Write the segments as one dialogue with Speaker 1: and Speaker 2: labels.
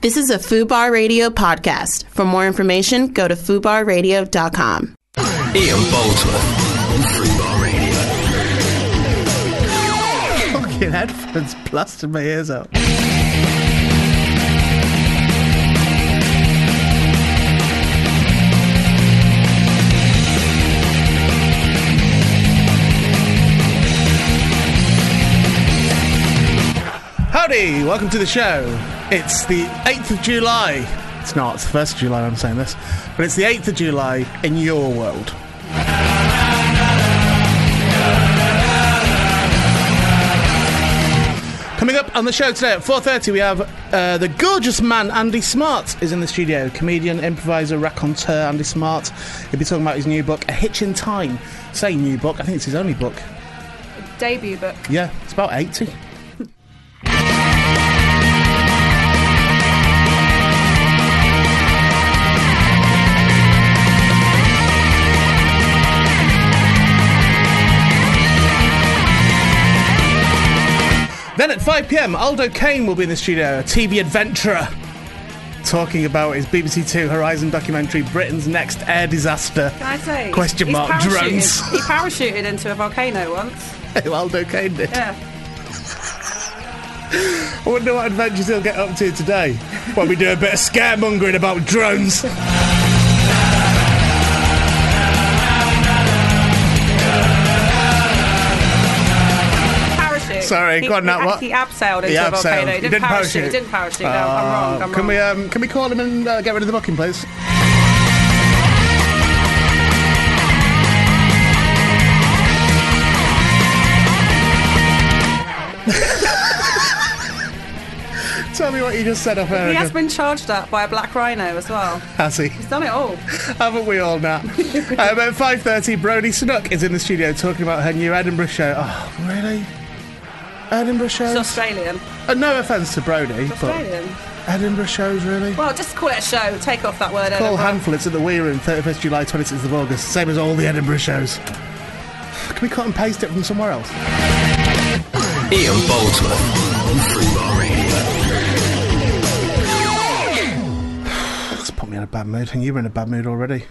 Speaker 1: This is a FUBAR Radio podcast. For more information, go to FUBARradio.com.
Speaker 2: Ian Bolton.
Speaker 3: Fucking headphones blasted my ears out. Howdy, welcome to the show. It's the 8th of July. It's not, it's the 1st of July I'm saying this, but it's the 8th of July in your world. Coming up on the show today at 4.30 we have uh, the gorgeous man Andy Smart is in the studio. Comedian, improviser, raconteur Andy Smart. He'll be talking about his new book, A Hitch in Time. Say new book, I think it's his only book.
Speaker 4: debut book.
Speaker 3: Yeah, it's about 80. Then at 5 pm, Aldo Kane will be in the studio, a TV adventurer, talking about his BBC Two Horizon documentary, Britain's Next Air Disaster.
Speaker 4: Can I say?
Speaker 3: Question
Speaker 4: he's
Speaker 3: mark,
Speaker 4: parachuted-
Speaker 3: drones.
Speaker 4: He parachuted into a volcano once.
Speaker 3: Aldo Kane did.
Speaker 4: Yeah.
Speaker 3: I wonder what adventures he'll get up to today when we do a bit of scaremongering about drones.
Speaker 4: Parachute.
Speaker 3: Sorry,
Speaker 4: he,
Speaker 3: go on,
Speaker 4: he
Speaker 3: Nat,
Speaker 4: ab-
Speaker 3: what?
Speaker 4: He abseiled into
Speaker 3: He
Speaker 4: a
Speaker 3: abseiled.
Speaker 4: volcano.
Speaker 3: He
Speaker 4: He didn't,
Speaker 3: didn't
Speaker 4: parachute.
Speaker 3: parachute.
Speaker 4: He didn't parachute. No, I'm wrong. I'm
Speaker 3: can
Speaker 4: wrong.
Speaker 3: we um, can we call him and uh, get rid of the booking, please? Tell me what you just said off air.
Speaker 4: he
Speaker 3: again.
Speaker 4: has been charged up by a black rhino as well.
Speaker 3: Has he?
Speaker 4: He's done it all.
Speaker 3: Haven't we all now? um, at 5.30, Brody Snook is in the studio talking about her new Edinburgh show. Oh, really? Edinburgh
Speaker 4: It's
Speaker 3: shows?
Speaker 4: Australian.
Speaker 3: Uh, no offence to Brody,
Speaker 4: It's
Speaker 3: but
Speaker 4: Australian.
Speaker 3: Edinburgh shows, really?
Speaker 4: Well, just call it a show. Take off that word.
Speaker 3: Paul
Speaker 4: Edinburgh.
Speaker 3: Hanford, it's at the Wee Room, 31st July, 26th of August. Same as all the Edinburgh shows. Can we cut and paste it from somewhere else?
Speaker 2: Ian Bolton.
Speaker 3: That's put me in a bad mood, and you were in a bad mood already.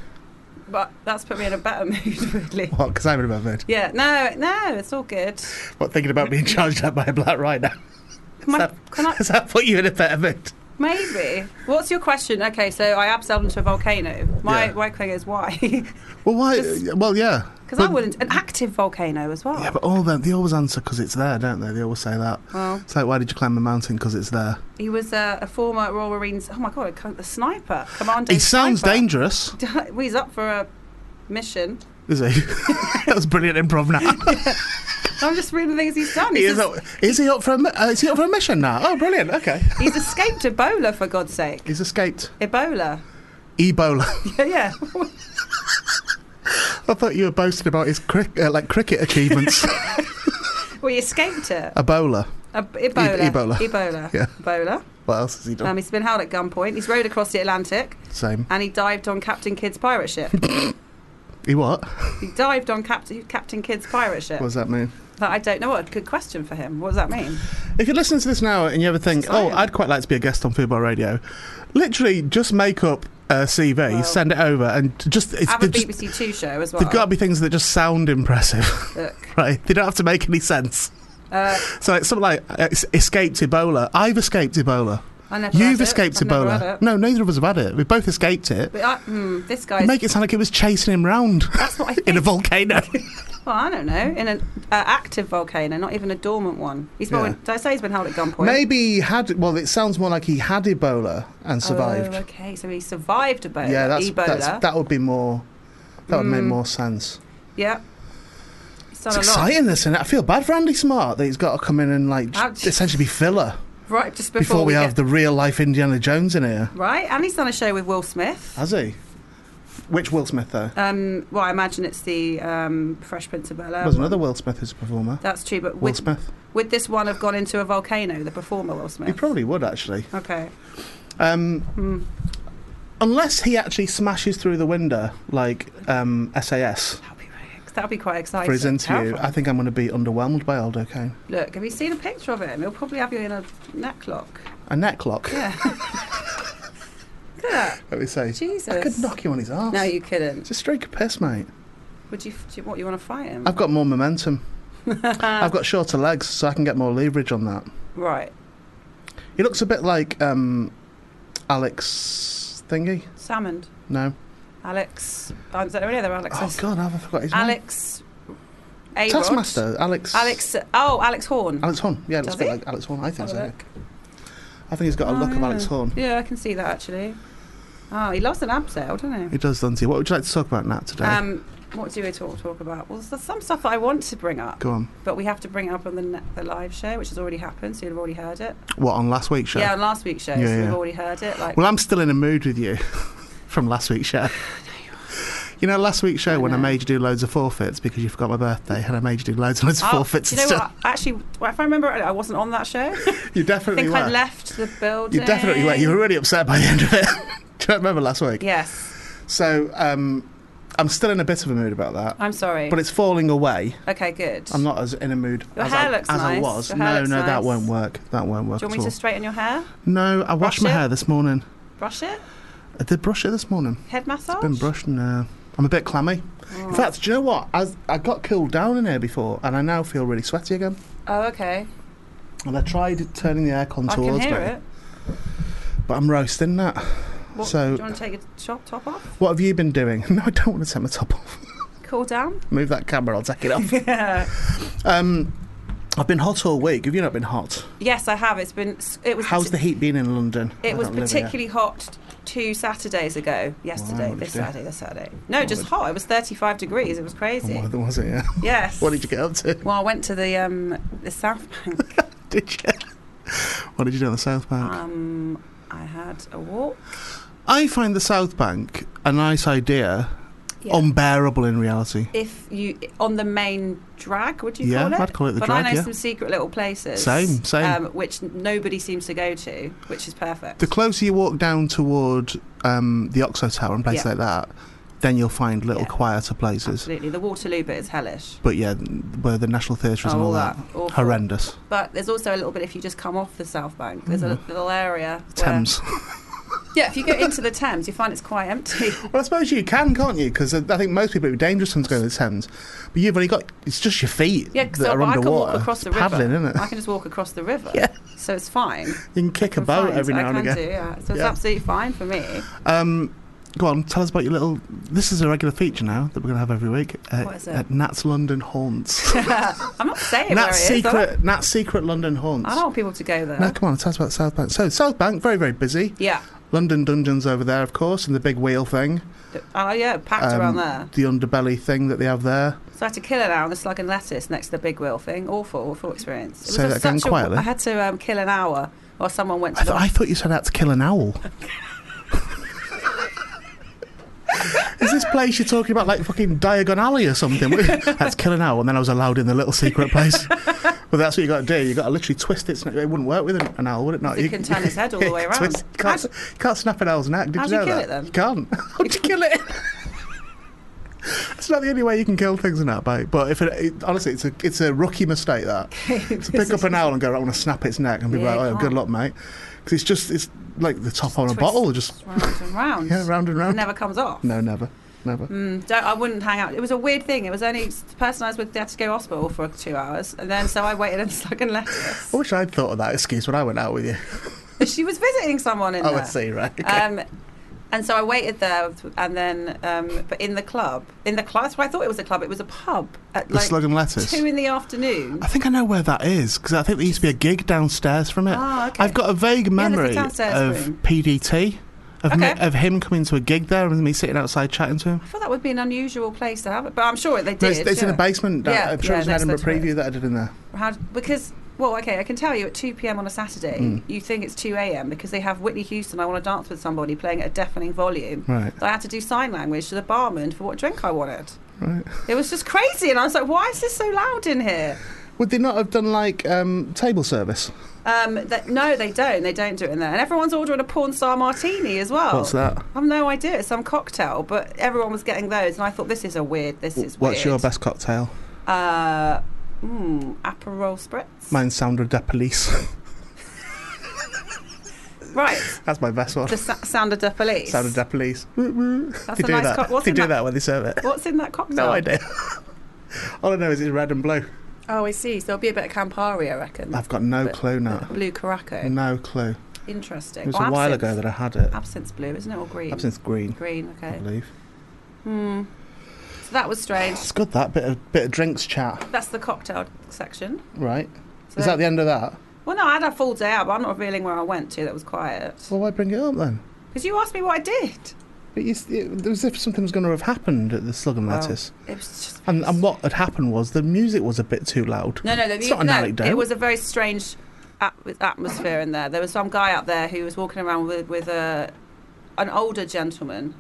Speaker 4: But that's put me in a better mood, really.
Speaker 3: What, because I'm in a bad mood?
Speaker 4: Yeah. No, no, it's all good.
Speaker 3: What, thinking about being charged up by a black right now?
Speaker 4: My-
Speaker 3: Has
Speaker 4: can I-
Speaker 3: that, has that put you in a better mood?
Speaker 4: Maybe. What's your question? Okay, so I abseiled into a volcano. My
Speaker 3: Yeah.
Speaker 4: my thing is why.
Speaker 3: Well, why? uh,
Speaker 4: Just-
Speaker 3: well, yeah.
Speaker 4: Because I
Speaker 3: But-
Speaker 4: wouldn't. An active volcano as well.
Speaker 3: Yeah, but all them, they always answer because it's there, don't they? They always say that.
Speaker 4: Well.
Speaker 3: It's like, why did you climb a mountain? Because it's there.
Speaker 4: He was a, a former Royal Marines. Oh my God, a, co- a sniper. Commando.
Speaker 3: He sounds
Speaker 4: sniper.
Speaker 3: dangerous,
Speaker 4: Well, He's up for a mission.
Speaker 3: is he? that was brilliant improv now.
Speaker 4: I'm just reading the things he's done.
Speaker 3: he
Speaker 4: He's,
Speaker 3: is,
Speaker 4: es-
Speaker 3: up, is he up for a, mi- uh, is he up for a mission now? Oh, brilliant. Okay.
Speaker 4: he's escaped Ebola, for God's sake.
Speaker 3: He's escaped
Speaker 4: Ebola.
Speaker 3: Ebola.
Speaker 4: Yeah, yeah.
Speaker 3: I thought you were boasting about his cric- uh, like cricket achievements.
Speaker 4: well, he escaped it.
Speaker 3: Ebola.
Speaker 4: A- Ebola.
Speaker 3: E- Ebola.
Speaker 4: Ebola.
Speaker 3: Yeah. Oh.
Speaker 4: Ebola.
Speaker 3: What else has he done?
Speaker 4: Um, he's been held at gunpoint. He's rowed across the Atlantic
Speaker 3: Same.
Speaker 4: and he dived on Captain Kidd's pirate ship.
Speaker 3: He what?
Speaker 4: he dived on Captain Captain Kidd's pirate ship.
Speaker 3: What does that mean?
Speaker 4: But I don't know what. Good question for him. What does that mean?
Speaker 3: If you listen to this now and you ever think, oh,
Speaker 4: Science.
Speaker 3: I'd quite like to be a guest on Football Radio, literally just make up a CV,
Speaker 4: Well-
Speaker 3: send it over, and just it's
Speaker 4: Have a
Speaker 3: they're just-
Speaker 4: BBC Two show as well.
Speaker 3: They've got to be things that just sound impressive,
Speaker 4: Look.
Speaker 3: right? They don't have to make any sense.
Speaker 4: Uh,
Speaker 3: So it's something like uh, es- escaped Ebola. I've escaped Ebola.
Speaker 4: I never had
Speaker 3: You've
Speaker 4: it.
Speaker 3: escaped
Speaker 4: I've never had
Speaker 3: Ebola.
Speaker 4: it.
Speaker 3: No, neither of us have had it. We both escaped it.
Speaker 4: But I, mm, this guy's.
Speaker 3: Make it sound like it was chasing him round
Speaker 4: that's what I think.
Speaker 3: in a volcano.
Speaker 4: well, I don't know. In an uh, active volcano, not even a dormant one. He's been.
Speaker 3: Yeah.
Speaker 4: Did I say he's been held at gunpoint?
Speaker 3: Maybe he had. Well, it sounds more like he had Ebola and survived.
Speaker 4: Oh, okay, so he survived Ebola.
Speaker 3: Yeah, that's,
Speaker 4: Ebola.
Speaker 3: that's that would be more. That would make more sense.
Speaker 4: yeah. He's done
Speaker 3: It's
Speaker 4: a lot.
Speaker 3: exciting, this, isn't it? I feel bad for Andy Smart that he's got to come in and like
Speaker 4: Ouch.
Speaker 3: essentially be filler
Speaker 4: Right, just
Speaker 3: before,
Speaker 4: before,
Speaker 3: we, have
Speaker 4: get,
Speaker 3: the real life Indiana Jones in here.
Speaker 4: Right, and he's done a show with Will Smith.
Speaker 3: Has he? Which Will Smith though?
Speaker 4: Um, well, I imagine it's the um, Fresh Prince of Bel Air.
Speaker 3: There's another Will Smith who's a performer.
Speaker 4: That's true, but
Speaker 3: Will
Speaker 4: would,
Speaker 3: Smith.
Speaker 4: would this one have gone into a volcano, the performer Will
Speaker 3: He
Speaker 4: Smith?
Speaker 3: probably would actually,
Speaker 4: okay. Hmm,
Speaker 3: um, unless he actually smashes through the window like um, SAS
Speaker 4: That'd be, really ex- that'd be quite exciting.
Speaker 3: for his interview.
Speaker 4: Terrifying.
Speaker 3: I think I'm going to be underwhelmed by Aldo Kane.
Speaker 4: Look, have you seen a picture of him? He'll probably have you in a neck lock.
Speaker 3: A neck lock.
Speaker 4: Yeah. that?
Speaker 3: Let me say.
Speaker 4: Jesus.
Speaker 3: I could knock you on his arse.
Speaker 4: No, you couldn't.
Speaker 3: It's a stroke of piss, mate.
Speaker 4: Would you? Do you what you want to fight him?
Speaker 3: I've got more momentum. I've got shorter legs, so I can get more leverage on that.
Speaker 4: right.
Speaker 3: He looks a bit like um, Alex Thingy.
Speaker 4: Salmon.
Speaker 3: No.
Speaker 4: Alex. Oh, is there any other
Speaker 3: Oh
Speaker 4: Alexes?
Speaker 3: God, I've forgot his
Speaker 4: Alex. A.
Speaker 3: name. Taskmaster. Alex.
Speaker 4: Alex. Oh, Alex Horn.
Speaker 3: Alex Horn. Yeah, it looks a
Speaker 4: Does
Speaker 3: bit
Speaker 4: he?
Speaker 3: like Alex Horn. I think
Speaker 4: Have a
Speaker 3: so. yeah.
Speaker 4: look.
Speaker 3: I think he's got a
Speaker 4: Oh,
Speaker 3: look of
Speaker 4: yeah.
Speaker 3: Alex Horn.
Speaker 4: Yeah, I can see that actually. Oh, he loves an abseil, doesn't
Speaker 3: He does, doesn't he? What would you like to talk about, Nat,
Speaker 4: he?
Speaker 3: today?
Speaker 4: Um, what do we talk talk about? Well, there's some stuff that I want to bring up,
Speaker 3: Go on.
Speaker 4: but we have to bring it up on the ne- the live show, which has already happened, so you've already heard it.
Speaker 3: What on last week's show?
Speaker 4: Yeah, on last week's show,
Speaker 3: Yeah,
Speaker 4: so
Speaker 3: yeah.
Speaker 4: we've already heard it. Like,
Speaker 3: Well, I'm still in a mood with you from last week's show. You know, last week's show
Speaker 4: I
Speaker 3: when I
Speaker 4: know.
Speaker 3: made you do loads of forfeits because you forgot my birthday, and I made you do loads and loads of
Speaker 4: Oh,
Speaker 3: forfeits
Speaker 4: do
Speaker 3: and
Speaker 4: you know
Speaker 3: stuff.
Speaker 4: what? Actually, well, if I remember, right, I wasn't on that show. I
Speaker 3: You definitely
Speaker 4: think
Speaker 3: were.
Speaker 4: I left the building.
Speaker 3: you definitely were. You were really upset by the end of it. do you remember last week?
Speaker 4: Yes,
Speaker 3: So um, I'm still in a bit of a mood about that,
Speaker 4: I'm sorry.
Speaker 3: but it's falling away.
Speaker 4: okay, good.
Speaker 3: I'm not as in a mood
Speaker 4: Your
Speaker 3: as,
Speaker 4: hair
Speaker 3: I,
Speaker 4: looks
Speaker 3: as I
Speaker 4: nice.
Speaker 3: was.
Speaker 4: Your
Speaker 3: no,
Speaker 4: hair
Speaker 3: no,
Speaker 4: looks
Speaker 3: that
Speaker 4: nice.
Speaker 3: won't work. That won't work
Speaker 4: Do you
Speaker 3: at
Speaker 4: want me
Speaker 3: all.
Speaker 4: to straighten your hair?
Speaker 3: no, I washed my
Speaker 4: brush it?
Speaker 3: hair this morning.
Speaker 4: Brush it?
Speaker 3: I did brush it this morning.
Speaker 4: Head massage?
Speaker 3: Been brushed now. I'm a bit clammy.
Speaker 4: Oh.
Speaker 3: In fact, do you know what? I, I got cooled down in here before, and I now feel really sweaty again.
Speaker 4: Oh, okay.
Speaker 3: And I tried turning the aircon
Speaker 4: I can
Speaker 3: towards
Speaker 4: hear
Speaker 3: me,
Speaker 4: it.
Speaker 3: but I'm roasting that.
Speaker 4: What,
Speaker 3: So-
Speaker 4: do you want to take your top, top off?
Speaker 3: What have you been doing? No, I don't want to take my top off.
Speaker 4: Cool down?
Speaker 3: Move that camera. I'll take it off.
Speaker 4: Yeah.
Speaker 3: um, I've been hot all week. Have you not been hot?
Speaker 4: yes, I have. It's been. It was.
Speaker 3: How's the heat been in London? I
Speaker 4: It was
Speaker 3: don't live here.
Speaker 4: particularly hot two Saturdays ago. Yesterday,
Speaker 3: what did
Speaker 4: this
Speaker 3: you do?
Speaker 4: Saturday, this Saturday. No,
Speaker 3: What
Speaker 4: just
Speaker 3: did-
Speaker 4: hot. It was 35 degrees. It was crazy.
Speaker 3: Oh, Well, was it? Yeah.
Speaker 4: Yes.
Speaker 3: What did you get up to?
Speaker 4: Well, I went to the um, the South Bank.
Speaker 3: Did you? What did you do on the South Bank?
Speaker 4: Um, I had a walk.
Speaker 3: I find the South Bank a nice idea,
Speaker 4: Yeah.
Speaker 3: unbearable in reality.
Speaker 4: If you on the main drag, would you
Speaker 3: Yeah,
Speaker 4: call it?
Speaker 3: I'd call it the
Speaker 4: but
Speaker 3: drag,
Speaker 4: I know
Speaker 3: yeah.
Speaker 4: some secret little places.
Speaker 3: Same, same.
Speaker 4: Um, which nobody seems to go to, which is perfect.
Speaker 3: The closer you walk down toward um, the Oxo Tower and places
Speaker 4: Yeah.
Speaker 3: like that, then you'll find little
Speaker 4: Yeah.
Speaker 3: quieter places.
Speaker 4: Absolutely, the Waterloo bit is hellish.
Speaker 3: But yeah, where the National Theatre is
Speaker 4: Oh,
Speaker 3: and all
Speaker 4: all
Speaker 3: that.
Speaker 4: that. Awful.
Speaker 3: Horrendous.
Speaker 4: But there's also a little bit if you just come off the South Bank. There's a little area.
Speaker 3: Mm.
Speaker 4: where-
Speaker 3: Thames.
Speaker 4: Yeah, if you go into the Thames, you find it's quite empty.
Speaker 3: Well, I suppose you can, can't you? Because I think most people it would be dangerous for them to go to the Thames. But you've only got, it's just your feet
Speaker 4: Yeah, because
Speaker 3: that
Speaker 4: I,
Speaker 3: are
Speaker 4: I can
Speaker 3: underwater.
Speaker 4: walk across the
Speaker 3: it's paddling,
Speaker 4: river.
Speaker 3: isn't it?
Speaker 4: I can just walk across the river.
Speaker 3: Yeah.
Speaker 4: So it's fine.
Speaker 3: You can kick a boat
Speaker 4: Confined,
Speaker 3: every
Speaker 4: I
Speaker 3: now and
Speaker 4: can
Speaker 3: again.
Speaker 4: Do, yeah. So it's
Speaker 3: Yeah.
Speaker 4: absolutely fine for me.
Speaker 3: Um, go on, tell us about your little. This is a regular feature now that we're going to have every week. At,
Speaker 4: What is it?
Speaker 3: At Nat's London Haunts.
Speaker 4: I'm not saying where it
Speaker 3: Nat's
Speaker 4: is. I don't-
Speaker 3: secret. Nat's secret London Haunts.
Speaker 4: I don't want people to go there.
Speaker 3: Now, come on, tell us about South Bank. So, South Bank, very, very busy.
Speaker 4: Yeah.
Speaker 3: London Dungeons over there, of course, and the big wheel thing.
Speaker 4: Oh, yeah, packed
Speaker 3: Um,
Speaker 4: around there.
Speaker 3: The underbelly thing that they have there.
Speaker 4: So I had to kill an owl and a slug and lettuce next to the big wheel thing. Awful, awful experience. It was
Speaker 3: Say
Speaker 4: a-
Speaker 3: that again
Speaker 4: such a-
Speaker 3: quietly.
Speaker 4: I had to um, kill an hour or someone went
Speaker 3: I,
Speaker 4: to
Speaker 3: th-
Speaker 4: the...
Speaker 3: I thought you said that to kill an owl. Is this place you're talking about like fucking Diagon Alley or something? that's kill an owl, and then I was allowed in the little secret place. But that's what you got to do. You got to literally twist its neck. It wouldn't work with an, an owl, would it? Not
Speaker 4: You can turn its head all the way around.
Speaker 3: Twist, you can't,
Speaker 4: How'd-
Speaker 3: you can't snap an owl's neck. Did
Speaker 4: how'd
Speaker 3: you
Speaker 4: you
Speaker 3: know
Speaker 4: kill
Speaker 3: that?
Speaker 4: it then?
Speaker 3: You can't. How'd you kill it? It's not the only way you can kill things in that bait, but if it, it, honestly, it's a it's a rookie mistake that to pick up an owl and go, I want to snap its neck and be like,
Speaker 4: Yeah, you
Speaker 3: oh,
Speaker 4: can't.
Speaker 3: good luck, mate, because it's just it's like the top on a
Speaker 4: Twist
Speaker 3: bottle, just
Speaker 4: round and round.
Speaker 3: yeah, round and
Speaker 4: It
Speaker 3: round.
Speaker 4: never comes off.
Speaker 3: No, never, never.
Speaker 4: Mm, don't, I wouldn't hang out. It was a weird thing. It was only the person I was with had to go to hospital for two hours, and then so I waited and slug and lettuce.
Speaker 3: I wish I'd thought of that excuse when I went out with you.
Speaker 4: she was visiting someone in
Speaker 3: I
Speaker 4: there.
Speaker 3: would see, right? Okay.
Speaker 4: Um, and so I waited there, with- and then, um, but in the club, in the club, that's what I thought it was a club. It was a pub at
Speaker 3: the
Speaker 4: like
Speaker 3: slug and lettuce.
Speaker 4: two in the afternoon.
Speaker 3: I think I know where that is because I think there used to be a gig downstairs from it.
Speaker 4: Ah, okay.
Speaker 3: I've got a vague
Speaker 4: there's a
Speaker 3: memory of
Speaker 4: downstairs room.
Speaker 3: PDT, of, me,
Speaker 4: Okay.
Speaker 3: of him coming to a gig there and me sitting outside chatting to him.
Speaker 4: I thought that would be an unusual place to have it, but I'm sure they did.
Speaker 3: No, it's, it's in
Speaker 4: yeah.
Speaker 3: a basement. That,
Speaker 4: Yeah,
Speaker 3: I'm sure it
Speaker 4: yeah,
Speaker 3: was an
Speaker 4: next
Speaker 3: Edinburgh
Speaker 4: to it.
Speaker 3: preview that I did in there.
Speaker 4: How, because, well, okay, I can tell you at 2 p.m. on a Saturday,
Speaker 3: Hmm.
Speaker 4: you think it's 2 a.m. because they have Whitney Houston, I Want to Dance with Somebody, playing at a deafening volume.
Speaker 3: Right.
Speaker 4: So I had to do sign language to the barman for what drink I wanted.
Speaker 3: Right.
Speaker 4: It was just crazy, and I was like, why is this so loud in here?
Speaker 3: Would they not have done like um, table service?
Speaker 4: Um, that, no, they don't. They don't do it in there. And everyone's ordering a porn star martini as well.
Speaker 3: What's that?
Speaker 4: I've no idea. It's some cocktail, but everyone was getting those, and I thought this is a weird. This is
Speaker 3: What's
Speaker 4: weird.
Speaker 3: your best cocktail?
Speaker 4: Uh, mm, Aperol spritz.
Speaker 3: Mine's Sandra de Police.
Speaker 4: Right.
Speaker 3: That's my best one.
Speaker 4: The sa- sound of the police.
Speaker 3: Sound of Deaf Police. Woo, woo.
Speaker 4: That's
Speaker 3: they
Speaker 4: a
Speaker 3: do
Speaker 4: nice
Speaker 3: that.
Speaker 4: co- what's
Speaker 3: they
Speaker 4: in
Speaker 3: do
Speaker 4: that?
Speaker 3: that? when they serve it.
Speaker 4: What's in that cocktail?
Speaker 3: No idea. All I know is it's red and blue.
Speaker 4: Oh, I see. So there'll be a bit of Campari, I reckon.
Speaker 3: I've got no
Speaker 4: But-
Speaker 3: clue now.
Speaker 4: Blue Caraco.
Speaker 3: No clue.
Speaker 4: Interesting.
Speaker 3: Mm. It was
Speaker 4: Or
Speaker 3: a while
Speaker 4: absinthe.
Speaker 3: ago that I had it.
Speaker 4: Absinthe blue, isn't it? Or green?
Speaker 3: Absinthe green,
Speaker 4: Green,
Speaker 3: I
Speaker 4: okay.
Speaker 3: believe.
Speaker 4: Hmm. So that was strange.
Speaker 3: It's good that bit of bit of drinks chat,
Speaker 4: That's the cocktail section.
Speaker 3: right?
Speaker 4: So
Speaker 3: Is that the end of that?
Speaker 4: Well, no, I had a full day out, but I'm not revealing where I went to. That was quiet.
Speaker 3: Well, why bring it up then?
Speaker 4: Because you asked me what I did.
Speaker 3: But you, s- it, it was as if something was going to have happened at the Slug and
Speaker 4: Well,
Speaker 3: Lettuce.
Speaker 4: It was just.
Speaker 3: And, and what had happened was the music was a bit too loud.
Speaker 4: No, no, the,
Speaker 3: It's not an
Speaker 4: no,
Speaker 3: anecdote.
Speaker 4: It was a very strange at- atmosphere in there. There was some guy up there who was walking around with, with a, an older gentleman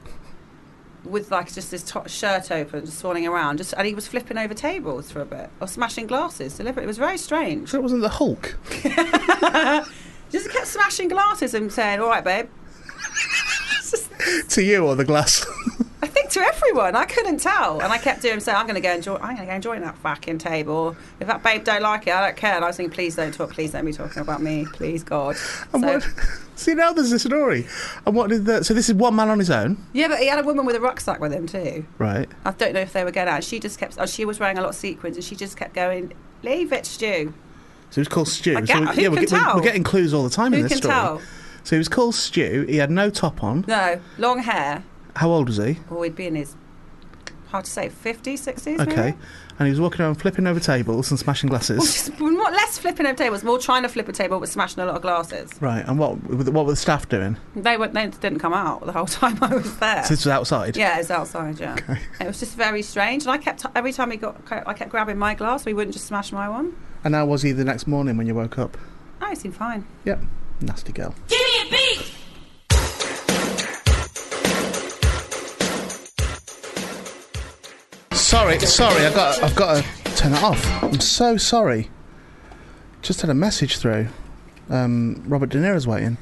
Speaker 4: with like just his top shirt open, just swanning around, just, and he was flipping over tables for a bit or smashing glasses deliberately. It was very strange.
Speaker 3: Sure, it wasn't the Hulk.
Speaker 4: Just kept smashing glasses and saying, "All right, babe." It's just-
Speaker 3: to you or the glass?
Speaker 4: I think to everyone, I couldn't tell, and I kept doing so. I'm going to go enjoy. I'm going to go enjoy that fucking table. If that babe don't like it, I don't care. And I was thinking, please don't talk. Please don't be talking about me. Please God.
Speaker 3: And
Speaker 4: So-
Speaker 3: what, see now there's a story. And what did the so this is one man on his own,
Speaker 4: yeah, but he had a woman with a rucksack with him too.
Speaker 3: right?
Speaker 4: I don't know if they were going out. She just kept. Oh, she was wearing a lot of sequins, and she just kept going. Leave it, Stu.
Speaker 3: So he was called Stu. So
Speaker 4: I get-
Speaker 3: we-
Speaker 4: who
Speaker 3: yeah, we're,
Speaker 4: can
Speaker 3: get- we're-
Speaker 4: tell?
Speaker 3: we're getting clues all the time in
Speaker 4: Who
Speaker 3: this
Speaker 4: can
Speaker 3: story.
Speaker 4: tell?
Speaker 3: So he was called Stu. He had no top on.
Speaker 4: No, long hair.
Speaker 3: How old was he?
Speaker 4: Or he'd be in his hard to say 50s, 60s.
Speaker 3: Okay,
Speaker 4: Maybe?
Speaker 3: and he was walking around flipping over tables and smashing
Speaker 4: Well,
Speaker 3: glasses.
Speaker 4: just more, less flipping over tables, more trying to flip a table, but smashing a lot of glasses.
Speaker 3: Right, and what what were the staff doing?
Speaker 4: They were They didn't come out the whole time I was there.
Speaker 3: So this was outside.
Speaker 4: Yeah, it was outside. Yeah,
Speaker 3: Okay.
Speaker 4: it was just very strange. And I kept every time we got, I kept grabbing my glass. We wouldn't just smash my one.
Speaker 3: And how was he the next morning when you woke up?
Speaker 4: Oh, it seemed fine.
Speaker 3: Yep, nasty girl.
Speaker 5: Give me a beat!
Speaker 3: Sorry, sorry, I got I've got to turn that off. I'm so sorry. Just had a message through. Um, Robert De Niro's waiting.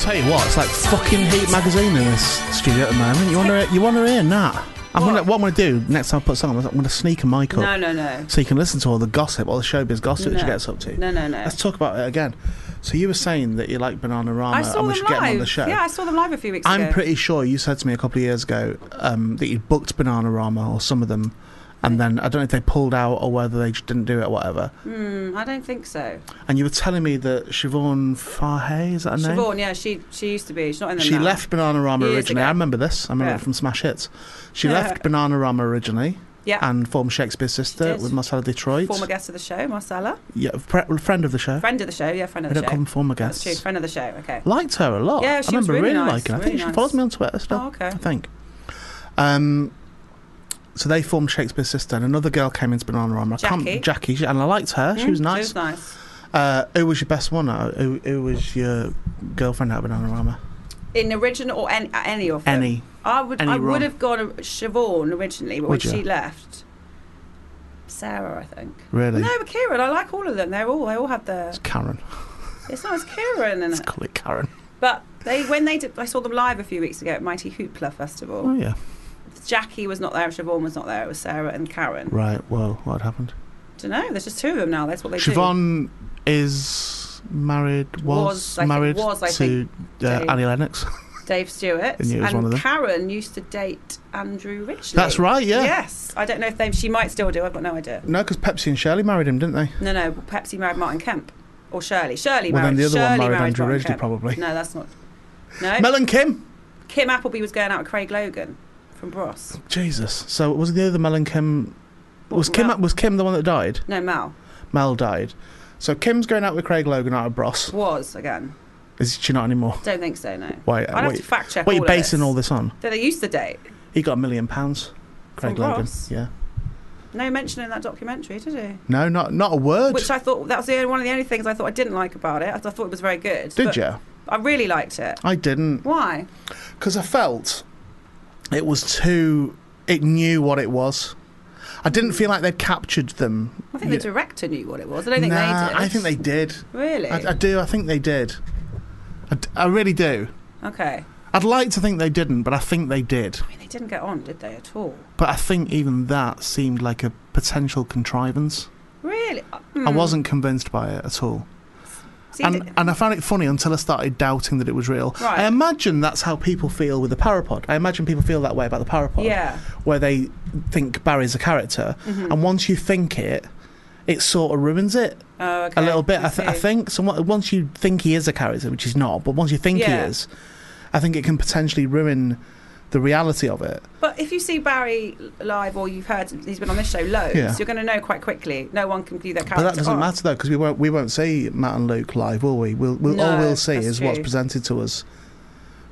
Speaker 3: Tell you what, it's like fucking Heat magazine in this studio at the moment. You wanna you wanna hear that? I'm gonna, what I'm gonna do next time I put song, on, I'm gonna sneak a mic up
Speaker 4: No, no, no,
Speaker 3: so you can listen to all the gossip, all the showbiz gossip that she
Speaker 4: No.
Speaker 3: gets up to.
Speaker 4: no, no, no.
Speaker 3: Let's talk about it again. So you were saying that you like Banana
Speaker 4: I
Speaker 3: Rama
Speaker 4: saw
Speaker 3: and we
Speaker 4: them
Speaker 3: should
Speaker 4: live.
Speaker 3: get him on the show.
Speaker 4: Yeah, I saw them live a few weeks
Speaker 3: I'm
Speaker 4: ago.
Speaker 3: pretty sure you said to me a couple of years ago um, that you booked Banana Rama or some of them, and then I don't know if they pulled out or whether they just didn't do it, or whatever.
Speaker 4: Hmm, I don't think so.
Speaker 3: And you were telling me that Siobhan Farhey, is that her name?
Speaker 4: Siobhan, yeah, she she used to be. She's not in them
Speaker 3: She
Speaker 4: now.
Speaker 3: left Banana Rama
Speaker 4: Years
Speaker 3: originally.
Speaker 4: ago.
Speaker 3: I remember this. I remember
Speaker 4: Yeah.
Speaker 3: it from Smash Hits. She left Banana Rama originally
Speaker 4: Yeah,
Speaker 3: and formed Shakespeare's Sister
Speaker 4: did.
Speaker 3: with Marcella Detroit.
Speaker 4: former guest of the show, Marcella,
Speaker 3: yeah, pre- friend of the show.
Speaker 4: friend of the show. Yeah, friend
Speaker 3: we
Speaker 4: of the
Speaker 3: don't call
Speaker 4: show.
Speaker 3: them former
Speaker 4: That's true.
Speaker 3: guests.
Speaker 4: Friend of the show. Okay.
Speaker 3: liked her a lot.
Speaker 4: Yeah, she
Speaker 3: I
Speaker 4: was
Speaker 3: remember
Speaker 4: really
Speaker 3: really
Speaker 4: nice,
Speaker 3: liking her. I
Speaker 4: really
Speaker 3: think she
Speaker 4: nice.
Speaker 3: follows me on Twitter still.
Speaker 4: Oh, okay.
Speaker 3: I think. Um, so they formed Shakespeare's Sister, and another girl came into Banana Rama. I can't-
Speaker 4: Jackie.
Speaker 3: Jackie, she- and I liked her. She was
Speaker 4: Hmm,
Speaker 3: nice.
Speaker 4: She was nice.
Speaker 3: Uh, who was your best one? out- Who, who was your girlfriend out of Banana Rama?
Speaker 4: In original or any, any of them.
Speaker 3: Any.
Speaker 4: I would
Speaker 3: Any
Speaker 4: I
Speaker 3: wrong?
Speaker 4: would have gone Siobhan originally, but
Speaker 3: Would
Speaker 4: when
Speaker 3: you?
Speaker 4: she left, Sarah, I think.
Speaker 3: Really?
Speaker 4: No, but Kieran, I like all of them. They're all they all have their.
Speaker 3: It's Karen.
Speaker 4: It's not as Kieran and
Speaker 3: Let's call it Karen.
Speaker 4: but they when they did I saw them live a few weeks ago at Mighty Hoopla Festival.
Speaker 3: Oh, yeah.
Speaker 4: Jackie was not there, Siobhan was not there. It was Sarah and Karen.
Speaker 3: Right, well, what happened?
Speaker 4: don't know. There's just two of them now. That's what they do.
Speaker 3: Siobhan is married, was,
Speaker 4: Was, I think-
Speaker 3: married
Speaker 4: was, I
Speaker 3: to uh,
Speaker 4: Dave.
Speaker 3: Annie Lennox.
Speaker 4: Dave Stewart
Speaker 3: I knew it was one of
Speaker 4: and
Speaker 3: them.
Speaker 4: Karen used to date Andrew Ridgely.
Speaker 3: That's right, yeah.
Speaker 4: Yes, I don't know if they. She might still do. I've got no idea.
Speaker 3: No, because Pepsi and Shirley married him, didn't they?
Speaker 4: No, no. Pepsi married Martin Kemp or Shirley. Shirley
Speaker 3: well,
Speaker 4: married.
Speaker 3: then the other
Speaker 4: Shirley
Speaker 3: one married Andrew
Speaker 4: Martin
Speaker 3: Ridgely,
Speaker 4: Kemp.
Speaker 3: probably.
Speaker 4: No, that's not. No.
Speaker 3: Mel and Kim.
Speaker 4: Kim Appleby was going out with Craig Logan from Bros.
Speaker 3: Jesus. So was the other Mel and Kim? Was
Speaker 4: Well,
Speaker 3: Kim
Speaker 4: Mel-
Speaker 3: was Kim the one that died?
Speaker 4: No, Mal
Speaker 3: Mel died. So Kim's going out with Craig Logan out of Bros.
Speaker 4: was again.
Speaker 3: Is she not anymore?
Speaker 4: Don't think so. No.
Speaker 3: Why?
Speaker 4: I'd have
Speaker 3: What,
Speaker 4: to fact check.
Speaker 3: what are you
Speaker 4: all of
Speaker 3: basing
Speaker 4: this.
Speaker 3: all this on?
Speaker 4: That they used to date.
Speaker 3: He got a million pounds. Craig
Speaker 4: From
Speaker 3: Logan.
Speaker 4: Bros?
Speaker 3: Yeah.
Speaker 4: No mention in that documentary, did he?
Speaker 3: No, not not a word.
Speaker 4: Which I thought that was the only, one of the only things I thought I didn't like about it. I thought it was very good.
Speaker 3: Did
Speaker 4: but
Speaker 3: you?
Speaker 4: I really liked it.
Speaker 3: I didn't,
Speaker 4: Why?
Speaker 3: because I felt it was too. It knew what it was. I didn't feel like they'd captured them.
Speaker 4: I think
Speaker 3: Yeah.
Speaker 4: the director knew what it was. I don't think
Speaker 3: nah,
Speaker 4: they did.
Speaker 3: I think they did.
Speaker 4: really.
Speaker 3: I, I do. I think they did. I, d- I really do.
Speaker 4: okay.
Speaker 3: I'd like to think they didn't, but I think they did.
Speaker 4: I mean, they didn't get on, did they at all?
Speaker 3: But I think even that seemed like a potential contrivance.
Speaker 4: Really? Uh,
Speaker 3: I
Speaker 4: mm.
Speaker 3: wasn't convinced by it at all.
Speaker 4: See,
Speaker 3: And,
Speaker 4: th-
Speaker 3: and I found it funny until I started doubting that it was real.
Speaker 4: Right.
Speaker 3: I imagine that's how people feel with the Parapod. I imagine people feel that way about the Parapod.
Speaker 4: yeah. Mm-hmm.
Speaker 3: Where they think Barry's a character. And once you think it, it sort of ruins it
Speaker 4: Oh, okay.
Speaker 3: a little bit,
Speaker 4: I
Speaker 3: I, th- I
Speaker 4: see.
Speaker 3: think. So on- once you think he is a character, which he's not, but once you think
Speaker 4: Yeah.
Speaker 3: he is, I think it can potentially ruin the reality of it.
Speaker 4: But if you see Barry live or you've heard he's been on this show loads,
Speaker 3: Yeah.
Speaker 4: you're going to know quite quickly. No one can view their character. Oh,
Speaker 3: But that doesn't
Speaker 4: on.
Speaker 3: matter though, because we won't we won't see Matt and Luke live, will we? We'll, we'll all
Speaker 4: No,
Speaker 3: we'll see
Speaker 4: that's
Speaker 3: is what's
Speaker 4: true.
Speaker 3: presented to us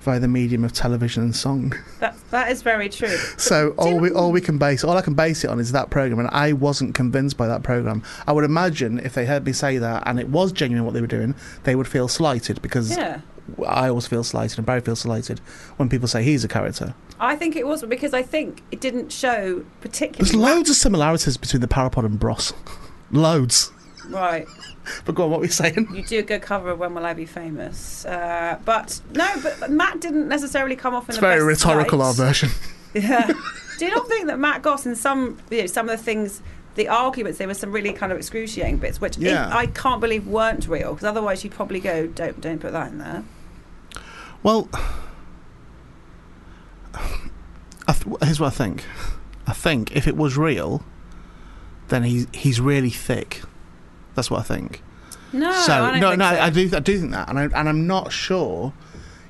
Speaker 3: via the medium of television and song.
Speaker 4: That, that is very true.
Speaker 3: So all we all we can base all I can base it on is that program, and I wasn't convinced by that program. I would imagine if they heard me say that and it was genuine what they were doing, they would feel slighted because
Speaker 4: Yeah.
Speaker 3: I always feel slighted and Barry feels slighted when people say he's a character.
Speaker 4: I think it was because I think it didn't show
Speaker 3: There's
Speaker 4: particularly.
Speaker 3: loads of similarities between the Parapod and Bros. loads.
Speaker 4: right.
Speaker 3: But go on, what were you saying?
Speaker 4: You do a good cover of When Will I Be Famous. Uh, but no, but, but Matt didn't necessarily come off in
Speaker 3: It's
Speaker 4: the
Speaker 3: very
Speaker 4: best
Speaker 3: rhetorical, our
Speaker 4: light.
Speaker 3: version.
Speaker 4: Yeah. Do you not think that Matt Goss in some you know, some of the things, the arguments, there were some really kind of excruciating bits, which
Speaker 3: Yeah.
Speaker 4: I can't believe weren't real, because otherwise you'd probably go, don't don't put that in there.
Speaker 3: Well, I th- here's what I think. I think if it was real, then he's he's really thick. That's what I think.
Speaker 4: No,
Speaker 3: so
Speaker 4: I don't
Speaker 3: no,
Speaker 4: think
Speaker 3: no,
Speaker 4: so.
Speaker 3: I do I do think that, and I, and I'm not sure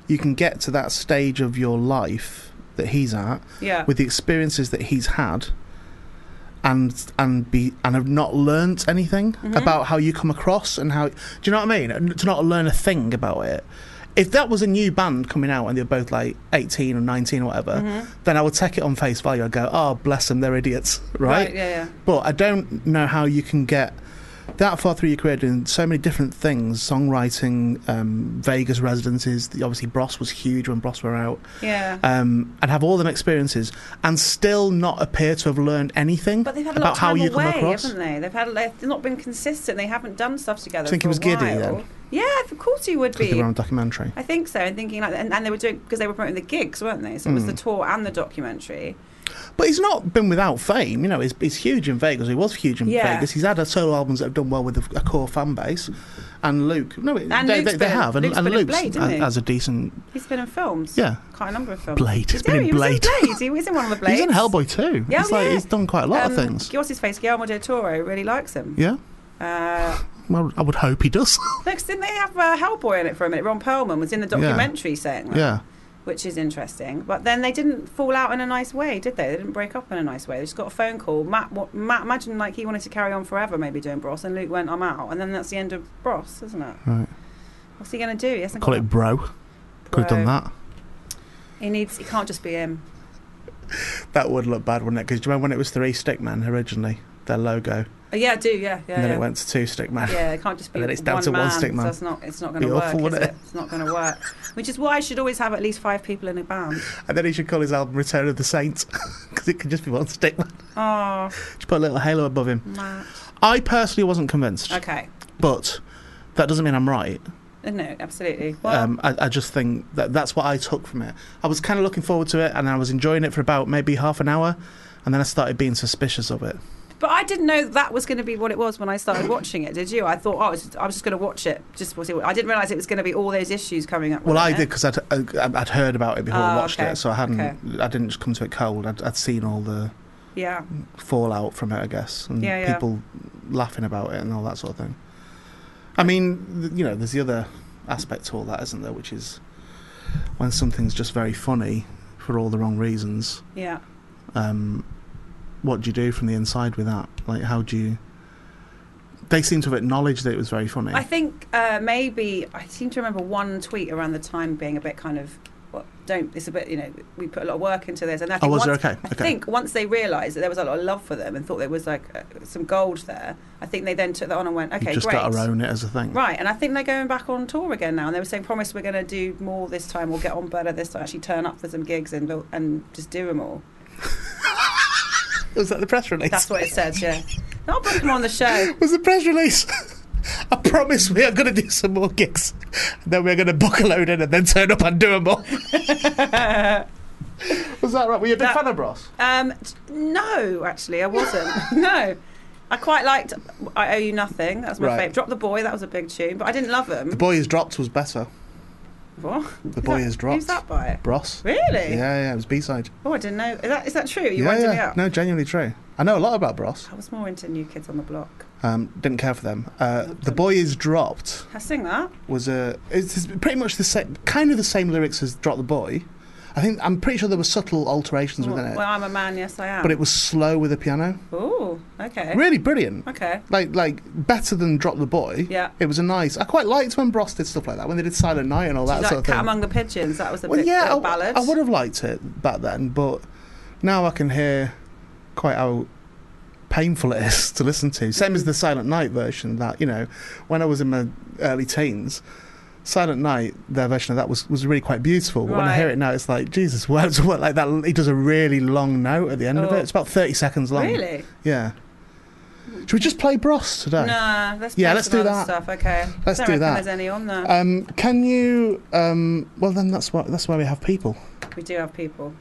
Speaker 3: you can get to that stage of your life that he's at
Speaker 4: yeah,
Speaker 3: with the experiences that he's had. And and be and have not learnt anything about how you come across and how do you know what I mean? To not learn a thing about it. If that was a new band coming out and they're both like eighteen or nineteen or whatever, then I would take it on face value. I'd go, oh bless them, they're idiots, right?
Speaker 4: right, yeah, yeah.
Speaker 3: But I don't know how you can get that far through your career doing so many different things songwriting, um, Vegas residences. the- Obviously, Bros was huge when Bros were out,
Speaker 4: Yeah.
Speaker 3: um, and have all them experiences and still not appear to have learned anything
Speaker 4: but they've had a lot
Speaker 3: about
Speaker 4: of
Speaker 3: how
Speaker 4: time
Speaker 3: you come
Speaker 4: away,
Speaker 3: across.
Speaker 4: haven't they? They've had they've not been consistent. They haven't done stuff
Speaker 3: Do
Speaker 4: together.
Speaker 3: you think he
Speaker 4: for
Speaker 3: was
Speaker 4: a
Speaker 3: giddy
Speaker 4: while.
Speaker 3: then?
Speaker 4: Yeah, of course he would
Speaker 3: Because they
Speaker 4: be.
Speaker 3: were on a documentary.
Speaker 4: I think so. And thinking like, and, and they were doing because they were promoting the gigs, weren't they? So it was
Speaker 3: Mm.
Speaker 4: the tour and the documentary.
Speaker 3: But he's not been without fame. You know, he's, he's huge in Vegas. He was huge in
Speaker 4: Yeah.
Speaker 3: Vegas. He's had a solo albums that have done well with a, a core fan base. And Luke, no, they,
Speaker 4: And
Speaker 3: they,
Speaker 4: Luke's
Speaker 3: they
Speaker 4: been-
Speaker 3: have. And,
Speaker 4: Luke's
Speaker 3: and
Speaker 4: been in
Speaker 3: Luke's
Speaker 4: Blade,
Speaker 3: has,
Speaker 4: hasn't he?
Speaker 3: has a decent.
Speaker 4: He's been in films.
Speaker 3: Yeah.
Speaker 4: quite a number of films.
Speaker 3: Blade. He's
Speaker 4: Did
Speaker 3: been in
Speaker 4: he? He was
Speaker 3: Blade.
Speaker 4: Blade. He was in one of the Blades.
Speaker 3: He's in Hellboy too.
Speaker 4: Yeah,
Speaker 3: it's like
Speaker 4: yeah.
Speaker 3: he's done quite a lot
Speaker 4: Um,
Speaker 3: of things.
Speaker 4: What's his face? Guillermo del Toro really likes him.
Speaker 3: Yeah.
Speaker 4: Uh,
Speaker 3: Well, I would hope he does.
Speaker 4: Next, didn't they have uh, Hellboy in it for a minute? Ron Perlman was in the documentary saying that,
Speaker 3: yeah.
Speaker 4: which is interesting. But then they didn't fall out in a nice way, did they? They didn't break up in a nice way. They just got a phone call. Matt, wa- Matt imagine like he wanted to carry on forever, maybe doing Bros, and Luke went, "I'm out," and then that's the end of Bros, isn't it?
Speaker 3: Right.
Speaker 4: What's he going to do? He hasn't
Speaker 3: Call
Speaker 4: got
Speaker 3: it bro.
Speaker 4: a
Speaker 3: Could have done
Speaker 4: pro.
Speaker 3: that.
Speaker 4: He needs. He can't just be him.
Speaker 3: That would look bad, wouldn't it? Because do you remember when it was three Stickman originally, their logo,
Speaker 4: Oh, yeah, I do. Yeah, yeah.
Speaker 3: and then
Speaker 4: yeah.
Speaker 3: it went to two Stickman.
Speaker 4: Yeah, it can't just be
Speaker 3: And
Speaker 4: one
Speaker 3: then it's down
Speaker 4: man.
Speaker 3: to one stick man.
Speaker 4: So it's not, it's not going to
Speaker 3: Be
Speaker 4: work.
Speaker 3: awful,
Speaker 4: is
Speaker 3: wouldn't
Speaker 4: it?
Speaker 3: it?
Speaker 4: It's not going to work. Which is why I should always have at least five people in a band.
Speaker 3: And then he should call his album Return of the Saints because it could just be one Stickman.
Speaker 4: Oh,
Speaker 3: Just put a little halo above him.
Speaker 4: Matt.
Speaker 3: I personally wasn't convinced,
Speaker 4: Okay.
Speaker 3: but that doesn't mean I'm right.
Speaker 4: No, absolutely. Well,
Speaker 3: Um, I, I just think that that's what I took from it. I was kind of looking forward to it, and I was enjoying it for about maybe half an hour, and then I started being suspicious of it.
Speaker 4: but I didn't know that was going to be what it was when I started watching it. Did you? I thought, oh, I was just, I was just going to watch it. Just to see what, I didn't realize it was going to be all those issues coming up.
Speaker 3: Well,
Speaker 4: with
Speaker 3: I
Speaker 4: it.
Speaker 3: did because I'd, I- I'd heard about it before I
Speaker 4: Oh,
Speaker 3: watched
Speaker 4: okay.
Speaker 3: it, so I hadn't.
Speaker 4: Okay.
Speaker 3: I didn't just come to it cold. I'd, I'd seen all the
Speaker 4: Yeah.
Speaker 3: fallout from it, I guess, and
Speaker 4: Yeah, yeah.
Speaker 3: people laughing about it and all that sort of thing. I mean, th- you know, there's the other aspect to all that, isn't there? Which is when something's just very funny for all the wrong reasons.
Speaker 4: Yeah.
Speaker 3: Um, what do you do from the inside with that? Like, how do you? They seem to have acknowledged that it was very funny.
Speaker 4: I think uh, maybe I seem to remember one tweet around the time being a bit kind of. Well, don't. It's a bit. You know, we put a lot of work into this, and I think
Speaker 3: oh, was
Speaker 4: once,
Speaker 3: there okay?
Speaker 4: I
Speaker 3: Okay.
Speaker 4: think once they realised that there was a lot of love for them and thought there was like uh, some gold there, I think they then took that on and went, okay,
Speaker 3: you just
Speaker 4: great.
Speaker 3: got to own it as a thing.
Speaker 4: Right, and I think they're going back on tour again now, and they were saying, "Promise, we're going to do more this time. We'll get on better this time. Actually, turn up for some gigs and we'll- and just do them all."
Speaker 3: Was that the press release?
Speaker 4: That's what it said. Yeah, I'll book them on the show.
Speaker 3: was the press release. I promise we are going to do some more gigs. Then we're going to book a load in and then turn up and do them all. Was that right? Were you a big
Speaker 4: That-
Speaker 3: fan of Bros?
Speaker 4: Um, t- no, actually, I wasn't. no. I quite liked I Owe You Nothing. That was my
Speaker 3: Right.
Speaker 4: favourite. Drop the Boy, that was a big tune, but I didn't love
Speaker 3: The
Speaker 4: them.
Speaker 3: Boy Is Dropped was better.
Speaker 4: What?
Speaker 3: The Boy
Speaker 4: that-
Speaker 3: Is Dropped.
Speaker 4: Who's that by?
Speaker 3: Bros.
Speaker 4: Really?
Speaker 3: Yeah, yeah, it was B-side.
Speaker 4: Oh, I didn't know. Is that, is that true? You
Speaker 3: yeah,
Speaker 4: winded
Speaker 3: yeah.
Speaker 4: me up?
Speaker 3: No, genuinely true. I know a lot about Bros.
Speaker 4: I was more into New Kids on the Block.
Speaker 3: Um, didn't care for them. Uh, the Boy Is Dropped
Speaker 4: I sing that.
Speaker 3: was a. It's it's pretty much the same, kind of the same lyrics as Drop the Boy. I think I'm pretty sure there were subtle alterations
Speaker 4: Well,
Speaker 3: within it,
Speaker 4: well, I'm a man, yes I am.
Speaker 3: but it was slow with the piano.
Speaker 4: Ooh, okay.
Speaker 3: Really brilliant.
Speaker 4: Okay.
Speaker 3: Like like better than Drop the Boy.
Speaker 4: Yeah.
Speaker 3: It was a nice. I quite liked when Bros did stuff like that when they did Silent Night and all that
Speaker 4: She's like
Speaker 3: sort of
Speaker 4: Cat
Speaker 3: thing.
Speaker 4: Among the Pigeons. That was a
Speaker 3: well,
Speaker 4: big,
Speaker 3: yeah,
Speaker 4: big
Speaker 3: I-
Speaker 4: ballad.
Speaker 3: I, would have liked it back then, but now I can hear quite how painful it is to listen to. Same as the Silent Night version. That you know, when I was in my early teens. Silent Night, their version of that was, was really quite beautiful. But when I
Speaker 4: Right.
Speaker 3: hear it now, it's like Jesus, why does it work like that? He does a really long note at the end of
Speaker 4: Oh.
Speaker 3: it. It's about thirty seconds long.
Speaker 4: Really?
Speaker 3: Yeah. Should we just play Bros today?
Speaker 4: Nah, let's
Speaker 3: Yeah,
Speaker 4: play
Speaker 3: let's
Speaker 4: some
Speaker 3: do
Speaker 4: other
Speaker 3: that.
Speaker 4: stuff. Okay.
Speaker 3: Let's
Speaker 4: Don't
Speaker 3: do
Speaker 4: reckon
Speaker 3: that.
Speaker 4: There's any on there?
Speaker 3: Um, can you? Um, well, then that's why that's why we have people.
Speaker 4: we do have people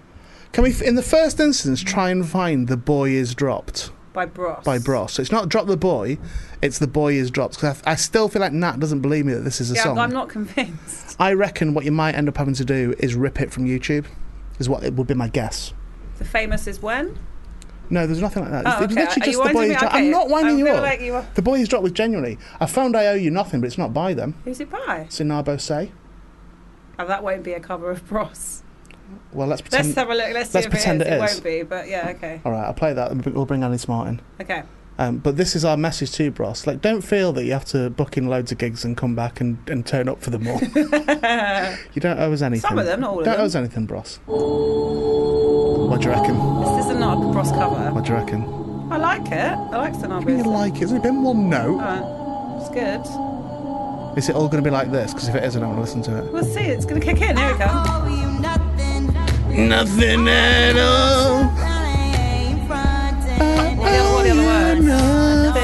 Speaker 3: Can we, f- in the first instance, try and find the boy is dropped
Speaker 4: by Bros.
Speaker 3: by Bros? So it's not drop the boy, it's the boy is dropped. Because I, I still feel like Nat doesn't believe me that this is a
Speaker 4: Yeah,
Speaker 3: song.
Speaker 4: I'm not convinced.
Speaker 3: I reckon what you might end up having to do is rip it from YouTube. Is what it would be my guess.
Speaker 4: The famous is when.
Speaker 3: No, there's nothing like that.
Speaker 4: Oh,
Speaker 3: It's, it's
Speaker 4: okay. Are
Speaker 3: literally
Speaker 4: you
Speaker 3: just the boy
Speaker 4: winding
Speaker 3: is
Speaker 4: me-
Speaker 3: dropped.
Speaker 4: okay.
Speaker 3: I'm not winding
Speaker 4: I
Speaker 3: you
Speaker 4: feel
Speaker 3: up.
Speaker 4: like you are-
Speaker 3: The boy is dropped was genuinely. I found I owe you nothing, but it's not by them.
Speaker 4: Who's it by?
Speaker 3: It's in Narbo Say.
Speaker 4: Oh, that won't be a cover of Bros.
Speaker 3: Well, let's
Speaker 4: Let's
Speaker 3: pretend.
Speaker 4: have a look. Let's,
Speaker 3: let's
Speaker 4: see if
Speaker 3: pretend
Speaker 4: it, is.
Speaker 3: it is.
Speaker 4: won't be, but yeah, okay,
Speaker 3: All right, I'll play that and we'll bring Alice Martin.
Speaker 4: okay.
Speaker 3: Um, but this is our message to you, Bros. Like, don't feel that you have to book in loads of gigs and come back and, and turn up for them all. you don't owe us anything.
Speaker 4: Some of them, not all of
Speaker 3: Don't
Speaker 4: them.
Speaker 3: owe us anything, Bros. What do you reckon?
Speaker 4: This is not a Bros cover.
Speaker 3: What do you reckon?
Speaker 4: I like it. I like Sonobo.
Speaker 3: You like it? Has it been one note?
Speaker 4: Alright, it's good.
Speaker 3: Is it all going to be like this? Because if it is, I don't want to listen to
Speaker 4: We'll see. It's gonna kick in. Here we go.
Speaker 5: owe you nothing.
Speaker 3: it. Nothing at all.
Speaker 5: I ain't frontin'.
Speaker 4: What are the other- what are the other words?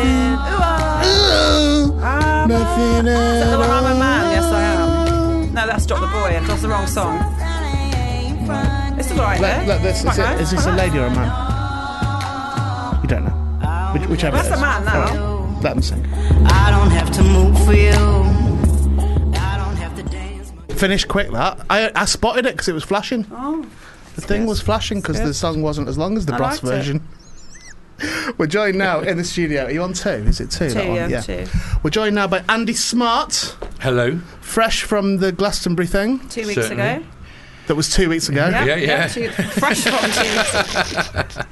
Speaker 4: I'm a-
Speaker 3: Nothing
Speaker 4: Is that
Speaker 3: at
Speaker 4: the one I'm a
Speaker 3: all.
Speaker 4: man. Yes, I am. No, that's Drop the Boy. That's the wrong song.
Speaker 5: I ain't frontin'.
Speaker 4: It's all right.
Speaker 3: Look,
Speaker 4: though.
Speaker 3: look, this
Speaker 4: Quite
Speaker 3: is, it,
Speaker 4: nice.
Speaker 3: is this a
Speaker 4: Quite nice.
Speaker 3: lady or a man? You don't know. Which, whichever
Speaker 4: That's
Speaker 3: it is.
Speaker 4: a man now.
Speaker 3: All right, Let them sing.
Speaker 6: I don't have to move for you. I don't have to dance.
Speaker 3: Finish quick that. I, I spotted it because it was flashing.
Speaker 4: Oh,
Speaker 3: The thing was flashing because the song wasn't as long as the
Speaker 4: I
Speaker 3: brass
Speaker 4: liked it.
Speaker 3: version. We're joined now in the studio. Are you on two? Is it two?
Speaker 4: Two,
Speaker 3: that one?
Speaker 4: yeah, two.
Speaker 3: We're joined now by Andy Smart,
Speaker 2: Hello.
Speaker 3: fresh from the Glastonbury thing
Speaker 4: two weeks
Speaker 2: Certainly.
Speaker 4: ago.
Speaker 3: that was two weeks ago.
Speaker 2: Yeah, yeah.
Speaker 4: two- fresh from two weeks ago.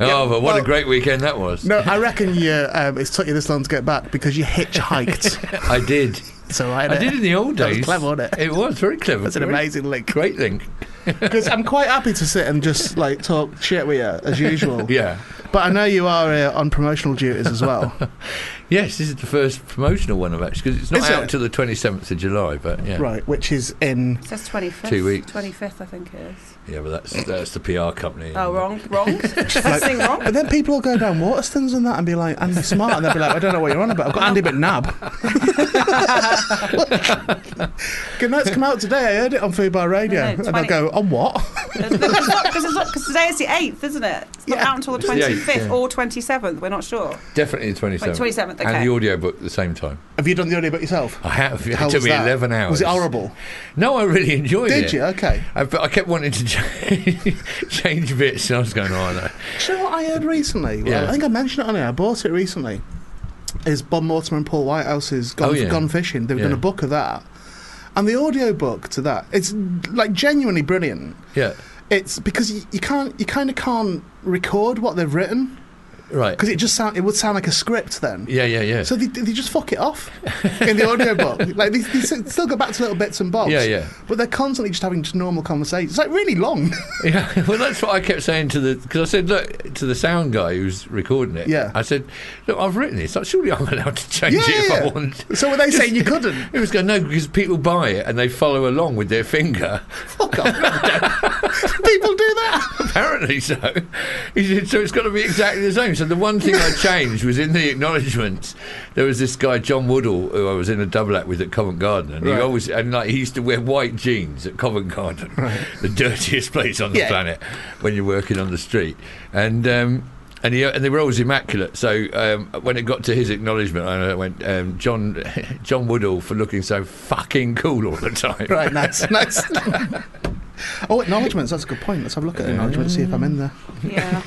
Speaker 2: oh, but what
Speaker 3: well-
Speaker 2: a great weekend that was.
Speaker 3: No, I reckon you. Um, it's took you this long to get back because you hitchhiked.
Speaker 2: I did.
Speaker 3: so I,
Speaker 2: I did in the old
Speaker 3: That was
Speaker 2: days.
Speaker 3: clever, wasn't it?
Speaker 2: It was very clever.
Speaker 3: That's an
Speaker 2: Very-
Speaker 3: amazing link.
Speaker 2: Great link.
Speaker 3: Because I'm quite happy to sit and just like talk shit with you as usual.
Speaker 2: Yeah.
Speaker 3: But I know you are uh, on promotional duties as well.
Speaker 2: Yes, this is the first promotional one of actually because it's not
Speaker 3: Is
Speaker 2: out
Speaker 3: it?
Speaker 2: till the 27th of July. But yeah,
Speaker 3: right, which is in.
Speaker 4: It says 25th.
Speaker 2: Two weeks.
Speaker 4: 25th, I think it is.
Speaker 2: Yeah, but that's that's the PR company.
Speaker 4: Oh, wrong. Wrong. First thing wrong.
Speaker 3: But then people will go down Waterstones and that and be like, Andy Smart. And they'll be like, I don't know what you're on about. I've got Andy McNab. Good Night's come out today. I heard it on Food Bar Radio.
Speaker 4: No, no,
Speaker 3: and they'll
Speaker 4: 20.
Speaker 3: go, on what?
Speaker 4: Because today is the 8th, isn't it? It's not
Speaker 3: Yeah.
Speaker 4: out until the
Speaker 2: It's the
Speaker 4: 25th
Speaker 2: 8th, yeah.
Speaker 4: or 27th. We're not sure.
Speaker 2: Definitely the 27th.
Speaker 4: Wait, 27th, okay.
Speaker 2: And the audiobook at the same time.
Speaker 3: Have you done the audio about yourself?
Speaker 2: I have. It
Speaker 3: How
Speaker 2: took
Speaker 3: was
Speaker 2: me
Speaker 3: that?
Speaker 2: 11 hours.
Speaker 3: Was it horrible?
Speaker 2: No, I really enjoyed it.
Speaker 3: Did you? Okay.
Speaker 2: I, but I kept wanting to change, change bits, and I was going, oh, no.
Speaker 3: Do you know what I heard recently? Well,
Speaker 2: Yeah.
Speaker 3: I think I mentioned it on here. I bought it recently. Is Bob Mortimer and Paul Whitehouse's Gone,
Speaker 2: Oh, yeah.
Speaker 3: Gone Fishing? They've done
Speaker 2: Yeah.
Speaker 3: a book of that. And the audio book to that, it's like genuinely brilliant.
Speaker 2: Yeah,
Speaker 3: It's because you, you can't, you kind of can't record what they've written
Speaker 2: right.
Speaker 3: because it just sound, it would sound like a script then.
Speaker 2: Yeah, yeah, yeah.
Speaker 3: So they, they just fuck it off in the audio book. Like they, they s- still go back to little bits and bobs.
Speaker 2: Yeah, yeah.
Speaker 3: But they're constantly just having just normal conversations. It's like really long.
Speaker 2: Yeah, well, that's what I kept saying to the because I said, look, to the sound guy who's recording it.
Speaker 3: Yeah.
Speaker 2: I said, look, I've written this. Like, surely I'm allowed to change
Speaker 3: yeah.
Speaker 2: it if
Speaker 3: yeah,
Speaker 2: I
Speaker 3: yeah.
Speaker 2: want.
Speaker 3: So were they saying you couldn't?
Speaker 2: It was going no because people buy it and they follow along with their finger.
Speaker 3: Fuck off. People do that.
Speaker 2: Apparently so. He said, so it's got to be exactly the same. So the one thing I changed was in the acknowledgements. There was this guy John Woodall who I was in a double act with at Covent Garden, and
Speaker 3: Right.
Speaker 2: he always and like he used to wear white jeans at Covent Garden, the dirtiest place on the
Speaker 3: Yeah.
Speaker 2: planet when you're working on the street, and. Um, and, he, and they were always immaculate. So um, when it got to his acknowledgement, I went, um, John, John Woodall for looking so fucking cool all the time.
Speaker 3: Right, nice, nice. oh, acknowledgements. That's a good point. Let's have a look at the acknowledgements, see if I'm in there.
Speaker 4: Yeah.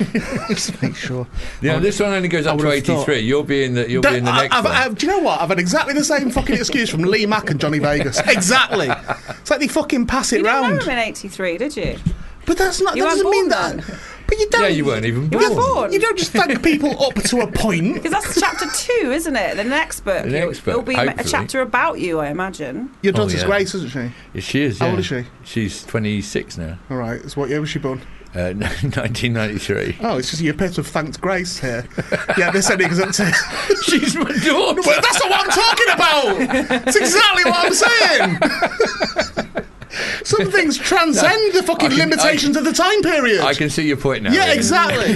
Speaker 3: Just make sure.
Speaker 2: Yeah, this one only goes up
Speaker 3: would
Speaker 2: to
Speaker 3: have thought-
Speaker 2: 83. You'll be in the, you'll
Speaker 3: That-
Speaker 2: be in the
Speaker 3: I-
Speaker 2: next
Speaker 3: I've-
Speaker 2: one.
Speaker 3: I've- do you know what? I've had exactly the same fucking excuse from Lee Mack and Johnny Vegas. Exactly. It's like they fucking pass it
Speaker 4: You didn't know
Speaker 3: round.
Speaker 4: him in 83, did you?
Speaker 3: But that's not.
Speaker 4: You
Speaker 3: that doesn't
Speaker 4: weren't born
Speaker 3: mean that.
Speaker 4: then.
Speaker 3: But you don't.
Speaker 2: Yeah, you weren't even
Speaker 4: You were
Speaker 2: born.
Speaker 4: born.
Speaker 3: You don't just thank people up to a point.
Speaker 4: Because that's chapter two, isn't it? The next book.
Speaker 2: The next
Speaker 4: It'll
Speaker 2: book,
Speaker 4: be a
Speaker 2: hopefully.
Speaker 4: chapter about you, I imagine.
Speaker 3: Your daughter's
Speaker 2: Oh, yeah.
Speaker 3: Grace, isn't she?
Speaker 2: Yeah, She is.
Speaker 3: How
Speaker 2: Yeah.
Speaker 3: old is she?
Speaker 2: She's 26 now.
Speaker 3: All right. It's what year was she born?
Speaker 2: Uh, 1993.
Speaker 3: Oh, it's just your pit of thanked Grace here. yeah, this ending is up to.
Speaker 2: She's my daughter.
Speaker 3: But that's not what I'm talking about. That's exactly what I'm saying. Some things transcend the fucking
Speaker 2: I can- I-
Speaker 3: limitations of the time period.
Speaker 2: I can see your point now.
Speaker 3: yeah, exactly.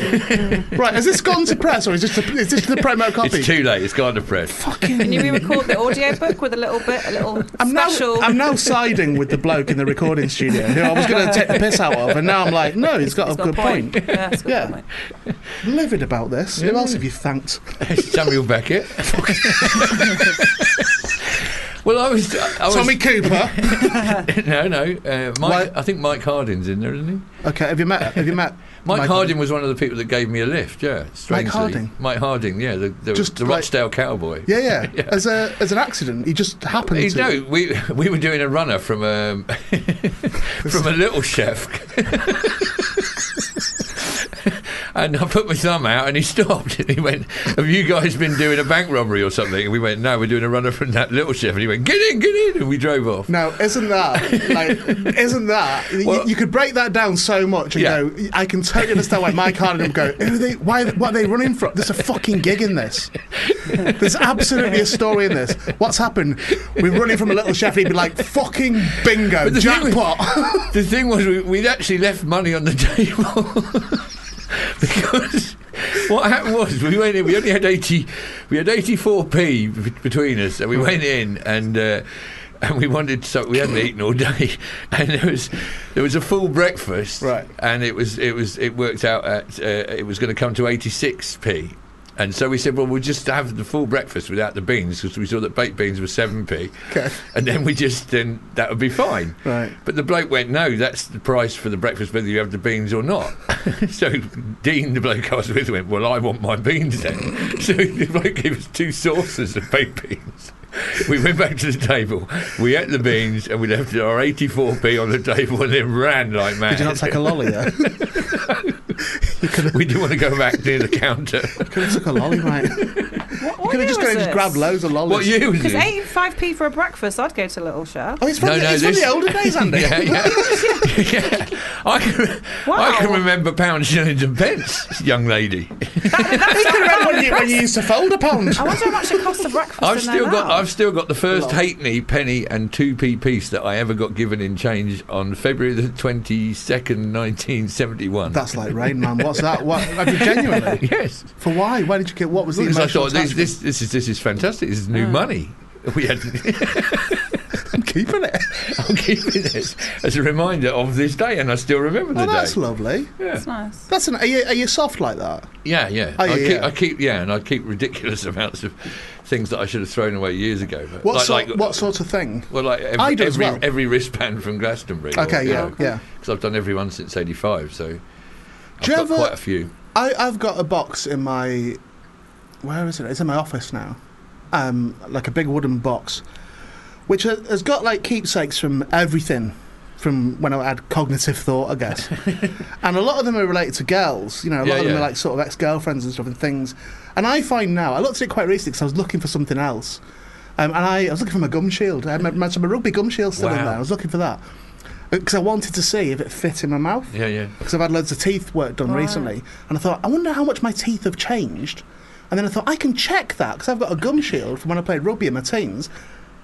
Speaker 3: right, has this gone to press or is this the, is this the promo copy?
Speaker 2: It's too late. It's gone to press.
Speaker 4: Can you re-record the audio book with a little bit, a little
Speaker 3: I'm now,
Speaker 4: special?
Speaker 3: I'm now siding with the bloke in the recording studio who I was going to take the piss out of, and now I'm like, no, he's got
Speaker 4: It's
Speaker 3: a good point.
Speaker 4: Yeah, it's got
Speaker 3: Yeah.
Speaker 4: a good point.
Speaker 3: Livid about this. Who else have you thanked?
Speaker 2: Samuel Beckett. well, I was. I was
Speaker 3: Tommy Cooper.
Speaker 2: No, no. Uh,
Speaker 3: Why-
Speaker 2: Mike, I think Mike Harding's in there, isn't he?
Speaker 3: Okay, have you met? Have you met?
Speaker 2: Mike, Harding was one of the people that gave me a lift. Yeah, strangely.
Speaker 3: Harding?
Speaker 2: Mike Harding. Yeah, the, the,
Speaker 3: Just
Speaker 2: the
Speaker 3: like-
Speaker 2: Rochdale cowboy.
Speaker 3: Yeah, yeah, As a as an accident, he just happened
Speaker 2: You
Speaker 3: to.
Speaker 2: know, we we were doing a runner from um, from a little chef, and I put my thumb out, and he stopped, and he went, "Have you guys been doing a bank robbery or something?" And we went, "No, we're doing a runner from that little chef," and he went, "Get in, get in," and we drove off.
Speaker 3: Now, isn't that like, isn't that y-
Speaker 2: Well-
Speaker 3: you, could break that down so much and
Speaker 2: Yeah.
Speaker 3: go? I can totally understand why Mike Harden would go. Who are they? Why? What are they running from? There's a fucking gig in this. There's absolutely a story in this. What's happened? We're running from a little chef. and He'd be like, "Fucking bingo,
Speaker 2: the thing was-
Speaker 3: jackpot."
Speaker 2: The thing was, we, we'd actually left money on the table because what happened was we went in. We only had eighty. We had eighty-four p between us,
Speaker 3: Hmm.
Speaker 2: and we went in and. Uh, and we wanted so we hadn't eaten all day, and there was there was a full breakfast,
Speaker 3: Right.
Speaker 2: And it was it was it worked out at uh, it was going to come to eighty six p, and so we said, well, we'll just have the full breakfast without the beans because we saw that baked beans were seven p,
Speaker 3: Okay.
Speaker 2: and then we just then that would be fine,
Speaker 3: Right.
Speaker 2: but the bloke went, no, that's the price for the breakfast, whether you have the beans or not. so Dean, the bloke I was with, went, well, I want my beans then. so the bloke gave us two saucers of baked beans. We went back to the table, we ate the beans, and we left our 84p on the table and then ran like mad.
Speaker 3: Did you not take a lolly there?
Speaker 2: we didn't want to go back near the counter.
Speaker 3: Could have took a lolly, mate.
Speaker 4: What,
Speaker 3: Could have just gone and just grabbed loads of lollies.
Speaker 2: what year was
Speaker 4: Because
Speaker 2: it?
Speaker 4: 85p for a breakfast, I'd go to Little Chef.
Speaker 3: Oh, it's from,
Speaker 2: No,
Speaker 3: the,
Speaker 2: no,
Speaker 3: it's from
Speaker 2: this-
Speaker 3: the older days, Andy.
Speaker 2: Yeah, yeah. yeah. I, can, I
Speaker 4: Wow.
Speaker 2: can remember pounds, shillings, and pence, young lady.
Speaker 3: I can remember when you, when you used to fold a pound.
Speaker 4: I wonder how much it costs a breakfast.
Speaker 2: I've
Speaker 4: in
Speaker 2: still
Speaker 4: there
Speaker 2: got
Speaker 4: now.
Speaker 2: I've still got the first halfpenny, penny, and two p piece that I ever got given in change on February the twenty second, nineteen seventy one.
Speaker 3: That's like rain, man. What's that? What? Have you genuinely?
Speaker 2: yes,
Speaker 3: For why? Why did you get? What was the
Speaker 2: because I
Speaker 3: emotional
Speaker 2: thought this,
Speaker 3: attachment?
Speaker 2: this this is this is fantastic. This is new money. We had
Speaker 3: keeping it?
Speaker 2: I'm keeping this as a reminder of this day, and I still remember the
Speaker 3: Oh,
Speaker 2: day.
Speaker 3: that's lovely.
Speaker 4: That's nice.
Speaker 3: That's an. Are you, are you soft like that?
Speaker 2: Yeah, yeah.
Speaker 3: Oh,
Speaker 2: I,
Speaker 3: yeah,
Speaker 2: keep,
Speaker 3: yeah.
Speaker 2: I keep yeah, and I keep ridiculous amounts of things that I should have thrown away years ago. But
Speaker 3: What
Speaker 2: like,
Speaker 3: sort?
Speaker 2: like-
Speaker 3: what sort of thing?
Speaker 2: Well, like every
Speaker 3: I do as
Speaker 2: every,
Speaker 3: well.
Speaker 2: every wristband from Glastonbury.
Speaker 3: Okay, yeah, yeah.
Speaker 2: Because I've done every one since '85, so I've
Speaker 3: Do you
Speaker 2: got
Speaker 3: ever-
Speaker 2: quite a few.
Speaker 3: I, I've got a box in my. Where is it? It's in my office now. Um, like a big wooden box, which ha- has got like keepsakes from everything, from when I had cognitive thought, I guess. and a lot of them are related to girls. You know, a lot
Speaker 2: Yeah,
Speaker 3: of them
Speaker 2: yeah.
Speaker 3: are like sort of ex-girlfriends and stuff and things. And I find now, I looked at it quite recently because I was looking for something else, um, and I, I was looking for my gum shield. I had my, my, my rugby gum shield still in
Speaker 2: Wow.
Speaker 3: there. I was looking for that because I wanted to see if it fit in my mouth
Speaker 2: Yeah, yeah.
Speaker 3: because I've had loads of teeth work done recently, and I thought, I wonder how much my teeth have changed. And then I thought, I can check that because I've got a gum shield from when I played rugby in my teens,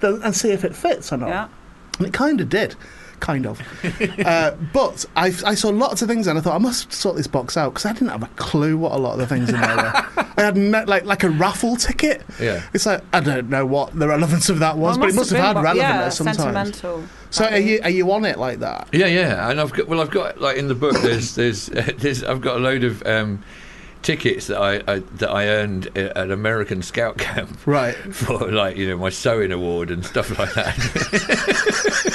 Speaker 3: th- and see if it fits or not.
Speaker 4: Yeah.
Speaker 3: And it kind of did. kind of. uh, but I, I saw lots of things and I thought I must sort this box out because I didn't have a clue what a lot of the things in there were. I had no, like like a raffle ticket.
Speaker 2: Yeah.
Speaker 3: It's like I don't know what the relevance of that was,
Speaker 4: Well,
Speaker 3: but it must have,
Speaker 4: been
Speaker 3: had
Speaker 4: one-
Speaker 3: relevance
Speaker 4: yeah,
Speaker 3: at some time.
Speaker 4: sentimental.
Speaker 3: So
Speaker 4: I
Speaker 3: are
Speaker 4: think.
Speaker 3: you are you on it like that?
Speaker 2: Yeah, yeah, and I've got well, I've got like in the book. There's there's there's I've got a load of um, tickets that I, I that I earned at an American Scout camp
Speaker 3: Right.
Speaker 2: for like you know my sewing award and stuff like that.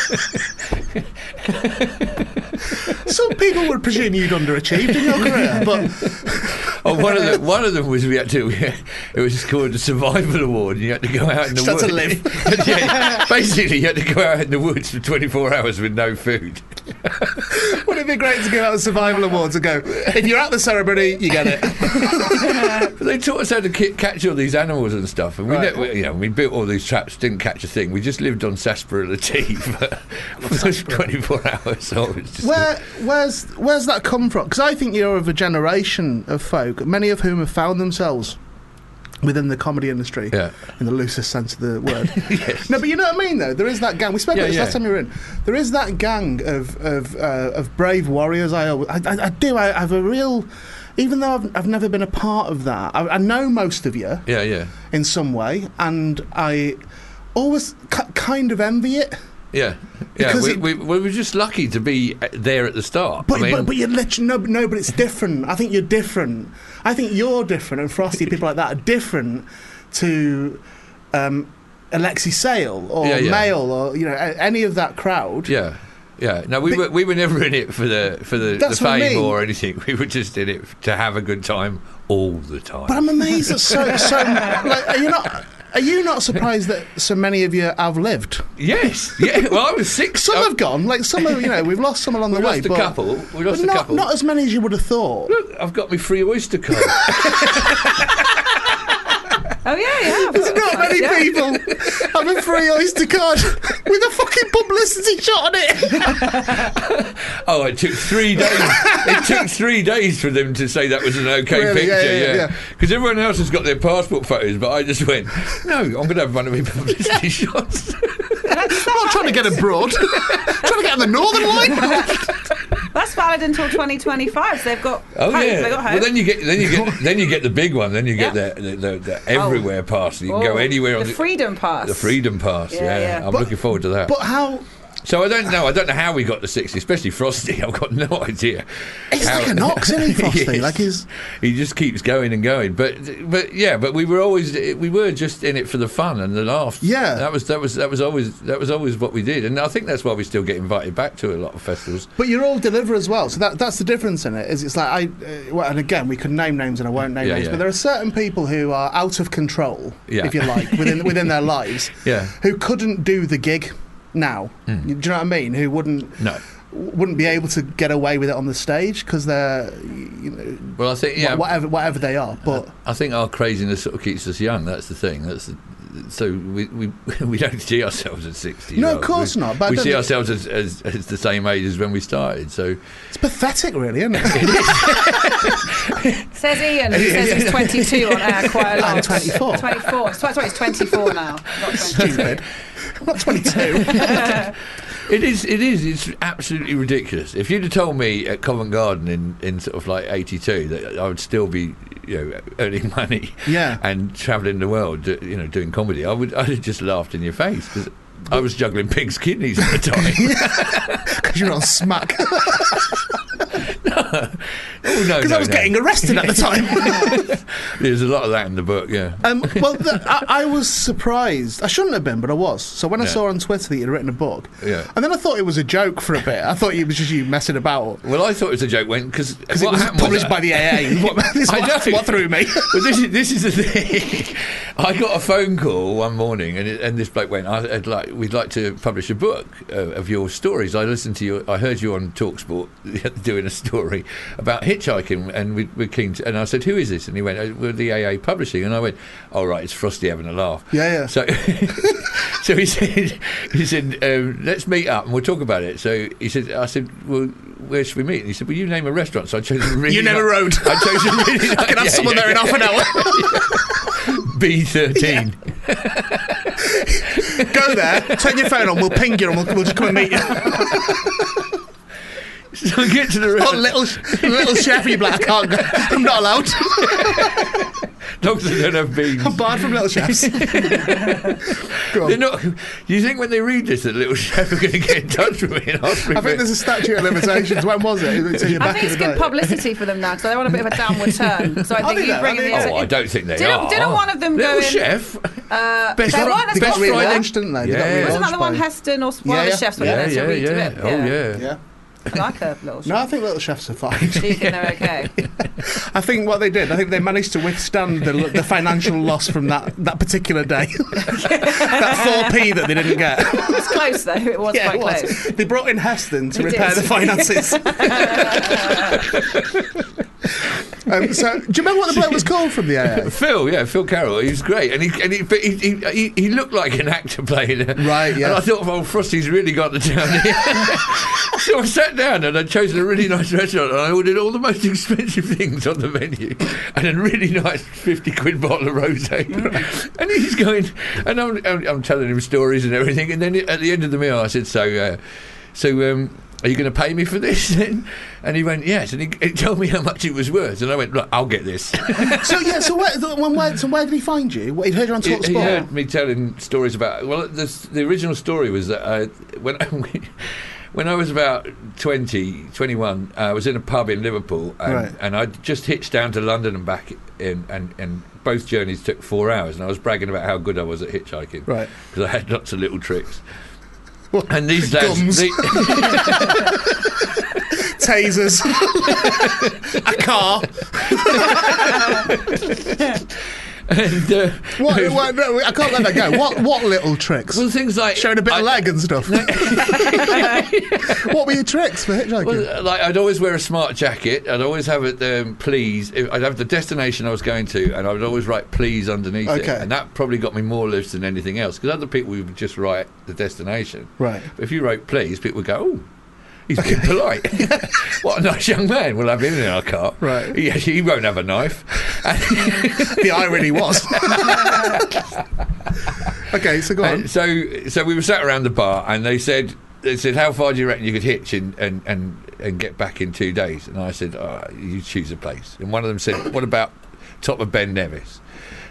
Speaker 3: Some people would presume you'd underachieved in your career, but
Speaker 2: oh, one of the, one of them was we had to it was called the Survival Award, and you had to go out in the
Speaker 3: Just had
Speaker 2: woods.
Speaker 3: to live.
Speaker 2: yeah, basically, you had to go out in the woods for 24 hours with no food.
Speaker 3: would it be great to give out the survival awards and go? If you're at the ceremony, you get it.
Speaker 2: But they taught us how to ki- catch all these animals and stuff, and we,
Speaker 3: Right.
Speaker 2: ne- we- you know, we built all these traps, didn't catch a thing. We just lived on sarsaparilla tea for those 24 hours. So it was just
Speaker 3: Where where's where's that come from? Because I think you're of a generation of folk, many of whom have found themselves within the comedy industry,
Speaker 2: Yeah.
Speaker 3: in the loosest sense of the word. No, but you know what I mean, though. There is that gang. We spoke
Speaker 2: Yeah,
Speaker 3: about this
Speaker 2: yeah.
Speaker 3: last time you were in. There is that gang of of, uh, of brave warriors. I always, I, I, I do. I, I have a real. Even though I've, I've never been a part of that, I, I know most of you
Speaker 2: Yeah, yeah,
Speaker 3: in some way, and I always ki kind of envy it.
Speaker 2: yeah, yeah.
Speaker 3: Because
Speaker 2: We,
Speaker 3: it-
Speaker 2: we, we were just lucky to be uh, there at the start.
Speaker 3: But,
Speaker 2: I mean,
Speaker 3: but but you're literally no no. But it's different. I think you're different. I think you're different, and Frosty people like that are different to um, Alexi Sale or
Speaker 2: Yeah, yeah.
Speaker 3: Mail or you know a- any of that crowd.
Speaker 2: yeah. Yeah, no, we
Speaker 3: But-
Speaker 2: were we were never in it for the for the, the
Speaker 3: That's what I
Speaker 2: fame
Speaker 3: mean.
Speaker 2: or anything. We were just in it to have a good time all the time.
Speaker 3: But I'm amazed that so so. like, are you not? Are you not surprised that so many of you have lived?
Speaker 2: yes, yeah. Well, I was six.
Speaker 3: Some
Speaker 2: I-
Speaker 3: have gone. Like some, have, you know, we've lost some along
Speaker 2: Oh. we
Speaker 3: the way.
Speaker 2: lost a
Speaker 3: but,
Speaker 2: couple. We
Speaker 3: but
Speaker 2: lost a
Speaker 3: not
Speaker 2: couple.
Speaker 3: not as many as you would have thought.
Speaker 2: I've got my free oyster card.
Speaker 4: Oh yeah, yeah.
Speaker 3: Not many
Speaker 4: Yeah.
Speaker 3: people have a free oyster card with a fucking publicity shot on it.
Speaker 2: Oh, it took three days. it took three days for them to say that was an okay
Speaker 3: Really?
Speaker 2: picture.
Speaker 3: Yeah, yeah, yeah,
Speaker 2: Yeah,
Speaker 3: yeah.
Speaker 2: because everyone else has got their passport photos, but I just went, no, I'm going to have one of my publicity shots.
Speaker 3: I'm not trying to get abroad. trying to get on the northern line.
Speaker 4: That's valid until 2025. So they've got
Speaker 2: Oh
Speaker 4: hope.
Speaker 2: yeah.
Speaker 4: They've got hope.
Speaker 2: Well, then you get then you get then you get the big one. Then you get
Speaker 4: Yeah.
Speaker 2: the, the, the, the everywhere pass. You can go
Speaker 4: Oh,
Speaker 2: anywhere on
Speaker 4: the freedom pass.
Speaker 2: The freedom pass.
Speaker 4: Yeah,
Speaker 2: Yeah,
Speaker 4: yeah.
Speaker 2: I'm looking forward to that.
Speaker 3: But how?
Speaker 2: so I don't know. I don't know how we got the sixty, especially Frosty. I've got no idea.
Speaker 3: He's
Speaker 2: how-
Speaker 3: like an ox, isn't he, Frosty?
Speaker 2: Yes.
Speaker 3: Like he's.
Speaker 2: he just keeps going and going. But but yeah, but we were always we were just in it for the fun and the laugh.
Speaker 3: Yeah.
Speaker 2: that was that was that was always that was always what we did, and I think that's why we still get invited back to a lot of festivals.
Speaker 3: But you're all deliver as well, so that, that's the difference in it. Is it's like I, uh, well, and again we could name names and I won't name
Speaker 2: Yeah,
Speaker 3: names,
Speaker 2: yeah.
Speaker 3: but there are certain people who are out of control,
Speaker 2: Yeah.
Speaker 3: if you like, within within their lives,
Speaker 2: Yeah.
Speaker 3: who couldn't do the gig now. Do you know what I mean? Who wouldn't
Speaker 2: No,
Speaker 3: wouldn't be able to get away with it on the stage because they're you know
Speaker 2: well I think yeah,
Speaker 3: whatever whatever they are. But
Speaker 2: I think our craziness sort of keeps us young. That's the thing. That's the, so we, we we don't see ourselves as sixty.
Speaker 3: No, of
Speaker 2: -year-olds.
Speaker 3: course
Speaker 2: we,
Speaker 3: not, but I
Speaker 2: we
Speaker 3: don't
Speaker 2: see
Speaker 3: think-
Speaker 2: ourselves as, as as the same age as when we started. So
Speaker 3: it's pathetic, really, isn't it?
Speaker 4: Says Ian, who says he's 22 on air quite a lot.
Speaker 3: I'm 24.
Speaker 4: 24. It's tw- sorry, it's 24 now. Not 22.
Speaker 3: Stupid. I'm not 22.
Speaker 2: It is. It is. It's absolutely ridiculous. If you'd have told me at Covent Garden in, in sort of like '82 that I would still be, you know, earning money,
Speaker 3: Yeah.
Speaker 2: and traveling the world, do- you know, doing comedy, I would. I'd have just laughed in your face because I was juggling pigs' kidneys at the time.
Speaker 3: because you're on smack. Because
Speaker 2: oh no! no,
Speaker 3: I was
Speaker 2: no.
Speaker 3: getting arrested at the time.
Speaker 2: There's a lot of that in the book. Yeah.
Speaker 3: um, well, th I, I was surprised. I shouldn't have been, but I was. So when I
Speaker 2: Yeah.
Speaker 3: saw on Twitter that you'd written a book,
Speaker 2: Yeah.
Speaker 3: and then I thought it was a joke for a bit. I thought it was just you messing about.
Speaker 2: Well, I thought it was a joke when because
Speaker 3: Because it was published by the AA. What, this
Speaker 2: I
Speaker 3: what,
Speaker 2: know.
Speaker 3: what threw me.
Speaker 2: well, this is this is the thing. I got a phone call one morning, and it, and this bloke went, I, "I'd like we'd like to publish a book uh, of your stories." I listened to you. I heard you on Talksport doing a story about hitchhiking, and we, we're keen. To, and I said, "Who is this?" And he went, "Uh, "We're the AA publishing." And I went, "All right, it's Frosty having a laugh."
Speaker 3: Yeah, yeah.
Speaker 2: So, so he said, he said, um, "Let's meet up and we'll talk about it." So he said, "I said, well." Where should we meet? And he said, "Well, you name a restaurant." So I chose. a Really
Speaker 3: You name a
Speaker 2: ni-
Speaker 3: road.
Speaker 2: I chose a really.
Speaker 3: I can have someone there in half an hour.
Speaker 2: B thirteen.
Speaker 3: Go there, turn your phone on, we'll ping you and we'll, we'll just come and meet you.
Speaker 2: So I get to the
Speaker 3: oh,
Speaker 2: river.
Speaker 3: little, little Chevy Black, I can't go. I'm not allowed.
Speaker 2: Dogs that don't have beans.
Speaker 3: I'm barred from Little Chefs. Go
Speaker 2: They're
Speaker 3: on.
Speaker 2: not. Do you think when they read this that little chef are going to get in touch with me and ask me?
Speaker 3: I think there's a statute of limitations. When was it? It's in your
Speaker 4: I
Speaker 3: back
Speaker 4: think it's
Speaker 3: of the
Speaker 4: good
Speaker 3: day.
Speaker 4: publicity for them now because they're on a bit of a downward turn. So I
Speaker 3: Are
Speaker 4: think
Speaker 3: they
Speaker 4: you
Speaker 3: though?
Speaker 4: bring
Speaker 3: Are
Speaker 4: in
Speaker 3: they
Speaker 4: the.
Speaker 2: Oh, I don't think they
Speaker 4: Didn't-
Speaker 2: are.
Speaker 4: didn't one of them go
Speaker 2: Little
Speaker 4: in-
Speaker 2: chef.
Speaker 3: oh,
Speaker 4: Uh,
Speaker 2: Best
Speaker 4: there
Speaker 2: fri-
Speaker 4: was-
Speaker 3: They got
Speaker 4: best
Speaker 2: best Friday.
Speaker 4: fried-
Speaker 3: relaunched, didn't they? they? got
Speaker 2: Yeah.
Speaker 4: Wasn't that the
Speaker 3: relaunched
Speaker 4: one
Speaker 3: by-
Speaker 4: Heston or one
Speaker 3: Yeah,
Speaker 4: of
Speaker 3: yeah.
Speaker 4: the chefs was
Speaker 2: Yeah,
Speaker 4: meant
Speaker 2: yeah,
Speaker 4: to redo
Speaker 2: yeah.
Speaker 4: it?
Speaker 2: Oh, yeah.
Speaker 3: Yeah.
Speaker 4: I like a little
Speaker 3: No,
Speaker 4: chef.
Speaker 3: I think Little Chefs are fine.
Speaker 4: Do you think they're okay?
Speaker 3: I think what they did, I think they managed to withstand the, the financial loss from that, that particular day. that 4p that they didn't get.
Speaker 4: It's close though. It was
Speaker 3: yeah,
Speaker 4: quite
Speaker 3: it was.
Speaker 4: close.
Speaker 3: They brought in Heston to
Speaker 4: They
Speaker 3: repair
Speaker 4: did.
Speaker 3: the finances. um, so, do you remember what the bloke was called from the AA?
Speaker 2: Phil, yeah, Phil Carroll, he was great, and he and he, but he, he, he, he looked like an actor playing it.
Speaker 3: Right,
Speaker 2: And
Speaker 3: yeah.
Speaker 2: I thought, well, Frosty's really got the town here. so I sat down and I'd chosen a really nice restaurant, and I ordered all the most expensive things on the menu, and a really nice fifty quid bottle of rosé. And he's going, and I'm, I'm I'm telling him stories and everything, and then at the end of the meal, I said, so, uh, so. Um, are you going to pay me for this then? And he went, yes. And he, he told me how much it was worth. And I went, look, I'll get this.
Speaker 3: so, yeah, so where, the one where, so where did he find you? What, he'd heard you on
Speaker 2: He-
Speaker 3: Talk
Speaker 2: He
Speaker 3: Sport.
Speaker 2: heard me telling stories about. Well, the, the original story was that I, when I, when I was about 20, 21, I was in a pub in Liverpool, and,
Speaker 3: Right.
Speaker 2: and I just hitched down to London and back, in, and and both journeys took four hours, and I was bragging about how good I was at hitchhiking,
Speaker 3: Right.
Speaker 2: Because I had lots of little tricks.
Speaker 3: What?
Speaker 2: And these days,
Speaker 3: Gums.
Speaker 2: the,
Speaker 3: Tasers. a car.
Speaker 2: and uh,
Speaker 3: What, what, no, I can't let that go. What, what little tricks?
Speaker 2: well, things like
Speaker 3: Showing a bit
Speaker 2: I-
Speaker 3: of leg and stuff. what were your tricks for hitchhiking?
Speaker 2: Well, uh, like I'd always wear a smart jacket. I'd always have it. Um, please, I'd have the destination I was going to, and I would always write please underneath
Speaker 3: Okay.
Speaker 2: it. And that probably got me more lifts than anything else because other people would just write the destination.
Speaker 3: Right.
Speaker 2: But if you wrote please, people would go, oh. He's being polite. what a nice young man. We'll have him in our car.
Speaker 3: Right.
Speaker 2: He, he won't have a knife.
Speaker 3: the irony was. okay, so go on.
Speaker 2: And so, so we were sat around the bar, and they said, they said, how far do you reckon you could hitch and and and, and get back in two days? And I said, oh, you choose a place. And one of them said, what about top of Ben Nevis?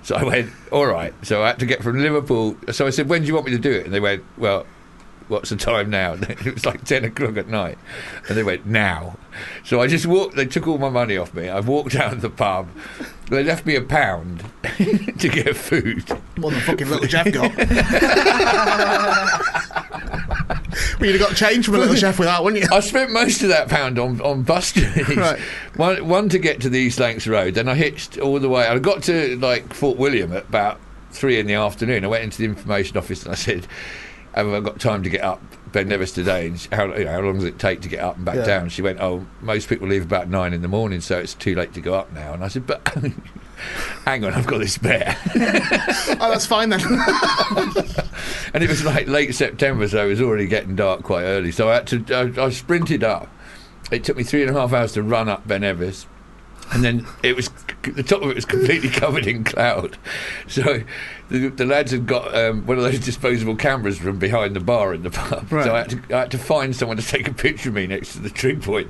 Speaker 2: So I went, all right. So I had to get from Liverpool. So I said, when do you want me to do it? And they went, well. What's the time now? And it was like 10 o'clock at night. And they went, now. So I just walked, they took all my money off me. I walked out of the pub. They left me a pound to get food.
Speaker 3: More than fucking little Jeff got. well, you'd have got change from a little chef without, wouldn't you?
Speaker 2: I spent most of that pound on, on bus journeys.
Speaker 3: Right.
Speaker 2: One, one to get to the East Lanks Road, then I hitched all the way. I got to like Fort William at about three in the afternoon. I went into the information office and I said, "Have I got time to get up Ben Nevis today? And she, how, you know, how long does it take to get up and back
Speaker 3: Yeah.
Speaker 2: down?" She went, "Oh, most people leave about nine in the morning, so it's too late to go up now." And I said, "But." Hang on, I've got this bear.
Speaker 3: Oh, that's fine then.
Speaker 2: And it was like late September, so it was already getting dark quite early. So I had to, I, I sprinted up. It took me three and a half hours to run up Ben Evis. And then it was the top of it was completely covered in cloud. So the, the lads had got um, one of those disposable cameras from behind the bar in the pub.
Speaker 3: Right.
Speaker 2: So I had, to, I had to find someone to take a picture of me next to the tree point.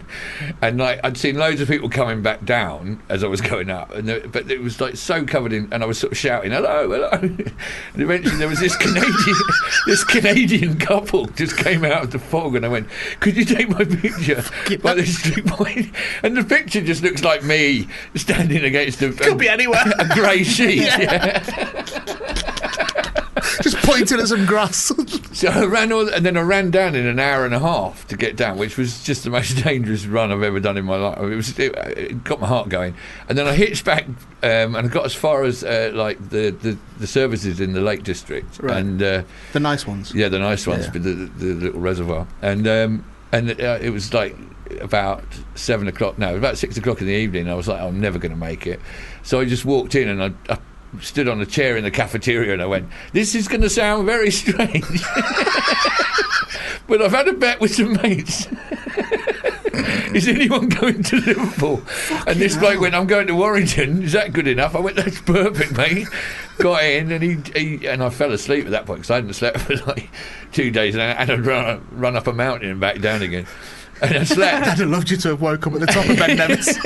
Speaker 2: And like I'd seen loads of people coming back down as I was going up, and there, but it was like so covered in, and I was sort of shouting hello, hello. And eventually there was this Canadian, this Canadian couple just came out of the fog, and I went, "Could you take my picture by this tree point?" And the picture just looks like me standing against a,
Speaker 3: Could be
Speaker 2: a,
Speaker 3: anywhere.
Speaker 2: a grey sheet. yeah.
Speaker 3: Just pointing at some grass.
Speaker 2: So I ran all, and then I ran down in an hour and a half to get down, which was just the most dangerous run I've ever done in my life. It was, it, it got my heart going, and then I hitched back, um, and I got as far as uh, like the, the, the services in the Lake District,
Speaker 3: Right.
Speaker 2: and uh,
Speaker 3: the nice ones.
Speaker 2: yeah, the nice ones,
Speaker 3: Yeah.
Speaker 2: with the, the little reservoir, and um, and uh, it was like about seven o'clock. No, it was about six o'clock in the evening. I was like, I'm never going to make it. So I just walked in and I, I stood on a chair in the cafeteria and I went, "This is going to sound very strange." But I've had a bet with some mates. is anyone going to Liverpool? and this bloke went, I'm going to Warrington. Is that good enough? I went, that's perfect, mate. got in and he, he and I fell asleep at that point because I hadn't slept for like two days and I had to run, run up a mountain and back down again. And I slept.
Speaker 3: I'd have loved you to have woke up at the top of Ben Nevis.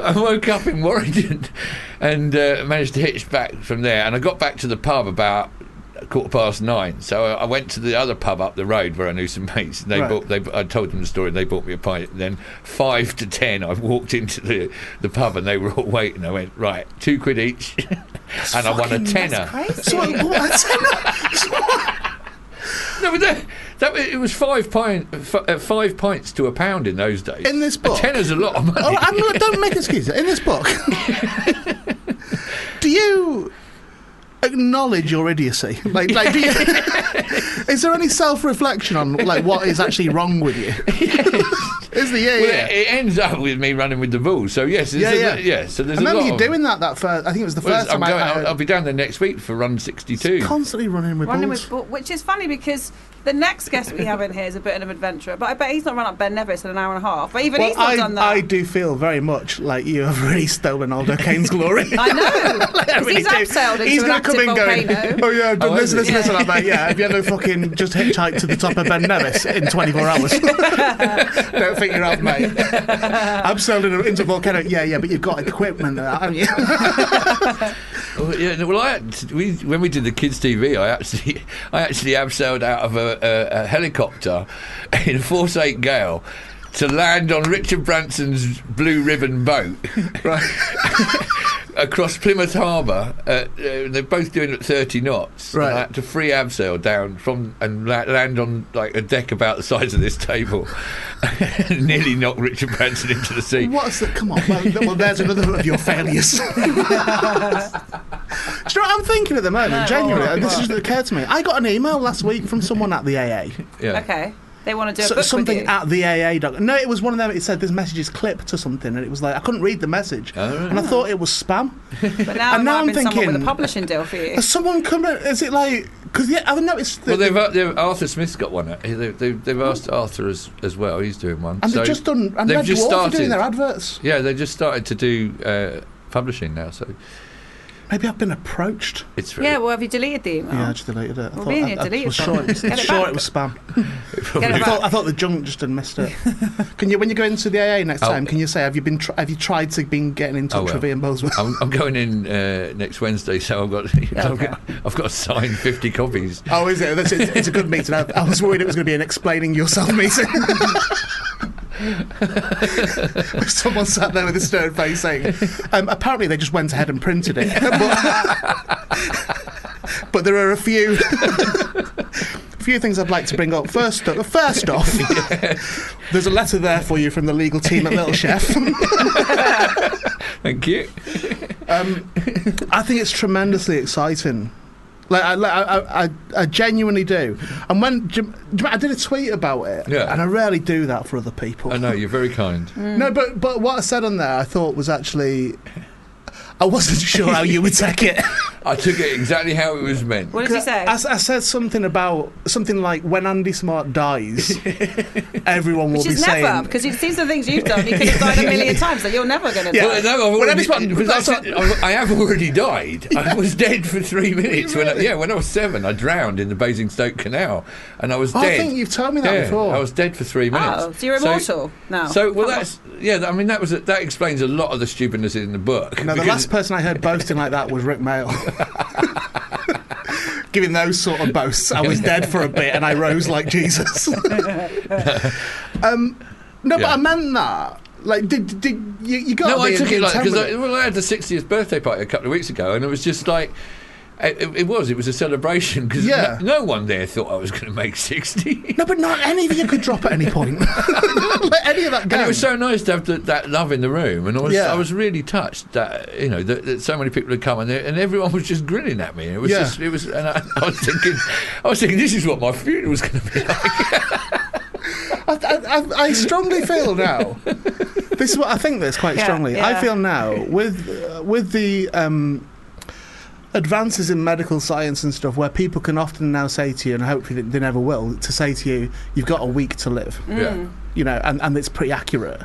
Speaker 2: I woke up in Warrington and uh, managed to hitch back from there. And I got back to the pub about a quarter past nine. So I, I went to the other pub up the road where I knew some mates. And they
Speaker 3: Right.
Speaker 2: bought. They, I told them the story. and They bought me a pint. And then five to ten, I walked into the the pub and they were all waiting. I went right, two quid each, and I won a tenner.
Speaker 3: so what, what?
Speaker 2: No, but that, that was- it was five pint, f- uh, five pints to a pound in those days.
Speaker 3: In this book?
Speaker 2: a tenner's a lot of money.
Speaker 3: Oh, I'm not, don't make excuses. In this book, do you acknowledge your idiocy? Like, like do you, is there any self-reflection on like what is actually wrong with you? is the yeah,
Speaker 2: Well,
Speaker 3: yeah.
Speaker 2: it, it ends up with me running with the rules. So yes, there's
Speaker 3: yeah,
Speaker 2: a,
Speaker 3: yeah.
Speaker 2: yeah. So there's
Speaker 3: I
Speaker 2: a
Speaker 3: remember
Speaker 2: lot
Speaker 3: you
Speaker 2: of,
Speaker 3: doing that. That first, I think it was the
Speaker 2: Well,
Speaker 3: first
Speaker 2: I'm
Speaker 3: time
Speaker 2: going,
Speaker 3: I, I
Speaker 2: I'll, I'll be down there next week for Run 62.
Speaker 3: constantly running with
Speaker 4: Running
Speaker 3: balls.
Speaker 4: with ball, which is funny because the next guest we have in here is a bit of an adventurer, but I bet he's not run up Ben Nevis in an hour and a half. But even he's
Speaker 3: well,
Speaker 4: not
Speaker 3: I,
Speaker 4: done that.
Speaker 3: I do feel very much like you have really stolen Aldo Kane's glory.
Speaker 4: I know. 'cause
Speaker 3: really
Speaker 4: he's
Speaker 3: do.
Speaker 4: abseiled into
Speaker 3: He's
Speaker 4: an
Speaker 3: gonna
Speaker 4: active
Speaker 3: come in going,
Speaker 4: volcano.
Speaker 3: oh yeah, I've done
Speaker 2: Oh,
Speaker 3: this,
Speaker 2: is
Speaker 3: this,
Speaker 2: he?
Speaker 3: this, and I'm like, yeah, have you ever fucking just hitchhiked to the top of Ben Nevis in 24 hours? Don't think you're off, mate. I'm sold in- into a volcano. Yeah, yeah, but you've got equipment, there, haven't you?
Speaker 2: Oh, yeah, no, well, I act- we, when we did the kids' TV, I actually I actually abseiled out of a, a, a helicopter in a force eight gale to land on Richard Branson's blue ribbon boat. Right. Across Plymouth Harbour, uh, uh, they're both doing it at 30 knots. And I
Speaker 3: Right.
Speaker 2: had to free abseil down from and la- land on like a deck about the size of this table. Nearly knocked Richard Branson into the sea.
Speaker 3: What's that? Come on. Well, th- well, there's another of your failures. Do you know what I'm thinking at the moment?
Speaker 4: No,
Speaker 3: genuinely,
Speaker 4: what,
Speaker 3: and this
Speaker 4: what?
Speaker 3: just occurred to me. I got an email last week from someone at the AA.
Speaker 2: Yeah.
Speaker 4: Okay. They want to do a
Speaker 3: So-
Speaker 4: book
Speaker 3: something
Speaker 4: with you.
Speaker 3: at the AA doc. No, it was one of them. It said this message is clipped to something, and it was like I couldn't read the message,
Speaker 2: Oh.
Speaker 3: and I thought it was spam.
Speaker 4: but now,
Speaker 3: and now
Speaker 4: it might
Speaker 3: I'm
Speaker 4: have been someone with
Speaker 3: thinking-
Speaker 4: a publishing deal for you.
Speaker 3: Has someone come? in- Is it like? Because yeah, I've noticed. That
Speaker 2: Well, they've, uh, they've Arthur Smith's got one. uh, They, they, they've asked Arthur as, as well. He's doing one.
Speaker 3: and
Speaker 2: So
Speaker 3: they've just done. And
Speaker 2: they've
Speaker 3: Red
Speaker 2: just
Speaker 3: Dwarf are
Speaker 2: started.
Speaker 3: doing their adverts.
Speaker 2: yeah, they just started to do uh, publishing now. So
Speaker 3: Maybe I've been approached.
Speaker 2: it's very,
Speaker 4: Yeah, well, have you deleted the email?
Speaker 3: Yeah, I just deleted it. I
Speaker 4: Oh. Well,
Speaker 3: thought
Speaker 4: me and
Speaker 3: I,
Speaker 4: you
Speaker 3: I
Speaker 4: deleted
Speaker 3: was sure it was,
Speaker 4: something. Get it
Speaker 3: sure
Speaker 4: back.
Speaker 3: it was spam.
Speaker 4: Get
Speaker 3: I
Speaker 4: it
Speaker 3: thought,
Speaker 4: back.
Speaker 3: I thought the junk just had missed it. can you, when you go into the AA next
Speaker 2: Oh.
Speaker 3: time, can you say have you been tr- have you tried to been getting in touch
Speaker 2: well.
Speaker 3: with Ian Boswell?
Speaker 2: I'm, I'm going in uh, next Wednesday, so I've got, I've
Speaker 4: Okay.
Speaker 2: got I've got to sign 50 copies.
Speaker 3: Oh, is it? That's, it's, it's a good meeting. I, I was worried it was going to be an explaining yourself meeting. Where Someone sat there with a stern face saying, um, apparently they just went ahead and printed it. but, but there are a few. Few things I'd like to bring up. First, o- first off, there's a letter there for you from the legal team at Little Chef.
Speaker 2: Thank you.
Speaker 3: Um, I think it's tremendously exciting. Like I, like, I, I, I genuinely do. And when do you- do you- I did a tweet about it,
Speaker 2: Yeah.
Speaker 3: and I rarely do that for other people.
Speaker 2: I know you're very kind.
Speaker 4: Mm.
Speaker 3: No, but but what I said on there, I thought was actually, I wasn't sure how you would take it.
Speaker 2: I took it exactly how it was meant.
Speaker 4: What did you say?
Speaker 3: I, s- I said something about something like when Andy Smart dies, everyone will
Speaker 4: Which
Speaker 3: be
Speaker 4: is
Speaker 3: saying.
Speaker 4: never, because you've seen the things you've done. You could have died a million times, so you're never going to
Speaker 3: Yeah.
Speaker 4: die.
Speaker 2: Well, no, I've
Speaker 3: Well,
Speaker 2: already,
Speaker 3: that's what-
Speaker 2: because
Speaker 3: that's
Speaker 2: I, said- I- I have already died. I was dead for three minutes. When I, yeah, when I was seven, I drowned in the Basingstoke Canal, and I was
Speaker 3: Oh, I
Speaker 2: dead.
Speaker 3: think you've told me that
Speaker 2: Yeah,
Speaker 3: before.
Speaker 2: I was dead for three minutes.
Speaker 4: Oh, so you're immortal now.
Speaker 2: So, well,
Speaker 4: Come on.
Speaker 2: that's yeah. I mean, that was a, that explains a lot of the stupidness in the book.
Speaker 3: No, the
Speaker 2: because-
Speaker 3: last person I heard boasting like that was Rick Mail. Giving those sort of boasts, I was dead for a bit and I rose like Jesus. um, no, but
Speaker 2: Yeah.
Speaker 3: I meant that. Like, did, did you, you got?
Speaker 2: no, I took it like because I,
Speaker 3: I,
Speaker 2: well, I had the 60th birthday party a couple of weeks ago, and it was just like. It, it- it was. It was a celebration because
Speaker 3: Yeah.
Speaker 2: no, one there thought I was going to make sixty.
Speaker 3: no, but not any of you could drop at any point. Let any of that go.
Speaker 2: And it was so nice to have the, that love in the room, and I was
Speaker 3: Yeah.
Speaker 2: I was really touched that you know that, that so many people had come and they- and everyone was just grinning at me. It was
Speaker 3: Yeah.
Speaker 2: just it was, and I, I was thinking, I was thinking, this is what my funeral was going to be like.
Speaker 3: I, I, I- I strongly feel now. This is what I think. This quite
Speaker 4: Yeah,
Speaker 3: strongly. I
Speaker 4: yeah.
Speaker 3: feel now with uh, with the um, advances in medical science and stuff, where people can often now say to you, and hopefully they never will, to say to you, "You've got a week to live."
Speaker 2: Yeah.
Speaker 3: You know, and, and it's pretty accurate.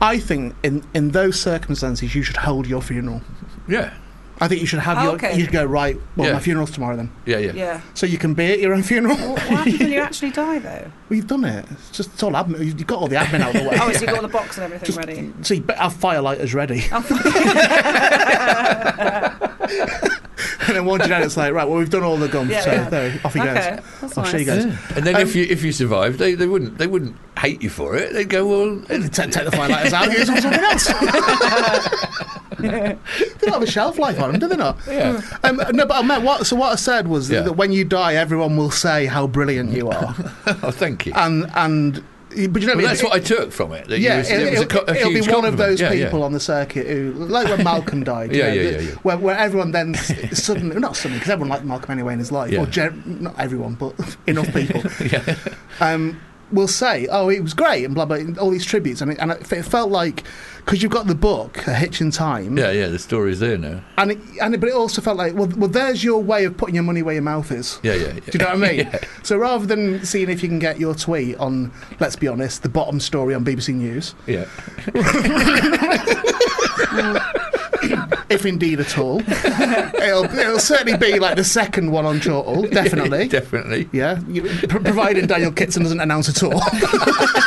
Speaker 3: I think in in those circumstances, you should hold your funeral.
Speaker 2: Yeah.
Speaker 3: I think you should have your.
Speaker 4: Okay.
Speaker 3: You should go right. Well,
Speaker 2: Yeah.
Speaker 3: my funeral's tomorrow then,
Speaker 2: Yeah, yeah.
Speaker 4: Yeah.
Speaker 3: so you can be at your own funeral.
Speaker 4: What, what happens when you actually die though?
Speaker 3: Well, you've done it. It's just it's all admin. you- You've got all the admin out of the way.
Speaker 4: Oh, so you got all the box and everything ready. Oh,
Speaker 3: See, but our firelighters ready. and then once you're done, it's like, right, well, we've done all the gums,
Speaker 4: Yeah,
Speaker 3: so
Speaker 4: yeah.
Speaker 3: there, off you
Speaker 4: Okay,
Speaker 3: goes.
Speaker 4: that's
Speaker 3: I'll show you
Speaker 4: nice.
Speaker 3: guys.
Speaker 2: And then if you if you survived, they, they wouldn't they wouldn't hate you for it. They'd go, well, it's
Speaker 3: Take, take the firelighters out, use them for something else. they don't have a shelf life on them, do they not?
Speaker 2: Yeah.
Speaker 3: Um, no, but I meant what. So what I said was
Speaker 2: Yeah.
Speaker 3: that when you die, everyone will say how brilliant you are,
Speaker 2: oh, thank you.
Speaker 3: and and but you
Speaker 2: well,
Speaker 3: know what Uh, I mean?
Speaker 2: that's what I took from it. that you
Speaker 3: Yeah,
Speaker 2: was-
Speaker 3: it,
Speaker 2: it was a
Speaker 3: will
Speaker 2: co- a
Speaker 3: it'll be
Speaker 2: huge
Speaker 3: one of
Speaker 2: compliment.
Speaker 3: those
Speaker 2: Yeah, yeah.
Speaker 3: people on the circuit who, like when Malcolm died, you
Speaker 2: Yeah,
Speaker 3: know,
Speaker 2: yeah,
Speaker 3: the-
Speaker 2: yeah, yeah.
Speaker 3: Where, where everyone then s- suddenly, not suddenly, because everyone liked Malcolm anyway in his life,
Speaker 2: Yeah.
Speaker 3: or gen- not everyone, but enough people, um, will say, "Oh, it was great," and blah blah, and all these tributes, and it, and it, it felt like because you've got the book, A Hitch in Time,
Speaker 2: Yeah, yeah. The story's there now.
Speaker 3: and it, and it, but it also felt like, well, well, there's your way of putting your money where your mouth is.
Speaker 2: Yeah, yeah. yeah.
Speaker 3: Do you know what I mean? So rather than seeing if you can get your tweet on, let's be honest, the bottom story on BBC News,
Speaker 2: Yeah.
Speaker 3: if indeed at all. it'll, it'll certainly be like the second one on Chortle, definitely.
Speaker 2: Definitely.
Speaker 3: yeah, you, pr- provided Daniel Kitson doesn't announce at all.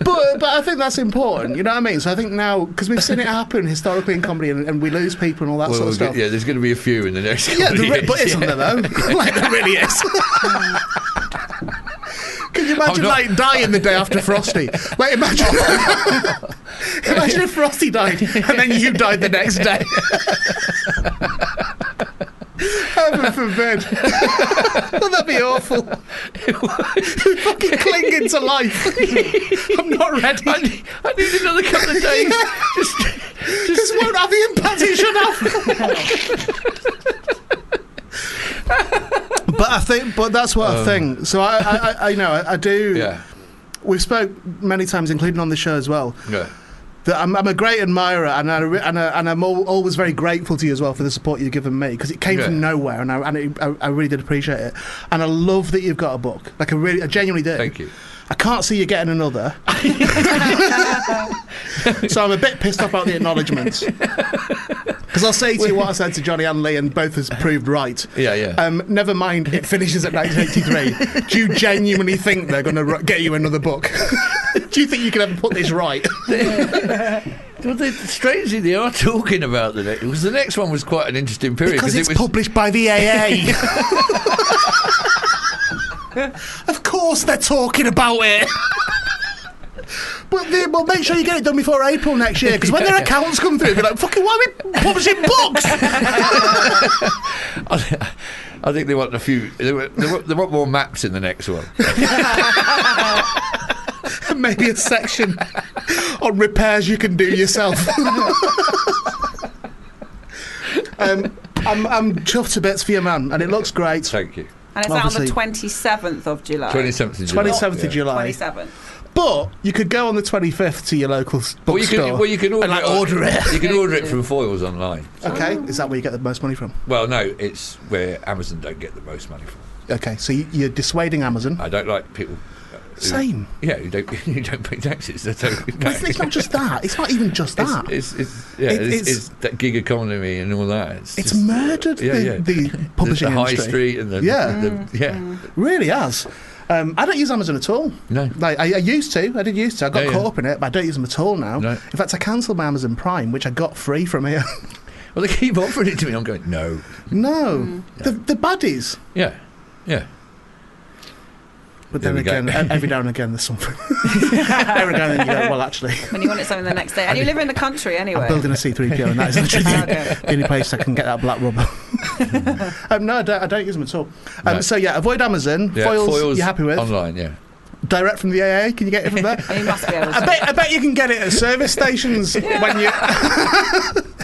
Speaker 3: But, but I think that's important, you know what I mean? So I think now, because we've seen it happen historically in comedy and, and we lose people and all that
Speaker 2: Well,
Speaker 3: sort
Speaker 2: we'll
Speaker 3: of
Speaker 2: get-
Speaker 3: stuff.
Speaker 2: yeah, there's going to be a few in the next.
Speaker 3: Yeah,
Speaker 2: couple
Speaker 3: the
Speaker 2: of
Speaker 3: re- but
Speaker 2: years,
Speaker 3: it's
Speaker 2: yeah.
Speaker 3: on there though. like there really is. Can you imagine
Speaker 2: not-
Speaker 3: like dying the day after Frosty? Like imagine, imagine if Frosty died and then you died the next day. Heaven forbid. Wouldn't that be awful? Fucking clinging to life. I'm not ready.
Speaker 2: I need, I need another couple of days. just,
Speaker 3: This
Speaker 2: just
Speaker 3: won't have the impact it should have. but I think, but that's what I think. So I, I, I, I you know, I, I do.
Speaker 2: yeah,
Speaker 3: We've spoke many times, including on the show as well.
Speaker 2: yeah.
Speaker 3: That I'm, I'm a great admirer, and I, re- and, I, and I'm al always very grateful to you as well for the support you've given me because it came
Speaker 2: Yeah.
Speaker 3: from nowhere, and I, and it, I, I really did appreciate it. And I love that you've got a book. Like I really, I genuinely do.
Speaker 2: Thank you.
Speaker 3: I can't see you getting another. so I'm a bit pissed off about the acknowledgements. Because I'll say to you what I said to Johnny and Lee, and both has proved right.
Speaker 2: Yeah, yeah.
Speaker 3: Um, never mind, it finishes at 1983. Do you genuinely think they're going to r- get you another book? Do you think you can ever put this right?
Speaker 2: Well, they, strangely, they are talking about the next because the next one was quite an interesting period
Speaker 3: Because
Speaker 2: it
Speaker 3: it's
Speaker 2: was
Speaker 3: published by the AA. of course they're talking about it. But they, well, make sure you get it done before April next year, because when their accounts come through, they're like, "Fucking, why are we publishing books?"
Speaker 2: I, thi- I think they want a few. They, wa- they, want, they want more maps in the next one.
Speaker 3: Maybe a section on repairs you can do yourself. um, I'm, I'm chuffed to bits for your man, and it looks great.
Speaker 2: Thank you.
Speaker 4: And it's out on the
Speaker 3: Obviously.
Speaker 4: twenty seventh of July.
Speaker 2: Twenty seventh of July.
Speaker 3: Twenty seventh
Speaker 2: yeah.
Speaker 3: of July.
Speaker 4: Twenty seventh.
Speaker 3: But you could go on the twenty fifth to your local s- bookstore.
Speaker 2: Well, you can, well, you can order,
Speaker 3: and like, order it.
Speaker 2: You can order it from Foils online.
Speaker 3: Okay, is that where you get the most money from?
Speaker 2: Well, no, it's where Amazon don't get the most money from.
Speaker 3: Okay, so you- you're dissuading Amazon.
Speaker 2: I don't like people. uh, Who,
Speaker 3: Same.
Speaker 2: Uh, Yeah, who don't who don't pay taxes. That's how we
Speaker 3: Well, it's, it's not just that. It's not even just
Speaker 2: It's,
Speaker 3: that. It's,
Speaker 2: it's, it's, yeah,
Speaker 3: Ah. It-
Speaker 2: it's, it's,
Speaker 3: it's-
Speaker 2: that gig economy and all that. It's, just- uh,
Speaker 3: murdered
Speaker 2: yeah,
Speaker 3: the,
Speaker 2: yeah.
Speaker 3: the publishing
Speaker 2: the high
Speaker 3: industry.
Speaker 2: street and the
Speaker 3: Yeah.
Speaker 2: the- yeah.
Speaker 3: Really has. Um, I don't use Amazon at all.
Speaker 2: No.
Speaker 3: Like I, I used to. I did used to. I got
Speaker 2: Yeah,
Speaker 3: caught
Speaker 2: yeah.
Speaker 3: up in it, but I don't use them at all now.
Speaker 2: No.
Speaker 3: In fact, I cancelled my Amazon Prime, which I got free from here.
Speaker 2: Well, they keep offering it to me. I'm going no.
Speaker 3: no, the the baddies.
Speaker 2: Yeah, yeah.
Speaker 3: But
Speaker 2: There
Speaker 3: then
Speaker 2: we go.
Speaker 3: again, e- every now and again, there's something. every now and then, you go, well, actually,
Speaker 4: And you want it something the next day. And you live in the country anyway.
Speaker 3: I'm building a C3PO, and that is literally the-
Speaker 4: Okay.
Speaker 3: the only place I can get that black rubber. um, no, I don't, I don't use them at all. Um,
Speaker 2: No.
Speaker 3: So yeah, avoid Amazon.
Speaker 2: Yeah,
Speaker 3: foils, you're happy with?
Speaker 2: online? Yeah.
Speaker 3: Direct from the AA. Can you get it from there?
Speaker 4: You must be able
Speaker 3: I
Speaker 4: to.
Speaker 3: bet, I bet you can get it at service stations when you.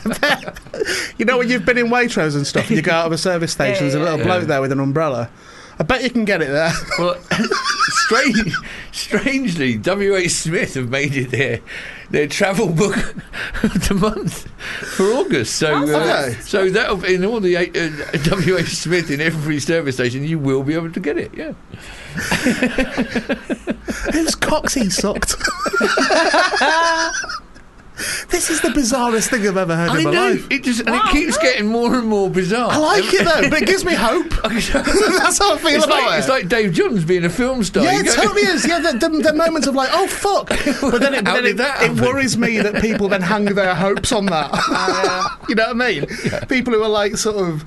Speaker 3: you know when you've been in Waitrose and stuff, and you go out of a service station, there's a
Speaker 4: yeah,
Speaker 3: little
Speaker 2: yeah.
Speaker 3: bloke
Speaker 2: Yeah.
Speaker 3: there with an umbrella. I bet you can get it there.
Speaker 2: Well, strange, strangely, W. H. Smith have made it their their travel book of the month for August. So, uh,
Speaker 4: Oh,
Speaker 3: okay.
Speaker 2: so that'll be in all the eight- uh, W. H. Smith in every service station, you will be able to get it. Yeah.
Speaker 3: Whose cocks he sucked? This is the bizarrest thing I've ever heard
Speaker 2: I
Speaker 3: in my
Speaker 2: know.
Speaker 3: life.
Speaker 2: It just and it keeps getting more and more bizarre.
Speaker 3: I like it though, but it gives me hope. That's how I feel
Speaker 2: it's
Speaker 3: about
Speaker 2: like,
Speaker 3: it.
Speaker 2: It's like Dave Johns being a film star.
Speaker 3: yeah,
Speaker 2: You
Speaker 3: it
Speaker 2: go-
Speaker 3: totally is. Yeah, the, the, the moments of like, oh fuck, but then, it,
Speaker 2: How
Speaker 3: then
Speaker 2: did
Speaker 3: it,
Speaker 2: that
Speaker 3: it
Speaker 2: happen? Oh,
Speaker 3: worries me that people then hang their hopes on that. you know what I mean? People who are like sort of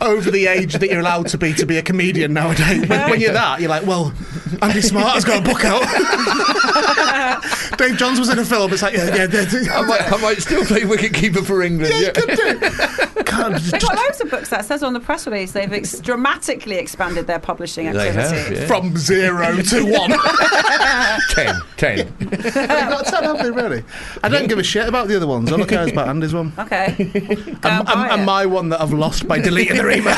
Speaker 3: over the age that you're allowed to be to be a comedian nowadays. When, when you're that, you're like, well, Andy Smart has got a book out. Dave Johns was in a film. It's like, yeah, yeah,
Speaker 2: I might, I might still play wicketkeeper for England.
Speaker 3: yeah, you could do. God,
Speaker 4: They've got loads of books that says on the press release they've ex- dramatically expanded their publishing
Speaker 2: They
Speaker 4: activity.
Speaker 2: have, yeah.
Speaker 3: from zero to one.
Speaker 2: ten, ten.
Speaker 3: They've got ten, haven't they, really? I don't give a shit about the other ones. All I care is about Andy's one.
Speaker 4: Okay. Go and
Speaker 3: and,
Speaker 4: buy
Speaker 3: and, and
Speaker 4: it.
Speaker 3: my one that I've lost by deleting their email.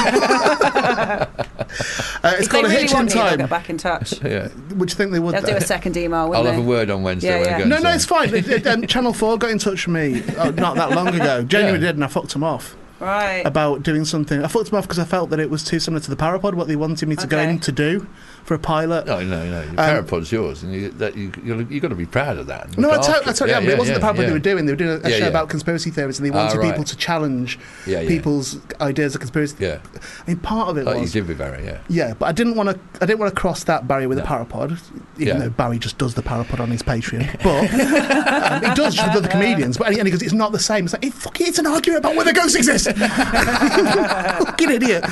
Speaker 3: Uh, it's
Speaker 4: if they
Speaker 3: called
Speaker 4: really
Speaker 3: Hitch in
Speaker 4: want you, they'll get
Speaker 3: Time.
Speaker 4: back in touch.
Speaker 2: Yeah.
Speaker 3: Would you think they would?
Speaker 4: They'll do
Speaker 3: though?
Speaker 4: a second email,
Speaker 2: I'll
Speaker 4: won't
Speaker 2: have a
Speaker 4: they?
Speaker 2: word on Wednesday.
Speaker 4: Yeah,
Speaker 2: when I
Speaker 4: yeah.
Speaker 2: go
Speaker 3: no,
Speaker 2: and
Speaker 3: no,
Speaker 2: say-
Speaker 3: it's fine. It- it, um, Channel 4 got in touch with me oh, not that long ago. Genuinely
Speaker 2: Yeah.
Speaker 3: did, and I fucked them off
Speaker 4: Right.
Speaker 3: about doing something. I fucked them off because I felt that it was too similar to the Parapod, what they wanted me to go
Speaker 4: Okay.
Speaker 3: in to do for a pilot.
Speaker 2: No, no, no.
Speaker 3: Um,
Speaker 2: Your Parapod's yours, and you, that, you, you're, you've got to be proud of that. and
Speaker 3: No, I,
Speaker 2: look
Speaker 3: to-
Speaker 2: after
Speaker 3: I totally am. but it wasn't the Parapod they were doing. They were doing a, a
Speaker 2: Yeah,
Speaker 3: show
Speaker 2: yeah.
Speaker 3: about conspiracy theories, and they wanted
Speaker 2: right.
Speaker 3: people to challenge
Speaker 2: Yeah, yeah.
Speaker 3: people's ideas of conspiracy.
Speaker 2: Yeah,
Speaker 3: I mean, part of it
Speaker 2: like you
Speaker 3: was
Speaker 2: did with Barry. Yeah,
Speaker 3: Yeah, but I didn't want to. I didn't want to cross that barrier with a parapod, even
Speaker 2: Yeah.
Speaker 3: though Barry just does the parapod on his Patreon. But um, he does with other comedians. But and he goes, it's not the same. It's like, hey, fuck it, it's an argument about whether ghosts exist. fucking idiot.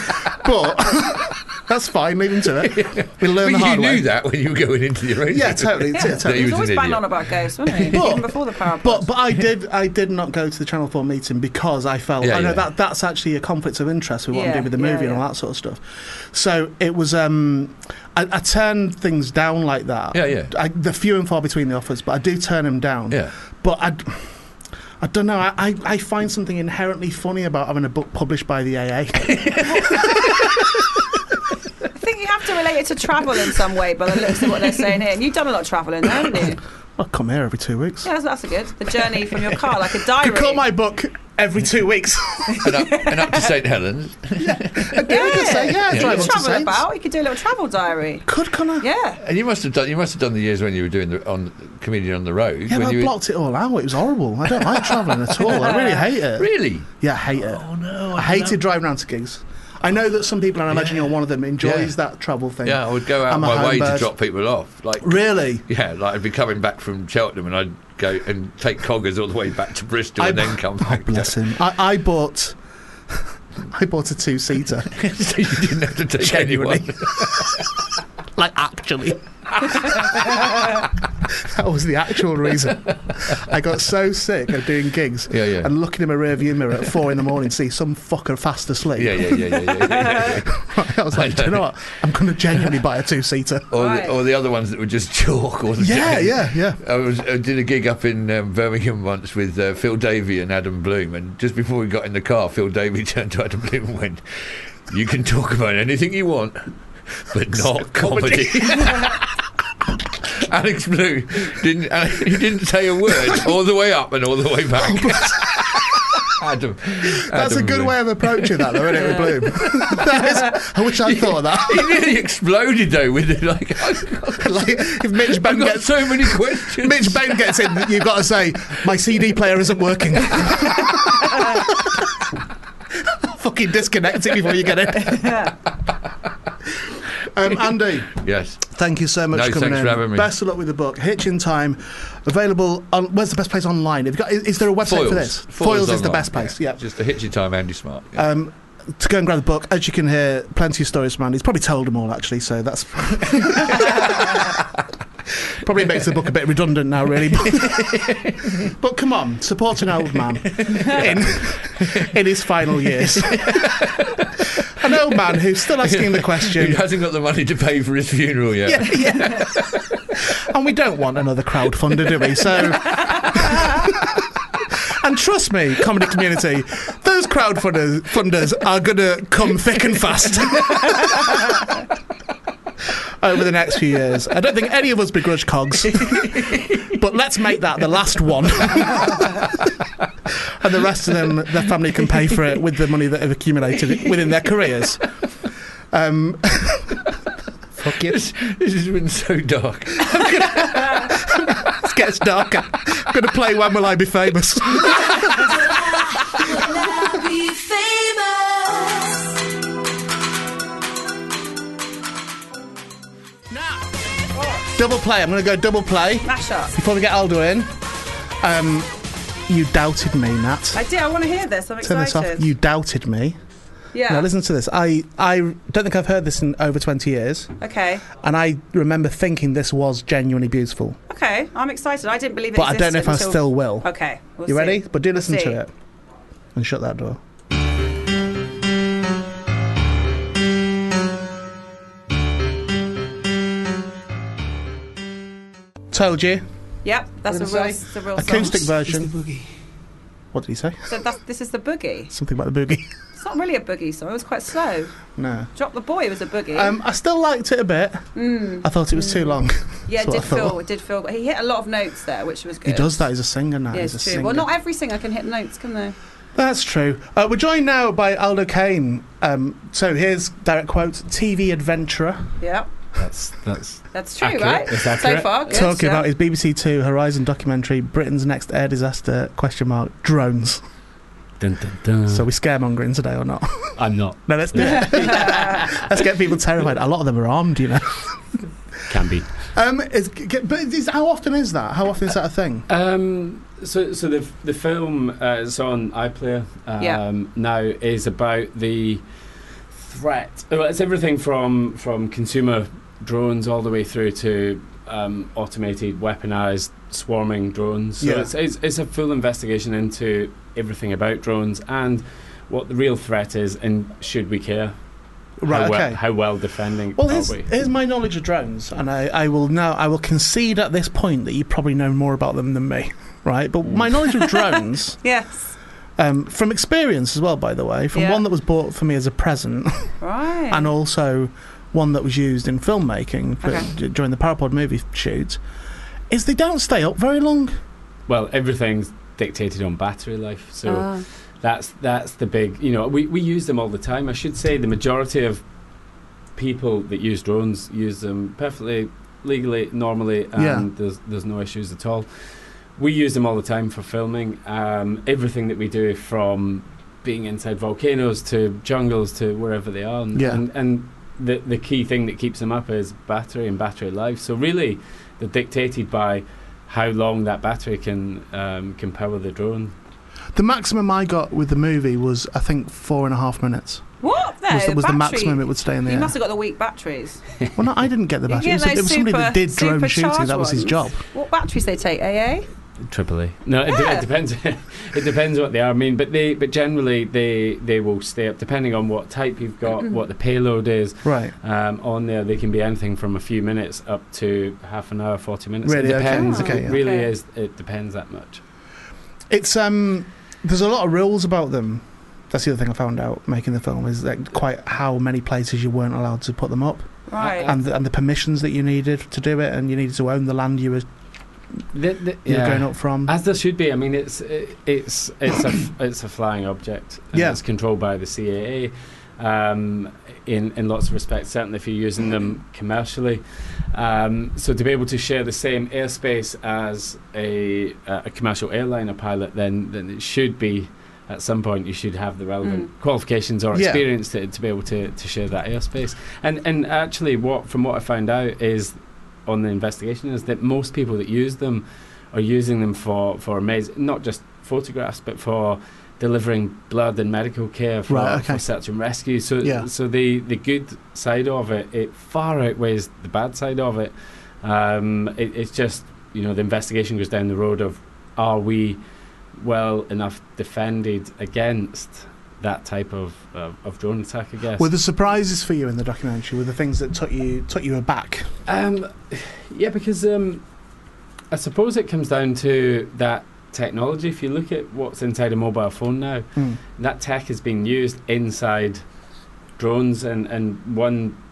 Speaker 3: But that's fine. Leave him to it. We learn
Speaker 2: but you
Speaker 3: the hard
Speaker 2: knew
Speaker 3: way.
Speaker 2: that when you were going into your own.
Speaker 3: Yeah, totally.
Speaker 4: yeah.
Speaker 3: t- totally.
Speaker 2: he
Speaker 4: He's
Speaker 2: was
Speaker 4: always
Speaker 2: an
Speaker 4: banged
Speaker 2: idiot.
Speaker 4: on about ghosts, wasn't he?
Speaker 3: But-
Speaker 4: Even before the power.
Speaker 3: But but I did I did not go to the Channel Four meeting because I felt
Speaker 2: Yeah,
Speaker 3: I know
Speaker 2: yeah.
Speaker 3: that that's actually a conflict of interest with what
Speaker 4: Yeah,
Speaker 3: I'm doing with the
Speaker 4: yeah,
Speaker 3: movie and
Speaker 4: yeah.
Speaker 3: all that sort of stuff. So it was um I, I turned things down like that.
Speaker 2: Yeah, yeah.
Speaker 3: I, the few and far between the offers, but I do turn them down.
Speaker 2: Yeah.
Speaker 3: But I. I don't know. I, I, I find something inherently funny about having a book published by the AA.
Speaker 4: I think you have to relate it to travel in some way by the looks of what they're saying here. And you've done a lot of travelling, haven't you?
Speaker 3: I come here every two weeks.
Speaker 4: Yeah, that's, that's a good. The journey from your car, like a diary.
Speaker 3: I call my book every two weeks.
Speaker 2: and, up, and up to St Helens.
Speaker 4: yeah.
Speaker 3: I say, yeah,
Speaker 4: You
Speaker 3: drive
Speaker 4: could
Speaker 3: up to
Speaker 4: travel
Speaker 3: Saints.
Speaker 4: about. You could do a little travel diary.
Speaker 3: Could can I?
Speaker 4: Yeah.
Speaker 2: And you must have done. You must have done the years when you were doing the on comedian on the road.
Speaker 3: Yeah,
Speaker 2: when
Speaker 3: but I
Speaker 2: you were-
Speaker 3: blocked it all out. It was horrible. I don't like travelling at all. I really hate it.
Speaker 2: Really?
Speaker 3: Yeah, I hate it. Oh no! I, hated driving around to gigs. I know that some people, and I imagine you're one of them, enjoys
Speaker 2: Yeah.
Speaker 3: that travel thing.
Speaker 2: Yeah, I would go out
Speaker 3: I'm a
Speaker 2: my way
Speaker 3: homebird.
Speaker 2: to drop people off. Like
Speaker 3: Really?
Speaker 2: Yeah, like I'd be coming back from Cheltenham and I'd go and take coggers all the way back to Bristol and then come back.
Speaker 3: Oh, Bless him. I, I bought. I bought a two-seater.
Speaker 2: so you didn't have to take
Speaker 3: Genuinely.
Speaker 2: anyone.
Speaker 3: like actually. that was the actual reason. I got so sick of doing gigs
Speaker 2: Yeah, yeah.
Speaker 3: and looking in my rearview mirror at four in the morning to see some fucker fast asleep.
Speaker 2: Yeah, yeah, yeah, yeah, yeah. yeah, yeah.
Speaker 3: I was like, do you know what? I'm going to genuinely buy a two-seater.
Speaker 2: Or,
Speaker 4: Right.
Speaker 2: the, or the other ones that were just chalk. Or the
Speaker 3: Yeah, yeah, yeah.
Speaker 2: I, was, I did a gig up in um, Birmingham once with uh, Phil Davey and Adam Bloom, and just before we got in the car, Phil Davey turned to Adam Bloom and went, "You can talk about anything you want, but not comedy." Alex Bloom didn't uh, he didn't say a word all the way up and all the way back. Adam,
Speaker 3: Oh, That's a good way of approaching that, though, isn't it, with Bloom? that is, I wish I'd thought of that.
Speaker 2: He nearly exploded though with it. Like, I've got,
Speaker 3: like, if Mitch
Speaker 2: I've
Speaker 3: Bang
Speaker 2: got
Speaker 3: gets,
Speaker 2: so many questions.
Speaker 3: Mitch Bang gets in, you've got to say, my CD player isn't working. Fucking disconnect it before you get in. Um, Andy,
Speaker 2: yes.
Speaker 3: thank you so much
Speaker 2: No,
Speaker 3: for coming
Speaker 2: thanks
Speaker 3: in.
Speaker 2: for having me.
Speaker 3: Best of luck with the book. Hitch in Time, available on. Where's the best place online? Have you got, is, is there a website for this? Foils, is the
Speaker 2: online,
Speaker 3: best place. Yeah.
Speaker 2: Just a hitchy time, Andy Smart. yeah.
Speaker 3: Um, to go and grab the book, as you can hear, plenty of stories from Andy. He's probably told them all, actually, so that's. probably makes the book a bit redundant now, really. But, but come on, support an old man in, in his final years. an old man who's still asking the
Speaker 2: Who
Speaker 3: question.
Speaker 2: hasn't got the money to pay for his funeral yet?
Speaker 3: Yeah, yeah. and we don't want another crowdfunder, do we? So. And trust me, comedy community, those crowdfunders funders are going to come thick and fast over the next few years. I don't think any of us begrudge cogs, but let's make that the last one. and the rest of them, their family can pay for it with the money that they've accumulated within their careers. Um, fuck you.
Speaker 2: This, this has been so dark.
Speaker 3: gets darker. I'm going to play When Will I Be Famous?
Speaker 5: Be famous.
Speaker 3: double play. I'm going to go double play
Speaker 4: Mash up.
Speaker 3: before we get Aldo in. Um, you doubted me, Nat.
Speaker 4: I did. I want to hear this. I'm
Speaker 3: Turn this
Speaker 4: excited.
Speaker 3: off. You doubted me.
Speaker 4: yeah.
Speaker 3: Now listen to this. I I don't think I've heard this in over 20 years,
Speaker 4: Okay.
Speaker 3: and I remember thinking this was genuinely beautiful,
Speaker 4: Okay. I'm excited. I didn't believe it.
Speaker 3: but I don't know if I
Speaker 4: existed
Speaker 3: still
Speaker 4: until-
Speaker 3: will.
Speaker 4: Okay. we'll
Speaker 3: you
Speaker 4: see.
Speaker 3: ready? But do listen
Speaker 4: We'll see.
Speaker 3: to it and shut that door. Told you.
Speaker 4: Yep. That's a
Speaker 3: What did
Speaker 4: real,
Speaker 3: I
Speaker 4: the real
Speaker 3: Acoustic
Speaker 4: song.
Speaker 3: version. What did he say?
Speaker 4: So that's, this is the boogie.
Speaker 3: Something about the boogie.
Speaker 4: It's not really a boogie song. It was quite slow.
Speaker 3: no.
Speaker 4: Drop the boy was a boogie. Hmm.
Speaker 3: Um, I still liked it a bit. I thought it was too long.
Speaker 4: yeah,
Speaker 3: that's
Speaker 4: it did
Speaker 3: what I thought.
Speaker 4: feel. It did feel. He hit a lot of notes there, which was good.
Speaker 3: He does that. He's a singer now.
Speaker 4: Yeah,
Speaker 3: he's
Speaker 4: it's
Speaker 3: a
Speaker 4: true.
Speaker 3: singer.
Speaker 4: Well, not every singer can hit notes, can they?
Speaker 3: That's true. Uh, we're joined now by Aldo Kane. Um, so here's direct quote: "TV adventurer."
Speaker 4: Yeah.
Speaker 7: That's that's
Speaker 4: That's true,
Speaker 7: Accurate.
Speaker 4: right?
Speaker 7: It's accurate.
Speaker 4: So far, good.
Speaker 3: talking
Speaker 4: yeah.
Speaker 3: about his BBC Two Horizon documentary, Britain's next air disaster? Question mark drones.
Speaker 7: dun, dun, dun.
Speaker 3: So we scaremongering today or not?
Speaker 7: Uh. I'm not
Speaker 3: no, let's do it. let's get people terrified. A lot of them are armed, you know.
Speaker 7: can be.
Speaker 3: Um, is, but is, how often is that? How often is that a thing?
Speaker 7: Um, so so the the film uh, is on iPlayer um,
Speaker 4: Yeah.
Speaker 7: now is about the threat. Well, it's everything from from consumer drones all the way through to um, automated, weaponized, swarming drones. So
Speaker 3: Yeah.
Speaker 7: it's, it's it's a full investigation into everything about drones and what the real threat is and should we care?
Speaker 3: Right.
Speaker 7: how well,
Speaker 3: okay.
Speaker 7: how well defending
Speaker 3: Well,
Speaker 7: are
Speaker 3: here's,
Speaker 7: we?
Speaker 3: here's my knowledge of drones, and I, I will now I will concede at this point that you probably know more about them than me, right? But my knowledge of drones,
Speaker 4: Yes.
Speaker 3: um, from experience as well, by the way, from
Speaker 4: Yeah.
Speaker 3: one that was bought for me as a present,
Speaker 4: Right.
Speaker 3: and also one that was used in filmmaking for,
Speaker 4: Okay.
Speaker 3: d- during the Parapod movie shoot, is they don't stay up very long.
Speaker 7: Well, everything's dictated on battery life, so.
Speaker 4: Ah.
Speaker 7: That's that's the big. You know, we we use them all the time. I should say the majority of people that use drones use them perfectly legally, normally, and
Speaker 3: Yeah.
Speaker 7: there's there's no issues at all. We use them all the time for filming. Um, everything that we do, from being inside volcanoes to jungles to wherever they are, and
Speaker 3: Yeah.
Speaker 7: and, and the the key thing that keeps them up is battery and battery life. So really, they're dictated by how long that battery can um, can power the drone.
Speaker 3: The maximum I got with the movie was I think four and a half minutes.
Speaker 4: what? No,
Speaker 3: was the, was the
Speaker 4: battery.
Speaker 3: maximum it would stay in the
Speaker 4: You
Speaker 3: air.
Speaker 4: must have got the weak batteries.
Speaker 3: Well, no, I didn't get the
Speaker 4: You
Speaker 3: battery. It
Speaker 4: get
Speaker 3: was, it
Speaker 4: those
Speaker 3: was somebody that
Speaker 4: super-
Speaker 3: did drone shooting.
Speaker 4: supercharged
Speaker 3: That was his
Speaker 4: ones.
Speaker 3: job.
Speaker 4: What batteries they take? AA.
Speaker 7: Triple A. No, it,
Speaker 4: Yeah.
Speaker 7: it depends. it depends what they are. I mean, but they, but generally they they will stay up depending on what type you've got, what the payload is.
Speaker 3: Right.
Speaker 7: Um, on there, they can be anything from a few minutes up to half an hour, forty minutes.
Speaker 3: Really?
Speaker 7: it
Speaker 3: Okay.
Speaker 7: depends.
Speaker 3: Okay,
Speaker 7: it
Speaker 3: yeah.
Speaker 7: really
Speaker 4: Okay.
Speaker 7: is. It depends that much.
Speaker 3: It's um. There's a lot of rules about them. That's the other thing I found out making the film is like quite how many places you weren't allowed to put them up,
Speaker 4: Right.
Speaker 3: and the, and the permissions that you needed to do it, and you needed to own the land you were
Speaker 7: The, the,
Speaker 3: you were
Speaker 7: yeah.
Speaker 3: going up from.
Speaker 7: As there should be. I mean, it's it, it's it's a f- it's a flying object. And
Speaker 3: Yeah.
Speaker 7: It's controlled by the CAA. Um, in in lots of respects, certainly if you're using them commercially. Um, so to be able to share the same airspace as a a a commercial airliner pilot, then then it should be. At some point, you should have the relevant qualifications or
Speaker 3: Mm. Yeah.
Speaker 7: experience to, to be able to, to share that airspace. And and actually, what from what I found out is on the investigation is that most people that use them are using them for for amazing, not just photographs, but for delivering blood and medical care for,
Speaker 3: Right, okay.
Speaker 7: for search and rescue. So
Speaker 3: Yeah.
Speaker 7: so the the good side of it it far outweighs the bad side of it. Um, it it's just you know the investigation goes down the road of are we well enough defended against that type of of, of drone attack? I guess.
Speaker 3: Were the surprises for you in the documentary? Were the things that took you took you aback?
Speaker 7: Um, yeah, because um, I suppose it comes down to that technology. If you look at what's inside a mobile phone now, that tech is being used inside drones, and, and one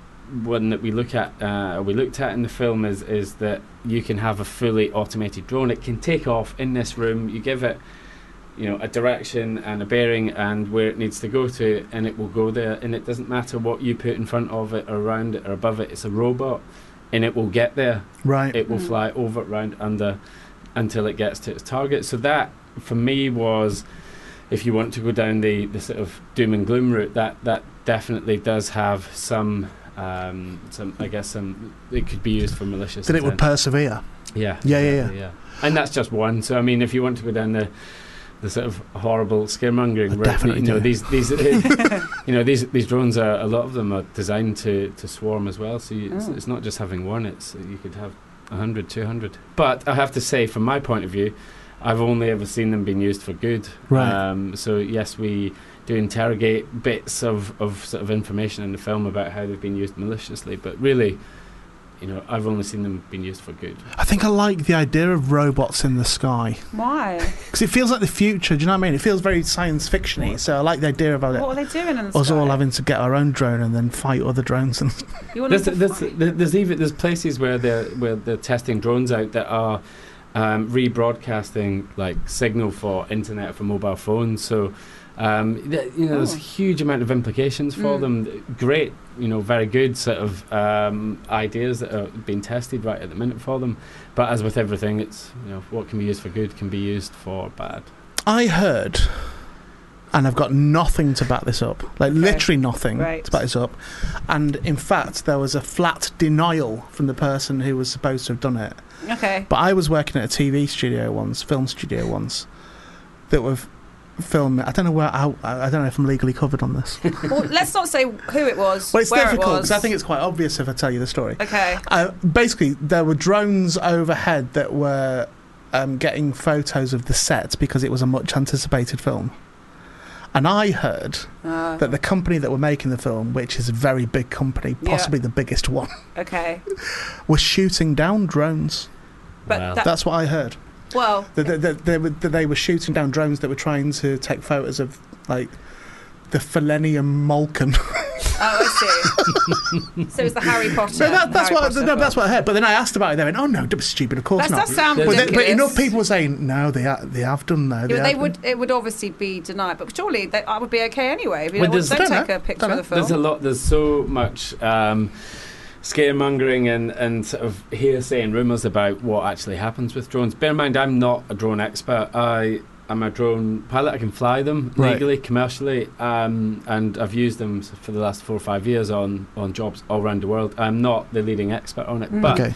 Speaker 7: one that we look at uh, we looked at in the film is is that you can have a fully automated drone. It can take off in this room. You give it. You know, a direction and a bearing and where it needs to go to, and it will go there. And it doesn't matter what you put in front of it, or around it, or above it. It's a robot and it will get there.
Speaker 3: Right.
Speaker 7: It will fly over, round, under, until it gets to its target. So that, for me, was if you want to go down the, the sort of doom and gloom route, that that definitely does have some. Um, some, I guess, some. It could be used for malicious.
Speaker 3: That it would
Speaker 7: intent.
Speaker 3: persevere.
Speaker 7: Yeah.
Speaker 3: Yeah, yeah,
Speaker 7: yeah. And that's just one. So I mean, if you want to go down the the sort of horrible scaremongering
Speaker 3: I
Speaker 7: route,
Speaker 3: definitely
Speaker 7: you know
Speaker 3: do.
Speaker 7: these these you know these these drones are a lot of them are designed to to swarm as well. So you, it's,
Speaker 4: Oh.
Speaker 7: it's not just having one. It's you could have 100, 200. But I have to say, from my point of view, I've only ever seen them being used for good.
Speaker 3: Right.
Speaker 7: Um, so yes, we do interrogate bits of, of sort of information in the film about how they've been used maliciously, but really, you know, I've only seen them being used for good.
Speaker 3: I think I like the idea of robots in the sky
Speaker 4: Why?
Speaker 3: because it feels like the future. Do you know what I mean? It feels very science fictiony. So I like the idea about
Speaker 4: What
Speaker 3: it.
Speaker 4: were they doing in the
Speaker 3: Us
Speaker 4: sky?
Speaker 3: all having to get our own drone and then fight other drones. And
Speaker 4: You want
Speaker 7: there's,
Speaker 4: them to
Speaker 7: there's,
Speaker 4: fight?
Speaker 7: there's even there's places where they're where they're testing drones out that are um, rebroadcasting like signal for internet for mobile phones. So um, th- you know there's
Speaker 4: Oh.
Speaker 7: a huge amount of implications for
Speaker 4: Mm.
Speaker 7: them. Great, you know, very good sort of um, ideas that are being tested right at the minute for them. But as with everything, it's you know what can be used for good can be used for bad.
Speaker 3: I heard, and I've got nothing to back this up. Like
Speaker 4: Okay.
Speaker 3: literally nothing
Speaker 4: Right.
Speaker 3: to back this up. And in fact, there was a flat denial from the person who was supposed to have done it.
Speaker 4: okay.
Speaker 3: But I was working at a TV studio once, film studio once, that were f- filming. I don't know where. How, I I don't know if I'm legally covered on this.
Speaker 4: Well, let's not say who it was.
Speaker 3: Well, it's
Speaker 4: where
Speaker 3: difficult
Speaker 4: it
Speaker 3: because
Speaker 4: was.
Speaker 3: I think it's quite obvious if I tell you the story.
Speaker 4: Okay.
Speaker 3: Uh, basically, there were drones overhead that were um, getting photos of the set because it was a much anticipated film. And I heard
Speaker 4: Uh,
Speaker 3: that the company that were making the film, which is a very big company,
Speaker 4: Yeah.
Speaker 3: possibly the biggest one,
Speaker 4: okay.
Speaker 3: was shooting down drones.
Speaker 4: But
Speaker 7: Wow.
Speaker 4: that,
Speaker 3: That's what I heard.
Speaker 4: well, oh,
Speaker 3: That that- that they, were, that they were shooting down drones that were trying to take photos of, like, the Millennium Malkin.
Speaker 4: oh, I see. so it was the Harry Potter.
Speaker 3: So that, that's,
Speaker 4: Harry
Speaker 3: what,
Speaker 4: Potter
Speaker 3: no, that's
Speaker 4: book.
Speaker 3: what I heard. But then I asked about it. They went, oh, no, that was stupid. Of course
Speaker 4: That
Speaker 3: not.
Speaker 4: does sound
Speaker 7: But
Speaker 3: But,
Speaker 4: ridiculous.
Speaker 3: then, but enough people were saying no, they ha- they have done no.
Speaker 4: Yeah,
Speaker 3: they
Speaker 4: but they
Speaker 3: have
Speaker 4: would. It would obviously be denied, but surely that I would be okay anyway. If you
Speaker 7: Well,
Speaker 4: don't,
Speaker 7: there's-
Speaker 4: don't
Speaker 3: Don't know.
Speaker 4: take a picture
Speaker 3: Don't
Speaker 4: of
Speaker 3: know.
Speaker 4: the
Speaker 7: There's a
Speaker 4: film.
Speaker 7: lot. There's so much um, scaremongering and, and sort of hearsay and rumours about what actually happens with drones. Bear in mind, I'm not a drone expert. I am a drone pilot. I can fly them
Speaker 3: Right.
Speaker 7: legally, commercially, um, and I've used them s- for the last four or five years on, on jobs all around the world. I'm not the leading expert on it,
Speaker 4: Mm.
Speaker 7: but
Speaker 3: Hmm. Okay.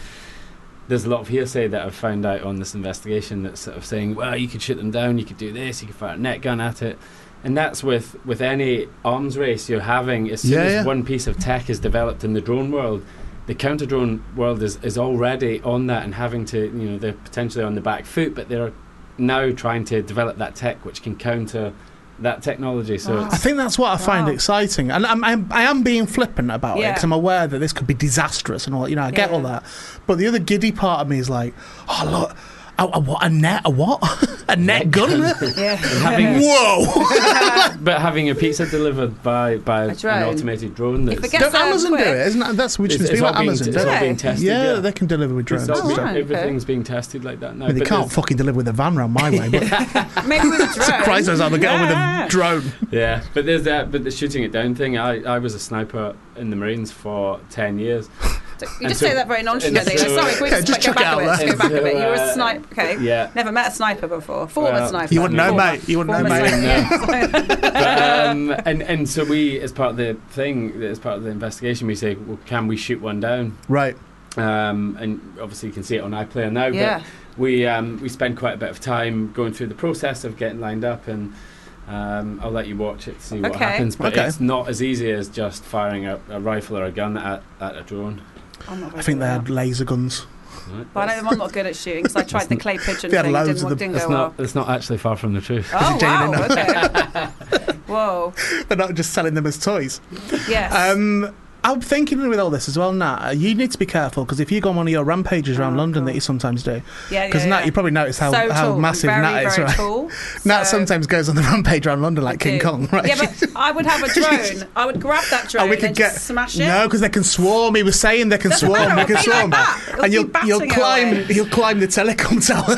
Speaker 7: there's a lot of hearsay that I've found out on this investigation that's sort of saying, well, you could shoot them down, you could do this, you could fire a net gun at it. And that's with, with any arms race you're having, as soon
Speaker 3: Yeah,
Speaker 7: as
Speaker 3: yeah.
Speaker 7: one piece of tech is developed in the drone world, the counter drone world is, is already on that and having to, you know, they're potentially on the back foot, but they're now trying to develop that tech which can counter that technology. So
Speaker 4: Wow.
Speaker 3: I
Speaker 7: it's,
Speaker 3: think that's what I find
Speaker 4: Wow.
Speaker 3: exciting, and I'm, I'm I am being flippant about it it
Speaker 4: Yeah.
Speaker 3: because I'm aware that this could be disastrous and all. You know, I get
Speaker 4: Yeah.
Speaker 3: all that, but the other giddy part of me is like, oh look, a, a, what, a net, a what, a net
Speaker 7: Net
Speaker 3: gun?
Speaker 4: Yeah.
Speaker 7: having,
Speaker 3: Whoa!
Speaker 7: but having your pizza delivered by, by
Speaker 4: A drone.
Speaker 7: an automated drone
Speaker 4: If
Speaker 7: that's
Speaker 4: it gets
Speaker 3: Don't
Speaker 4: there
Speaker 3: Amazon do
Speaker 4: quick-
Speaker 3: it? Isn't that, that's which
Speaker 7: it's,
Speaker 3: is
Speaker 7: it's
Speaker 3: what
Speaker 7: all being,
Speaker 3: Amazon
Speaker 7: it's
Speaker 3: does.
Speaker 7: all
Speaker 4: it?
Speaker 7: being tested.
Speaker 3: Yeah, they can deliver with
Speaker 7: It's
Speaker 3: drones.
Speaker 7: all
Speaker 4: Oh,
Speaker 3: and
Speaker 7: being-
Speaker 3: stuff.
Speaker 4: right. okay.
Speaker 7: everything's being tested like that now.
Speaker 3: I mean, they
Speaker 7: but
Speaker 3: can't fucking deliver with a van round my way. But
Speaker 4: Maybe with a drone.
Speaker 3: surprise us how they get on with a
Speaker 4: Yeah.
Speaker 3: drone.
Speaker 7: there's- yeah, but there's that. But the shooting it down thing. I, I was a sniper in the Marines for ten years.
Speaker 4: You
Speaker 7: And
Speaker 4: just
Speaker 7: so-
Speaker 4: say that very nonchalantly.
Speaker 7: and so-
Speaker 4: Sorry, can we
Speaker 3: Yeah,
Speaker 4: just,
Speaker 3: just
Speaker 4: go
Speaker 3: chuck it
Speaker 4: back a
Speaker 3: out
Speaker 4: bit?
Speaker 3: there.
Speaker 4: Just go back a bit. You were
Speaker 7: Uh,
Speaker 4: a sniper. Okay.
Speaker 7: Yeah.
Speaker 4: Never met a sniper before. Former
Speaker 7: Well,
Speaker 4: sniper.
Speaker 3: You wouldn't know,
Speaker 4: Former-
Speaker 3: mate. You wouldn't know,
Speaker 4: former
Speaker 3: mate.
Speaker 4: sniper.
Speaker 7: But, uh, um, and and so we, as part of the thing, as part of the investigation, we say, well, can we shoot one down?
Speaker 3: Right.
Speaker 7: Um, and obviously, you can see it on iPlayer now. But
Speaker 4: Yeah.
Speaker 7: we um, we spend quite a bit of time going through the process of getting lined up and um, I'll let you watch it to see what
Speaker 4: Okay.
Speaker 7: happens but
Speaker 3: Okay.
Speaker 7: it's not as easy as just firing a, a rifle or a gun at, at a drone
Speaker 4: I'm not very
Speaker 3: I think
Speaker 4: good
Speaker 3: they
Speaker 4: at
Speaker 3: had
Speaker 4: that.
Speaker 3: laser guns.
Speaker 7: right?
Speaker 4: But I know I'm not good at shooting because I tried the clay pigeon
Speaker 3: They had
Speaker 4: thing.
Speaker 3: loads
Speaker 4: It
Speaker 3: of them.
Speaker 4: didn't, didn't
Speaker 7: that's
Speaker 4: go
Speaker 7: not
Speaker 4: well.
Speaker 7: that's not actually far from the truth
Speaker 4: Oh
Speaker 3: Jane
Speaker 4: wow!
Speaker 3: Lennon.
Speaker 4: Okay. Whoa.
Speaker 3: They're not just selling them as toys.
Speaker 4: Yes.
Speaker 3: Um, I'm thinking with all this as well, Nat. You need to be careful because if you go on one of your rampages around
Speaker 4: Oh,
Speaker 3: London that
Speaker 4: God.
Speaker 3: you sometimes do,
Speaker 4: yeah.
Speaker 3: because
Speaker 4: yeah,
Speaker 3: Nat,
Speaker 4: yeah.
Speaker 3: you probably noticed how,
Speaker 4: so
Speaker 3: how
Speaker 4: tall,
Speaker 3: massive
Speaker 4: very,
Speaker 3: Nat is,
Speaker 4: very
Speaker 3: right?
Speaker 4: Tall.
Speaker 3: Nat
Speaker 4: So-
Speaker 3: sometimes goes on the rampage around London like
Speaker 4: I
Speaker 3: King
Speaker 4: do.
Speaker 3: Kong, right?
Speaker 4: Yeah, but I would have a drone. I would grab that drone
Speaker 3: and Oh, we
Speaker 4: and
Speaker 3: could
Speaker 4: just
Speaker 3: get
Speaker 4: smash it.
Speaker 3: no, because they can swarm. He was saying they can
Speaker 4: Doesn't
Speaker 3: swarm. They
Speaker 4: matter,
Speaker 3: can
Speaker 4: it'll
Speaker 3: swarm,
Speaker 4: be like that. It'll
Speaker 3: and
Speaker 4: be
Speaker 3: you'll you'll
Speaker 4: batting
Speaker 3: climb
Speaker 4: away.
Speaker 3: you'll climb the telecom tower.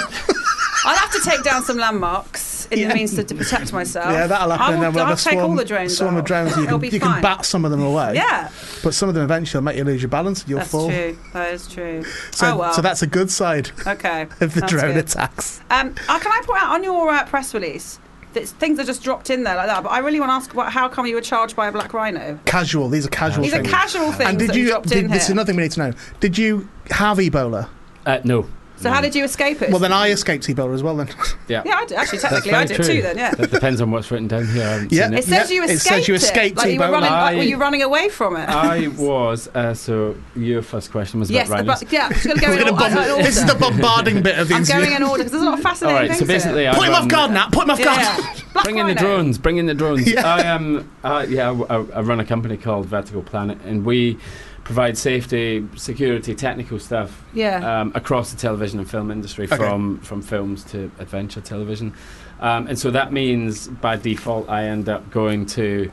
Speaker 4: I'll have to take down some landmarks in
Speaker 3: Yeah.
Speaker 4: the means to, to protect myself.
Speaker 3: Yeah, that'll happen.
Speaker 4: I will,
Speaker 3: and then we'll
Speaker 4: I'll
Speaker 3: have a
Speaker 4: take
Speaker 3: swarm,
Speaker 4: all the drones.
Speaker 3: swarm of
Speaker 4: out.
Speaker 3: drones. You
Speaker 4: It'll
Speaker 3: can,
Speaker 4: be
Speaker 3: you can
Speaker 4: fine.
Speaker 3: bat some of them away.
Speaker 4: Yeah,
Speaker 3: But some of them eventually will make you lose your balance. You'll
Speaker 4: that's
Speaker 3: fall.
Speaker 4: true. That is true.
Speaker 3: So,
Speaker 4: oh well.
Speaker 3: so that's a good side
Speaker 4: okay.
Speaker 3: of the
Speaker 4: That's
Speaker 3: drone
Speaker 4: good.
Speaker 3: attacks.
Speaker 4: Um, uh, can I point out on your uh, press release that things are just dropped in there like that? But I really want to ask, what, how come you were charged by a black rhino?
Speaker 3: Casual. These are casual
Speaker 4: These are
Speaker 3: things.
Speaker 4: casual things.
Speaker 3: and did
Speaker 4: that you?
Speaker 3: you?
Speaker 4: dropped
Speaker 3: Did,
Speaker 4: in
Speaker 3: this is
Speaker 4: here.
Speaker 3: another thing we need to know. Did you have Ebola?
Speaker 7: Uh, no.
Speaker 4: So how did you escape it?
Speaker 3: Well, then I escaped Ebola as well. Then
Speaker 7: Yeah.
Speaker 4: yeah, I did. actually
Speaker 7: That's
Speaker 4: technically
Speaker 7: very
Speaker 4: I did
Speaker 7: true.
Speaker 4: too. Then yeah.
Speaker 7: That depends on what's written down here. I haven't
Speaker 3: Yeah.
Speaker 7: seen
Speaker 4: It says
Speaker 3: Yeah,
Speaker 4: you
Speaker 3: it
Speaker 4: escaped.
Speaker 3: says you escaped
Speaker 4: Like you were
Speaker 3: Ebola.
Speaker 4: running. Like, were
Speaker 7: I-
Speaker 4: you running away from it?
Speaker 7: I was uh, so your first question was
Speaker 4: yes,
Speaker 7: about
Speaker 4: the
Speaker 7: rhinos.
Speaker 4: bu- yeah. I'm just gonna go
Speaker 3: We're
Speaker 4: in,
Speaker 3: gonna
Speaker 4: all,
Speaker 3: bomb-
Speaker 4: in order.
Speaker 3: this is the bombarding bit of the
Speaker 4: I'm
Speaker 3: interview.
Speaker 4: going in order because there's a lot of
Speaker 7: All
Speaker 4: fascinating
Speaker 7: right,
Speaker 4: things.
Speaker 7: so basically,
Speaker 4: in
Speaker 7: I
Speaker 3: Put him
Speaker 7: run-
Speaker 3: off guard, Nat. Put him off
Speaker 4: it.
Speaker 3: guard.
Speaker 4: yeah. Black
Speaker 7: Bring in the
Speaker 4: Rhino.
Speaker 7: drones. Bring in the drones.
Speaker 3: Yeah.
Speaker 7: I Um, uh, yeah, I, I- I run a company called Vertical Planet, and we provide safety, security, technical stuff
Speaker 4: Yeah.
Speaker 7: um, across the television and film industry,
Speaker 3: Okay.
Speaker 7: from from films to adventure television. Um, and so that means, by default, I end up going to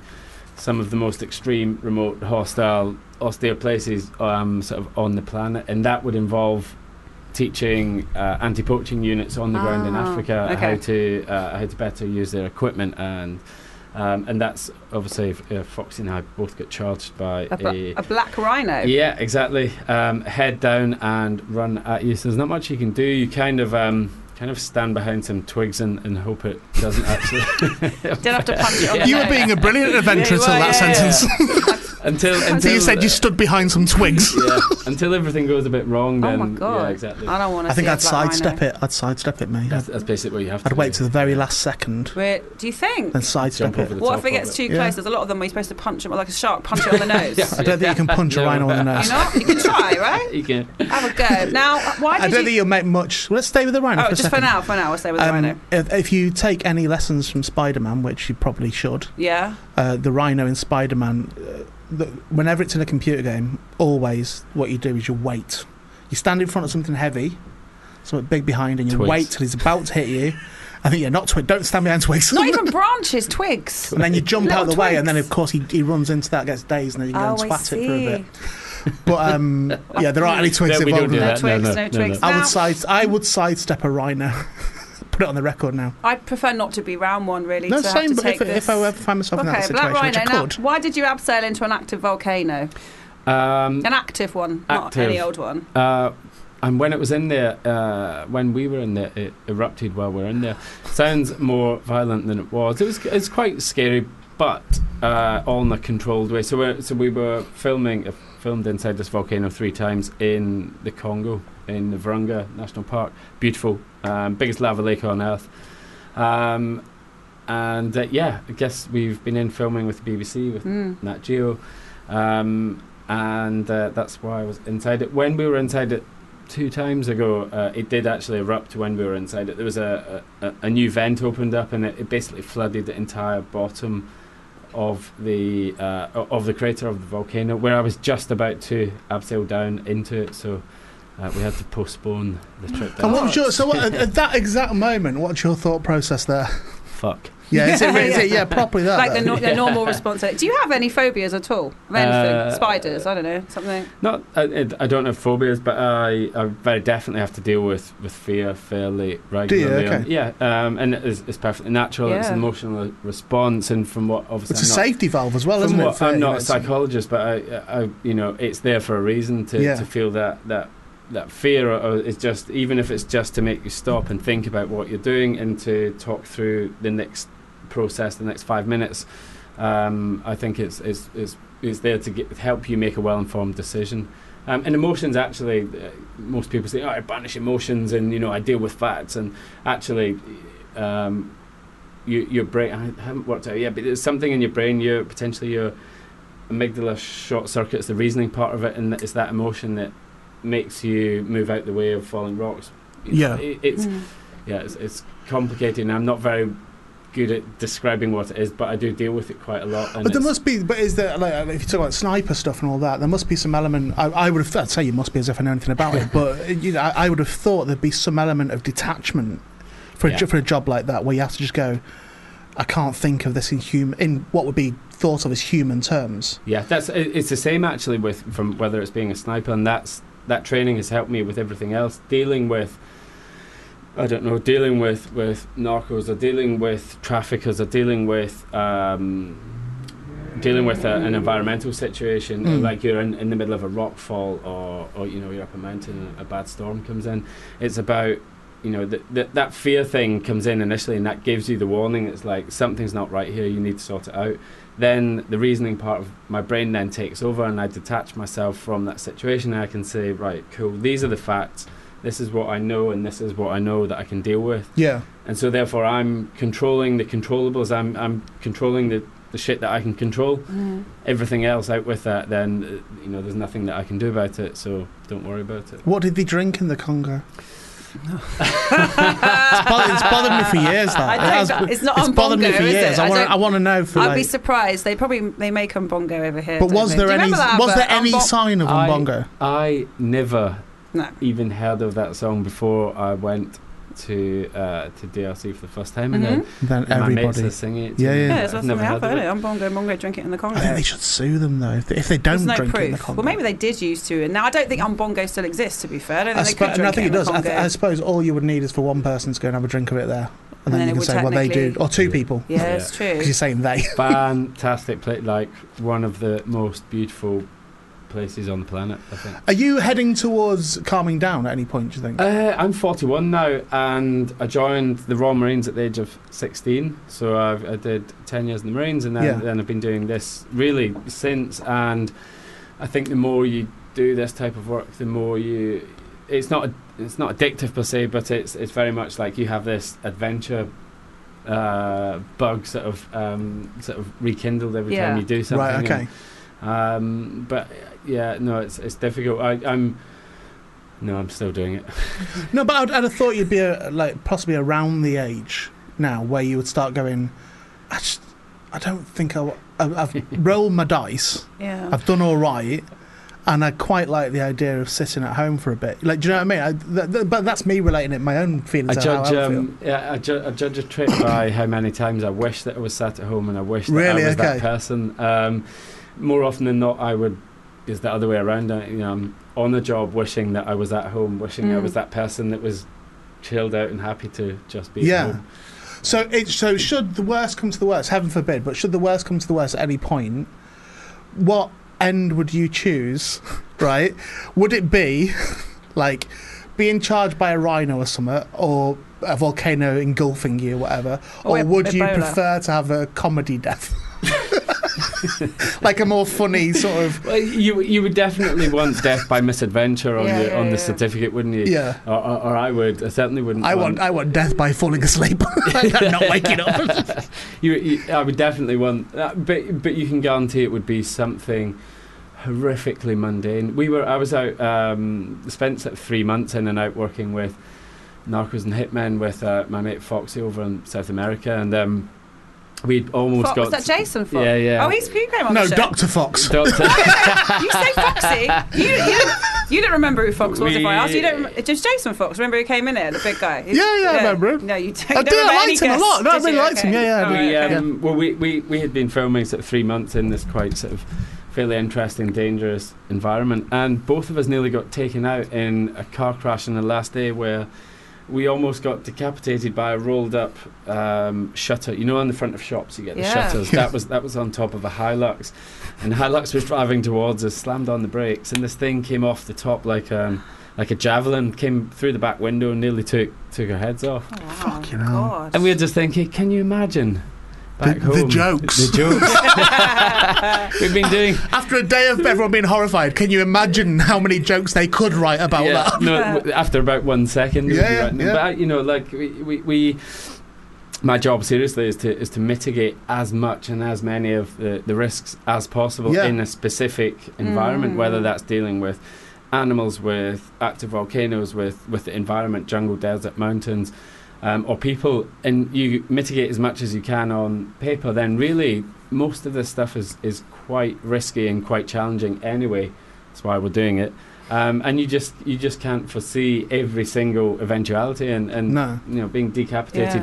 Speaker 7: some of the most extreme, remote, hostile, austere places, um, sort of on the planet, and that would involve teaching uh, anti-poaching units on the ground in
Speaker 4: Ah,
Speaker 7: Africa
Speaker 4: okay.
Speaker 7: how to uh, how to better use their equipment and. Um, and that's obviously if, uh Foxy and I both got charged by
Speaker 4: a,
Speaker 7: a,
Speaker 4: bla- a black rhino.
Speaker 7: yeah, exactly. Um, head down and run at you. So there's not much you can do. You kind of um, kind of stand behind some twigs and, and hope it doesn't actually
Speaker 4: Didn't have to punch it. On the
Speaker 3: You were
Speaker 4: nose.
Speaker 3: being a brilliant adventurer
Speaker 7: Yeah,
Speaker 3: till
Speaker 7: you
Speaker 3: that
Speaker 7: were, yeah,
Speaker 3: sentence.
Speaker 7: until
Speaker 3: So
Speaker 7: until
Speaker 3: you said you stood behind some twigs.
Speaker 7: yeah, until everything goes a bit wrong.
Speaker 4: Oh
Speaker 7: Then
Speaker 4: my god! Um,
Speaker 7: yeah, exactly.
Speaker 4: I don't want to.
Speaker 3: I think
Speaker 4: see
Speaker 3: I'd
Speaker 4: a black
Speaker 3: sidestep
Speaker 4: rhino.
Speaker 3: it. I'd sidestep it, mate.
Speaker 7: That's, that's basically what you have to.
Speaker 3: I'd wait
Speaker 7: do.
Speaker 3: to the very last second,
Speaker 4: Where, do you think?
Speaker 3: then sidestep
Speaker 7: Jump over
Speaker 3: it.
Speaker 7: the
Speaker 4: What
Speaker 7: top
Speaker 4: if it
Speaker 7: of
Speaker 4: gets too
Speaker 3: Yeah.
Speaker 4: close? There's a lot of them where you're supposed to punch it like a shark, punch it on the nose.
Speaker 3: I don't think you can punch a
Speaker 7: No.
Speaker 3: rhino on the
Speaker 4: You
Speaker 3: nose.
Speaker 4: know, you can try, right?
Speaker 7: You can-
Speaker 4: Have a go. Now, why did
Speaker 3: I don't
Speaker 4: you?
Speaker 3: think you'll make much. Let's stay with the rhino
Speaker 4: oh,
Speaker 3: for a
Speaker 4: just for
Speaker 3: second.
Speaker 4: now, for now, I'll stay with the rhino.
Speaker 3: Um, if, if you take any lessons from Spider-Man, which you probably should,
Speaker 4: Yeah.
Speaker 3: uh, the rhino in Spider-Man, uh, the, whenever it's in a computer game, always what you do is you wait. You stand in front of something heavy, something big behind, and you
Speaker 7: Twigs.
Speaker 3: wait till it's about to hit you. I think yeah, not twig. Don't stand behind twigs.
Speaker 4: Not even branches, twigs.
Speaker 3: And then you jump out
Speaker 4: Little
Speaker 3: of the way, and then
Speaker 4: twigs.
Speaker 3: of course he, he runs into that, gets dazed, and then you can
Speaker 4: Oh,
Speaker 3: go
Speaker 4: I
Speaker 3: and twat it for a
Speaker 4: see.
Speaker 3: bit. But um, yeah, there aren't any twigs
Speaker 7: No, we
Speaker 3: involved in
Speaker 7: don't do
Speaker 4: No
Speaker 3: that.
Speaker 7: that.
Speaker 4: twigs, no
Speaker 7: no, no.
Speaker 4: twigs.
Speaker 3: I
Speaker 4: Now,
Speaker 3: would side I would sidestep a rhino. Put it on the record now.
Speaker 4: I prefer not to be round one, really.
Speaker 3: No,
Speaker 4: to
Speaker 3: same.
Speaker 4: Have to
Speaker 3: But
Speaker 4: take
Speaker 3: if, if
Speaker 4: this.
Speaker 3: I ever find myself in that
Speaker 4: okay,
Speaker 3: situation,
Speaker 4: black rhino.
Speaker 3: which I
Speaker 4: Now,
Speaker 3: could,
Speaker 4: why did you abseil into an active volcano?
Speaker 7: Um,
Speaker 4: An active one, not
Speaker 7: Active.
Speaker 4: any old one.
Speaker 7: Uh, and when it was in there, uh, when we were in there, it erupted while we were in there. Sounds more violent than it was. It was it's quite scary, but uh, all in a controlled way. So we so we were filming uh, filmed inside this volcano three times in the Congo in the Virunga National Park. Beautiful, um, biggest lava lake on earth. Um, and uh, yeah, I guess we've been in filming with the BBC with
Speaker 4: Mm.
Speaker 7: Nat Geo, um, and uh, that's why I was inside it. When we were inside it two times ago, uh, it did actually erupt when we were inside it. There was a, a, a new vent opened up, and it, it basically flooded the entire bottom of the uh, o- of the crater of the volcano, where I was just about to abseil down into it. So uh, we had to postpone the trip.
Speaker 3: and
Speaker 7: Down.
Speaker 3: what was your so what, at, at that exact moment? What's your thought process there?
Speaker 7: Fuck.
Speaker 3: Yeah, is it, is it yeah, properly that?
Speaker 4: Like the,
Speaker 3: then?
Speaker 4: nor the normal response. to it. Do you have any phobias at all? Of anything?
Speaker 7: Uh,
Speaker 4: Spiders? I don't know. Something.
Speaker 7: Not, I, I- I don't have phobias, but I, I very definitely have to deal with, with fear fairly regularly.
Speaker 3: okay.
Speaker 7: Um, Yeah, um, and it's, it's perfectly natural. It's
Speaker 4: Yeah.
Speaker 7: an emotional response, and from what obviously
Speaker 3: it's a
Speaker 7: I'm not,
Speaker 3: safety valve as well,
Speaker 7: from
Speaker 3: isn't it?
Speaker 7: what-
Speaker 3: for-
Speaker 7: I'm
Speaker 3: you know,
Speaker 7: not a
Speaker 3: it's-
Speaker 7: psychologist, but I, I, you know, it's there for a reason to,
Speaker 3: Yeah.
Speaker 7: to feel that that that fear, or, or it's just even if it's just to make you stop and think about what you're doing and to talk through the next process, the next five minutes. Um, I think it's it's it's, it's there to get, help you make a well-informed decision. Um, and emotions, actually, uh, most people say, "Oh, I banish emotions," and you know, I deal with facts. And actually, um, you, your brain. I haven't worked out yet, but there's something in your brain. Your potentially your amygdala short circuits the reasoning part of it, and it's that emotion that makes you move out the way of falling rocks. You know,
Speaker 3: Yeah.
Speaker 7: it- it's
Speaker 4: Mm.
Speaker 7: yeah, it's, it's complicated, and I'm not very good at describing what it is, but I do deal with it quite a lot. And
Speaker 3: But there
Speaker 7: it's-
Speaker 3: must be. But is there like uh, if you talk about sniper stuff and all that, there must be some element. I, I would have. I'd say you must be as if I know anything about it. But uh, you know, I, I would have thought there'd be some element of detachment for a, jo-
Speaker 7: Yeah.
Speaker 3: for a job like that, where you have to just go. I can't think of this in human in what would be thought of as human terms.
Speaker 7: Yeah, that's it, it's the same actually with from whether it's being a sniper and that's that training has helped me with everything else dealing with I don't know, dealing with, with narcos or dealing with traffickers or dealing with um, dealing with a, an environmental situation,
Speaker 3: Mm.
Speaker 7: like you're in, in the middle of a rock fall or, or you know you're up a mountain and a bad storm comes in. It's about you know that that that fear thing comes in initially and that gives you the warning. It's like something's not right here. You need to sort it out. Then the reasoning part of my brain then takes over and I detach myself from that situation. And I can say, right, cool. These are the facts. This is what I know, and this is what I know that I can deal with
Speaker 3: Yeah.
Speaker 7: and so therefore I'm controlling the controllables. I'm I'm controlling the, the shit that I can control. Everything else out with that, then uh, you know, there's nothing that I can do about it. So don't worry about it.
Speaker 3: What did they drink in the Congo? it's, bothered, it's bothered me for years. That.
Speaker 4: I
Speaker 3: It
Speaker 4: don't-
Speaker 3: has-
Speaker 4: it's not on
Speaker 3: bothered me
Speaker 4: Bongo,
Speaker 3: for
Speaker 4: is it?
Speaker 3: years.
Speaker 4: I
Speaker 3: I want.
Speaker 4: don't-
Speaker 3: I want to know for
Speaker 4: I'd
Speaker 3: like.
Speaker 4: be surprised. They probably they make umbongo over here.
Speaker 3: but
Speaker 4: don't
Speaker 3: was
Speaker 4: they?
Speaker 3: there
Speaker 4: Do you
Speaker 3: any?
Speaker 4: remember that
Speaker 3: Was there
Speaker 4: advert,
Speaker 3: any
Speaker 4: Umbo-
Speaker 3: sign of
Speaker 7: I-
Speaker 3: Umbongo?
Speaker 7: I never
Speaker 4: No.
Speaker 7: even heard of that song before I went to uh, to DRC for the first time, and
Speaker 4: Mhm.
Speaker 3: Then
Speaker 7: then my mates
Speaker 3: everybody.
Speaker 7: are singing it. to
Speaker 3: Yeah,
Speaker 7: me,
Speaker 3: yeah.
Speaker 7: and
Speaker 4: Yeah, it's
Speaker 7: I've
Speaker 4: what's
Speaker 7: never heard of
Speaker 4: happened.
Speaker 7: it.
Speaker 4: Umbongo, bongo, drink it in the Congo.
Speaker 3: I think they should sue them though if they, if they don't
Speaker 4: There's no
Speaker 3: drink in the
Speaker 4: proof.
Speaker 3: Congo.
Speaker 4: Well, maybe they did used to, and now I don't think umbongo still exists. To be fair, I don't
Speaker 3: I,
Speaker 4: think they
Speaker 3: spo-
Speaker 4: could
Speaker 3: and I
Speaker 4: drink
Speaker 3: think it
Speaker 4: in the
Speaker 3: does. I, th-
Speaker 4: Congo.
Speaker 3: I suppose all you would need is for one person to go and have a drink of it there, and,
Speaker 4: And
Speaker 3: then,
Speaker 4: then
Speaker 3: you
Speaker 4: it
Speaker 3: can
Speaker 4: would
Speaker 3: say what they do,
Speaker 4: technically-
Speaker 3: or two people
Speaker 4: yeah,
Speaker 7: Yeah.
Speaker 4: it's true.
Speaker 3: because you're saying they.
Speaker 7: Fantastic place, like one of the most beautiful places on the planet. I think.
Speaker 3: Are you heading towards calming down at any point? Do you think?
Speaker 7: Uh, I'm 41 now, and I joined the Royal Marines at the age of 16. So I've, I did 10 years in the Marines, and then,
Speaker 3: Yeah.
Speaker 7: then I've been doing this really since. And I think the more you do this type of work, the more you. It's not it's not addictive per se, but it's it's very much like you have this adventure uh, bug sort of um, sort of rekindled every
Speaker 4: Yeah.
Speaker 7: time you do something.
Speaker 3: right.
Speaker 7: and-
Speaker 3: Okay.
Speaker 7: um, but uh, yeah, no, it's it's difficult. I, I'm no, I'm still doing it.
Speaker 3: No, but I'd, I'd have thought you'd be uh like possibly around the age now where you would start going. I just, I don't think I. w- I- I've rolled my dice.
Speaker 4: yeah.
Speaker 3: I've done all right, and I quite like the idea of sitting at home for a bit. Like, do you know what I mean? I, th- th- but that's me relating it my own
Speaker 7: I
Speaker 3: feelings. of how
Speaker 7: judge,
Speaker 3: I feel.
Speaker 7: um, yeah, I, ju- I judge a trip by how many times I wish that I was sat at home and I wish that
Speaker 3: Really?
Speaker 7: I was
Speaker 3: Okay.
Speaker 7: that person. Um, more often than not, I would is the other way around. I, you know, I'm on the job wishing that I was at home, wishing I
Speaker 4: Mm.
Speaker 7: was that person that was chilled out and happy to just be
Speaker 3: Yeah.
Speaker 7: at home.
Speaker 3: So it so should the worst come to the worst, heaven forbid, but should the worst come to the worst at any point, what end would you choose? Right? Would it be like being charged by a rhino or something, or a volcano engulfing you, whatever? Or
Speaker 4: Or
Speaker 3: would you
Speaker 4: Ebola.
Speaker 3: prefer to have a comedy death? like a more funny sort of
Speaker 7: Well, you you would definitely want death by misadventure on
Speaker 4: Yeah,
Speaker 7: your,
Speaker 4: yeah,
Speaker 7: on the
Speaker 4: yeah.
Speaker 7: certificate, wouldn't you?
Speaker 3: yeah.
Speaker 7: Or, or, or I would. I certainly wouldn't.
Speaker 3: I want I want death by falling asleep, not waking up.
Speaker 7: you, you, I would definitely want that, but but you can guarantee it would be something horrifically mundane. We were I was out um, spent sort of three months in and out working with narcos and hitmen with uh, my mate Foxy over in South America, and um, we'd almost
Speaker 4: Fox,
Speaker 7: got
Speaker 4: was that Jason Fox?
Speaker 7: yeah yeah
Speaker 4: Oh, he's he came on
Speaker 3: No,
Speaker 4: the show.
Speaker 3: Doctor Fox.
Speaker 7: Doctor-
Speaker 4: you say Foxy. You, you, don't, you don't remember who Fox was if I asked. You don't. rem- Just Jason Fox. Remember who came in here, the big guy. He's-
Speaker 3: Yeah, yeah, I remember him.
Speaker 4: No, you don't.
Speaker 3: I
Speaker 4: don't
Speaker 3: do, I
Speaker 4: remember
Speaker 3: liked
Speaker 4: any
Speaker 3: him a
Speaker 4: guests,
Speaker 3: lot. No, I
Speaker 4: did
Speaker 3: really
Speaker 4: you?
Speaker 3: liked him.
Speaker 4: Okay.
Speaker 3: Yeah, yeah, I
Speaker 4: All
Speaker 3: did.
Speaker 7: we,
Speaker 4: right, okay.
Speaker 7: um, Well, we, we, we had been filming sort of three months in this quite sort of fairly interesting, dangerous environment, and both of us nearly got taken out in a car crash on the last day where we almost got decapitated by a rolled up um, shutter. You know, on the front of shops, you get the
Speaker 4: Yeah.
Speaker 7: shutters. That was that was on top of a Hilux, and Hilux was driving towards us, slammed on the brakes, and this thing came off the top like um, like a javelin, came through the back window, and nearly took took our heads off.
Speaker 4: Oh, wow.
Speaker 3: Fucking hell.
Speaker 4: God.
Speaker 7: And we were just thinking, can you imagine? Back
Speaker 3: The- the
Speaker 7: home,
Speaker 3: jokes.
Speaker 7: The jokes. We've been doing.
Speaker 3: After a day of everyone being horrified, can you imagine how many jokes they could write about
Speaker 7: yeah,
Speaker 3: that?
Speaker 7: no, w- after about one second.
Speaker 3: Yeah, yeah,
Speaker 7: Yeah,
Speaker 3: yeah.
Speaker 7: But, I- you know, like, we, we, we. My job, seriously, is to is to mitigate as much and as many of the, the risks as possible
Speaker 3: Yeah.
Speaker 7: in a specific environment,
Speaker 4: Mm.
Speaker 7: whether that's dealing with animals, with active volcanoes, with, with the environment, jungle, desert, mountains, um, or people, and you mitigate as much as you can on paper, then really most of this stuff is, is quite risky and quite challenging anyway. That's why we're doing it. Um, and you just you just can't foresee every single eventuality, and, and
Speaker 3: No.
Speaker 7: you know being decapitated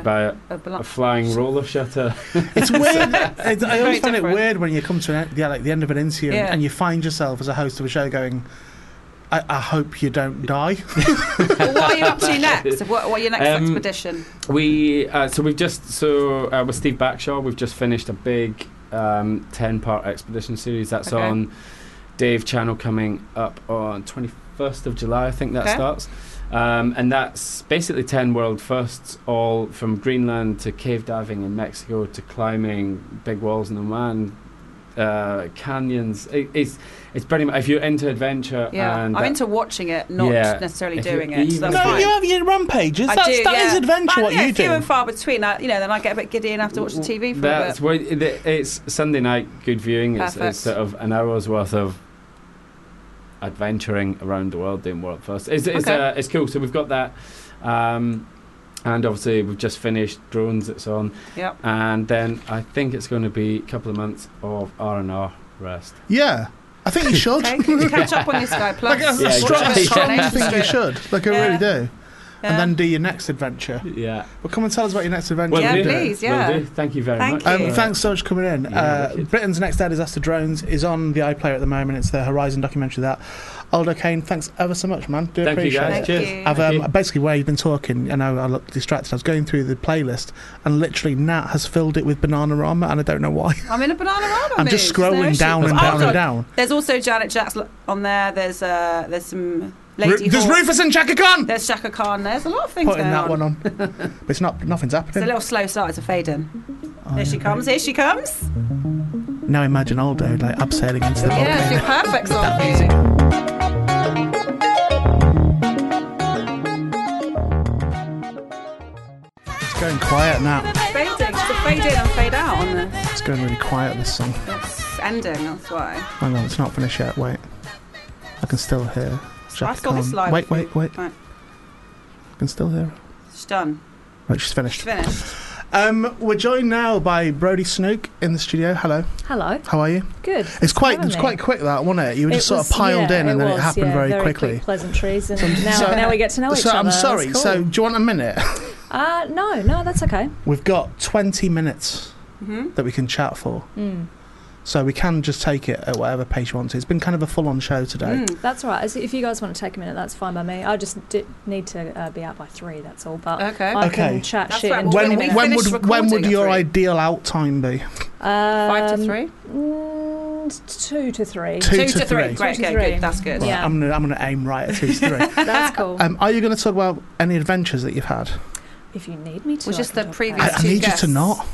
Speaker 4: Yeah.
Speaker 7: by a,
Speaker 4: A blo-
Speaker 7: a flying roller shutter.
Speaker 3: It's weird. It's, I always
Speaker 4: Very
Speaker 3: find it
Speaker 4: different.
Speaker 3: weird when you come to an, yeah, like the end of an interview
Speaker 4: Yeah.
Speaker 3: and you find yourself as a host of a show going, I, I hope you don't die.
Speaker 4: Well, what are you up to next? What, what are your next
Speaker 7: Um,
Speaker 4: expedition?
Speaker 7: We uh, so we've just so uh, with Steve Backshaw, we've just finished a big um, ten-part expedition series that's
Speaker 4: Okay.
Speaker 7: on Dave Channel coming up on twenty-first of July. I think that
Speaker 4: Okay.
Speaker 7: starts, um, and that's basically ten world firsts, all from Greenland to cave diving in Mexico to climbing big walls in Oman. Uh, canyons. It, it's it's pretty much if you're into adventure.
Speaker 4: Yeah,
Speaker 7: and
Speaker 4: I'm
Speaker 7: that-
Speaker 4: into watching it, not
Speaker 7: Yeah.
Speaker 4: necessarily
Speaker 7: If you
Speaker 4: doing it. So
Speaker 7: even-
Speaker 4: that's
Speaker 3: no,
Speaker 4: fine.
Speaker 3: you have your rampages. That's, that is adventure.
Speaker 4: But,
Speaker 3: what
Speaker 4: yeah,
Speaker 3: you
Speaker 4: Few
Speaker 3: do.
Speaker 4: and far between. I, you know, then I get a bit giddy and have to watch the TV for
Speaker 7: That's
Speaker 4: a bit.
Speaker 7: where the- it's Sunday night good viewing. It's,
Speaker 4: Perfect.
Speaker 7: it's sort of an hour's worth of adventuring around the world doing world first. It's it's,
Speaker 4: Okay.
Speaker 7: uh, it's cool. So we've got that, um, and obviously we've just finished drones. It's on,
Speaker 4: Yep.
Speaker 7: and then I think it's going to be a couple of months of R and R rest.
Speaker 3: Yeah, I think you should.
Speaker 4: Okay, can you catch up on your Sky Plus.
Speaker 3: Like I
Speaker 7: Yeah,
Speaker 3: I strong-
Speaker 7: exactly.
Speaker 3: strongly
Speaker 4: Yeah.
Speaker 3: think you should. Like I
Speaker 4: Yeah.
Speaker 3: really do.
Speaker 4: Yeah.
Speaker 3: And then do your next adventure.
Speaker 7: Yeah.
Speaker 3: Well, come and tell us about your next adventure.
Speaker 4: Well, Yeah,
Speaker 7: do.
Speaker 3: Peter.
Speaker 4: please,
Speaker 7: Will
Speaker 4: yeah.
Speaker 7: do. Thank you very
Speaker 4: Thank
Speaker 7: much.
Speaker 4: you.
Speaker 3: Um,
Speaker 7: Uh,
Speaker 3: thanks so much for coming in.
Speaker 7: Yeah,
Speaker 3: uh,
Speaker 7: wicked.
Speaker 3: Britain's Next Dad Disaster Drones is on the iPlayer at the moment. It's the Horizon documentary that. Aldo Kane, thanks ever so much, man. Do
Speaker 7: Thank you
Speaker 3: appreciate
Speaker 7: guys.
Speaker 3: it.
Speaker 4: Thank
Speaker 7: Cheers.
Speaker 4: you.
Speaker 3: I've
Speaker 7: Thank
Speaker 3: um, basically where you've been talking, and I, I looked distracted. I was going through the playlist, and literally Nat has filled it with banana rama, and I don't know why.
Speaker 4: I'm in a banana rama.
Speaker 3: I'm just scrolling down and down and down.
Speaker 4: There's also Janet Jacks l- on there. There's uh, there's some Lady.
Speaker 3: Ru- there's
Speaker 4: Hawk.
Speaker 3: Rufus and Chaka Khan
Speaker 4: There's Shaka Khan. There's a lot of things
Speaker 3: putting
Speaker 4: going
Speaker 3: that
Speaker 4: on.
Speaker 3: one on, but it's not. Nothing's
Speaker 4: It's a
Speaker 3: happening.
Speaker 4: little slow start. It's a fade in.
Speaker 3: Oh,
Speaker 4: Here she
Speaker 3: yeah.
Speaker 4: comes. Here she comes.
Speaker 3: Now imagine Aldo like upsailing into the
Speaker 4: Yeah, it's
Speaker 3: volcano.
Speaker 4: your perfect song. for you.
Speaker 3: It's going quiet now.
Speaker 4: Fading. It's a fade in and fade out on the
Speaker 3: It's going really quiet. This song.
Speaker 4: it's ending. That's why.
Speaker 3: Hang on, Oh, it's not finished yet. Wait, I can still hear.
Speaker 4: I
Speaker 3: Chaka
Speaker 4: saw this
Speaker 3: Khan.
Speaker 4: live.
Speaker 3: Wait, wait, wait.
Speaker 4: Right.
Speaker 3: I can still hear. her.
Speaker 4: It's done.
Speaker 3: Right, she's
Speaker 4: It's
Speaker 3: finished.
Speaker 4: finished.
Speaker 3: Um, we're joined now by Brody Snook in the studio. Hello,
Speaker 8: Hello.
Speaker 3: how are you?
Speaker 8: Good.
Speaker 3: It's quite
Speaker 8: having
Speaker 3: it's
Speaker 8: me.
Speaker 3: quite quick that wasn't it? You were just
Speaker 8: It
Speaker 3: sort
Speaker 8: was-
Speaker 3: of piled
Speaker 8: yeah,
Speaker 3: in and then it
Speaker 8: was,
Speaker 3: happened
Speaker 8: yeah,
Speaker 3: very,
Speaker 8: very
Speaker 3: quickly.
Speaker 8: quick pleasantries, and now,
Speaker 3: so-
Speaker 8: now we get to know each
Speaker 3: So
Speaker 8: other.
Speaker 3: I'm
Speaker 8: That's
Speaker 3: sorry.
Speaker 8: cool.
Speaker 3: So do you want a minute?
Speaker 8: uh, no, no, that's okay.
Speaker 3: We've got 20 minutes
Speaker 4: Mm-hmm.
Speaker 3: that we can chat for,
Speaker 4: Hmm.
Speaker 8: Mm.
Speaker 3: so we can just take it at whatever pace you want to. It's been kind of a full-on show today.
Speaker 4: Mm.
Speaker 8: That's all right. So If you guys want to take a minute, that's fine by me. I just di need to uh, be out by three. That's all. But
Speaker 4: Okay.
Speaker 8: I
Speaker 3: Uh, Okay.
Speaker 8: can chat
Speaker 4: That's
Speaker 8: shit.
Speaker 4: right,
Speaker 8: and
Speaker 4: well,
Speaker 8: do
Speaker 3: When,
Speaker 8: it.
Speaker 4: we
Speaker 3: when
Speaker 4: finished
Speaker 3: would when
Speaker 4: recording
Speaker 3: would
Speaker 4: at
Speaker 3: your
Speaker 4: three.
Speaker 3: ideal out time be?
Speaker 4: Five to
Speaker 8: Um,
Speaker 4: three.
Speaker 8: mm, two to three.
Speaker 3: Two to three.
Speaker 4: Great.
Speaker 8: Two
Speaker 4: Okay.
Speaker 8: to three.
Speaker 4: Good. That's good.
Speaker 8: Yeah.
Speaker 3: Right, I'm gonna I'm gonna aim right at two to three.
Speaker 8: That's cool.
Speaker 3: Um, are you going to talk about any adventures that you've had?
Speaker 8: if you need me to.
Speaker 4: Well,
Speaker 8: I
Speaker 4: just
Speaker 8: can
Speaker 4: the
Speaker 8: talk about
Speaker 3: I,
Speaker 4: previous
Speaker 8: it.
Speaker 3: I
Speaker 4: two
Speaker 3: need
Speaker 4: guests.
Speaker 3: you to not.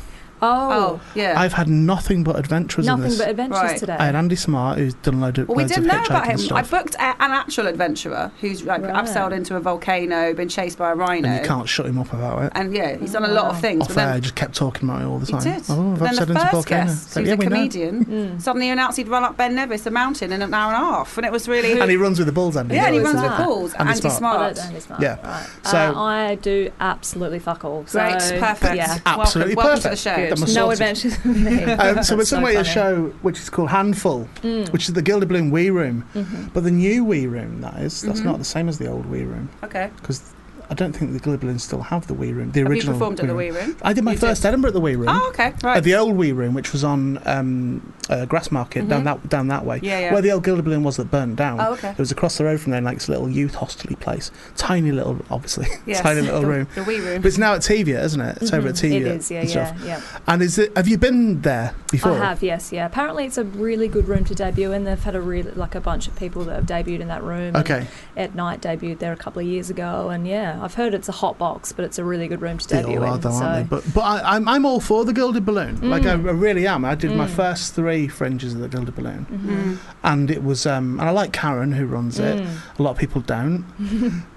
Speaker 8: Oh,
Speaker 4: Oh, yeah.
Speaker 3: I've had nothing but adventures in
Speaker 8: nothing
Speaker 3: this.
Speaker 8: but adventures
Speaker 4: Right.
Speaker 8: today.
Speaker 3: I had Andy Smart, who's done load of,
Speaker 4: well, we
Speaker 3: loads
Speaker 4: didn't
Speaker 3: of
Speaker 4: know
Speaker 3: hitchhiking
Speaker 4: about him.
Speaker 3: stuff.
Speaker 4: I booked a, an actual adventurer who's like
Speaker 8: Right.
Speaker 4: abseiled into a volcano, been chased by a rhino,
Speaker 3: and you can't Oh, shut him up about it.
Speaker 4: And, yeah, he's done a lot of
Speaker 8: Wow.
Speaker 4: things.
Speaker 3: Off
Speaker 4: But
Speaker 3: air, I
Speaker 4: then
Speaker 3: just kept talking about it all the
Speaker 4: he
Speaker 3: time.
Speaker 4: did.
Speaker 3: Oh, I've
Speaker 4: but then
Speaker 3: upset
Speaker 4: the
Speaker 3: into
Speaker 4: first
Speaker 3: volcano.
Speaker 4: guest,
Speaker 3: But
Speaker 4: who's
Speaker 3: yeah,
Speaker 4: a
Speaker 3: we know.
Speaker 4: comedian,
Speaker 8: Mm.
Speaker 4: suddenly announced he'd run up Ben Nevis, a mountain, in an hour and a half, and it was really
Speaker 3: And he runs with the bulls, Andy.
Speaker 4: yeah, and he
Speaker 8: Who is
Speaker 4: runs with
Speaker 8: that?
Speaker 4: balls.
Speaker 3: Andy
Speaker 4: Andy,
Speaker 3: Smart.
Speaker 8: Oh,
Speaker 4: Smart.
Speaker 8: that's only smart.
Speaker 3: Yeah.
Speaker 8: Right.
Speaker 3: So-
Speaker 8: uh, I do absolutely fuck all. So,
Speaker 4: Great, perfect.
Speaker 8: Yeah.
Speaker 3: uh, Absolutely
Speaker 4: welcome,
Speaker 3: perfect.
Speaker 4: Welcome to
Speaker 3: That
Speaker 4: the show.
Speaker 3: must-
Speaker 8: no
Speaker 3: sorted.
Speaker 8: adventures for me.
Speaker 3: Um, so we're
Speaker 8: That's
Speaker 3: talking about your
Speaker 8: funny.
Speaker 3: show, which is called Handful,
Speaker 8: Mm.
Speaker 3: which is the Gilda Bloom Wee Room,
Speaker 8: Mhm.
Speaker 3: but the new Wee Room that is. That's
Speaker 4: Mhm.
Speaker 3: not the same as the old Wee Room
Speaker 4: Okay.
Speaker 3: because I don't think the Gilda Bloom still have the Wee Room. The
Speaker 4: Have you
Speaker 3: original.
Speaker 4: performed
Speaker 3: Wee
Speaker 4: at the
Speaker 3: Room.
Speaker 4: Wee Room?
Speaker 3: I did my
Speaker 4: You did?
Speaker 3: first Edinburgh at the Wee Room.
Speaker 4: Oh, okay. Right.
Speaker 3: At the old Wee Room, which was on um, uh, Grassmarket down
Speaker 4: Mhm.
Speaker 8: Mm-hmm.
Speaker 3: that down that way,
Speaker 4: Yeah, yeah.
Speaker 3: where the old Gilda Bloom was that burned down.
Speaker 4: Oh, okay.
Speaker 3: It was across the road from there, in like this little youth hostely place. Tiny little, obviously,
Speaker 4: Yes.
Speaker 3: tiny little
Speaker 4: the,
Speaker 3: room.
Speaker 4: The Wee Room.
Speaker 3: But it's now at Tevia, isn't it? It's over at
Speaker 8: Mhm.
Speaker 3: Tevia.
Speaker 8: It is, yeah,
Speaker 3: and stuff.
Speaker 8: yeah, yeah.
Speaker 3: And is it? Have you been there before?
Speaker 8: I have, yes, yeah. Apparently, it's a really good room to debut in. They've had a really like a bunch of people that have debuted in that room. and
Speaker 3: Okay.
Speaker 8: At night, debuted there a couple of years ago, and yeah, I've heard it's a hot box, but it's a really good room to
Speaker 3: They
Speaker 8: debut
Speaker 3: all are
Speaker 8: in.
Speaker 3: though,
Speaker 8: so
Speaker 3: aren't they? But but I, I'm I'm all for the gilded balloon. Like I, I really am. I did my
Speaker 8: Mm.
Speaker 3: first three fringes of the gilded balloon,
Speaker 4: Mm.
Speaker 3: and it was um and I like Karen who runs it.
Speaker 8: Mm-hmm. Mm.
Speaker 3: A lot of people don't,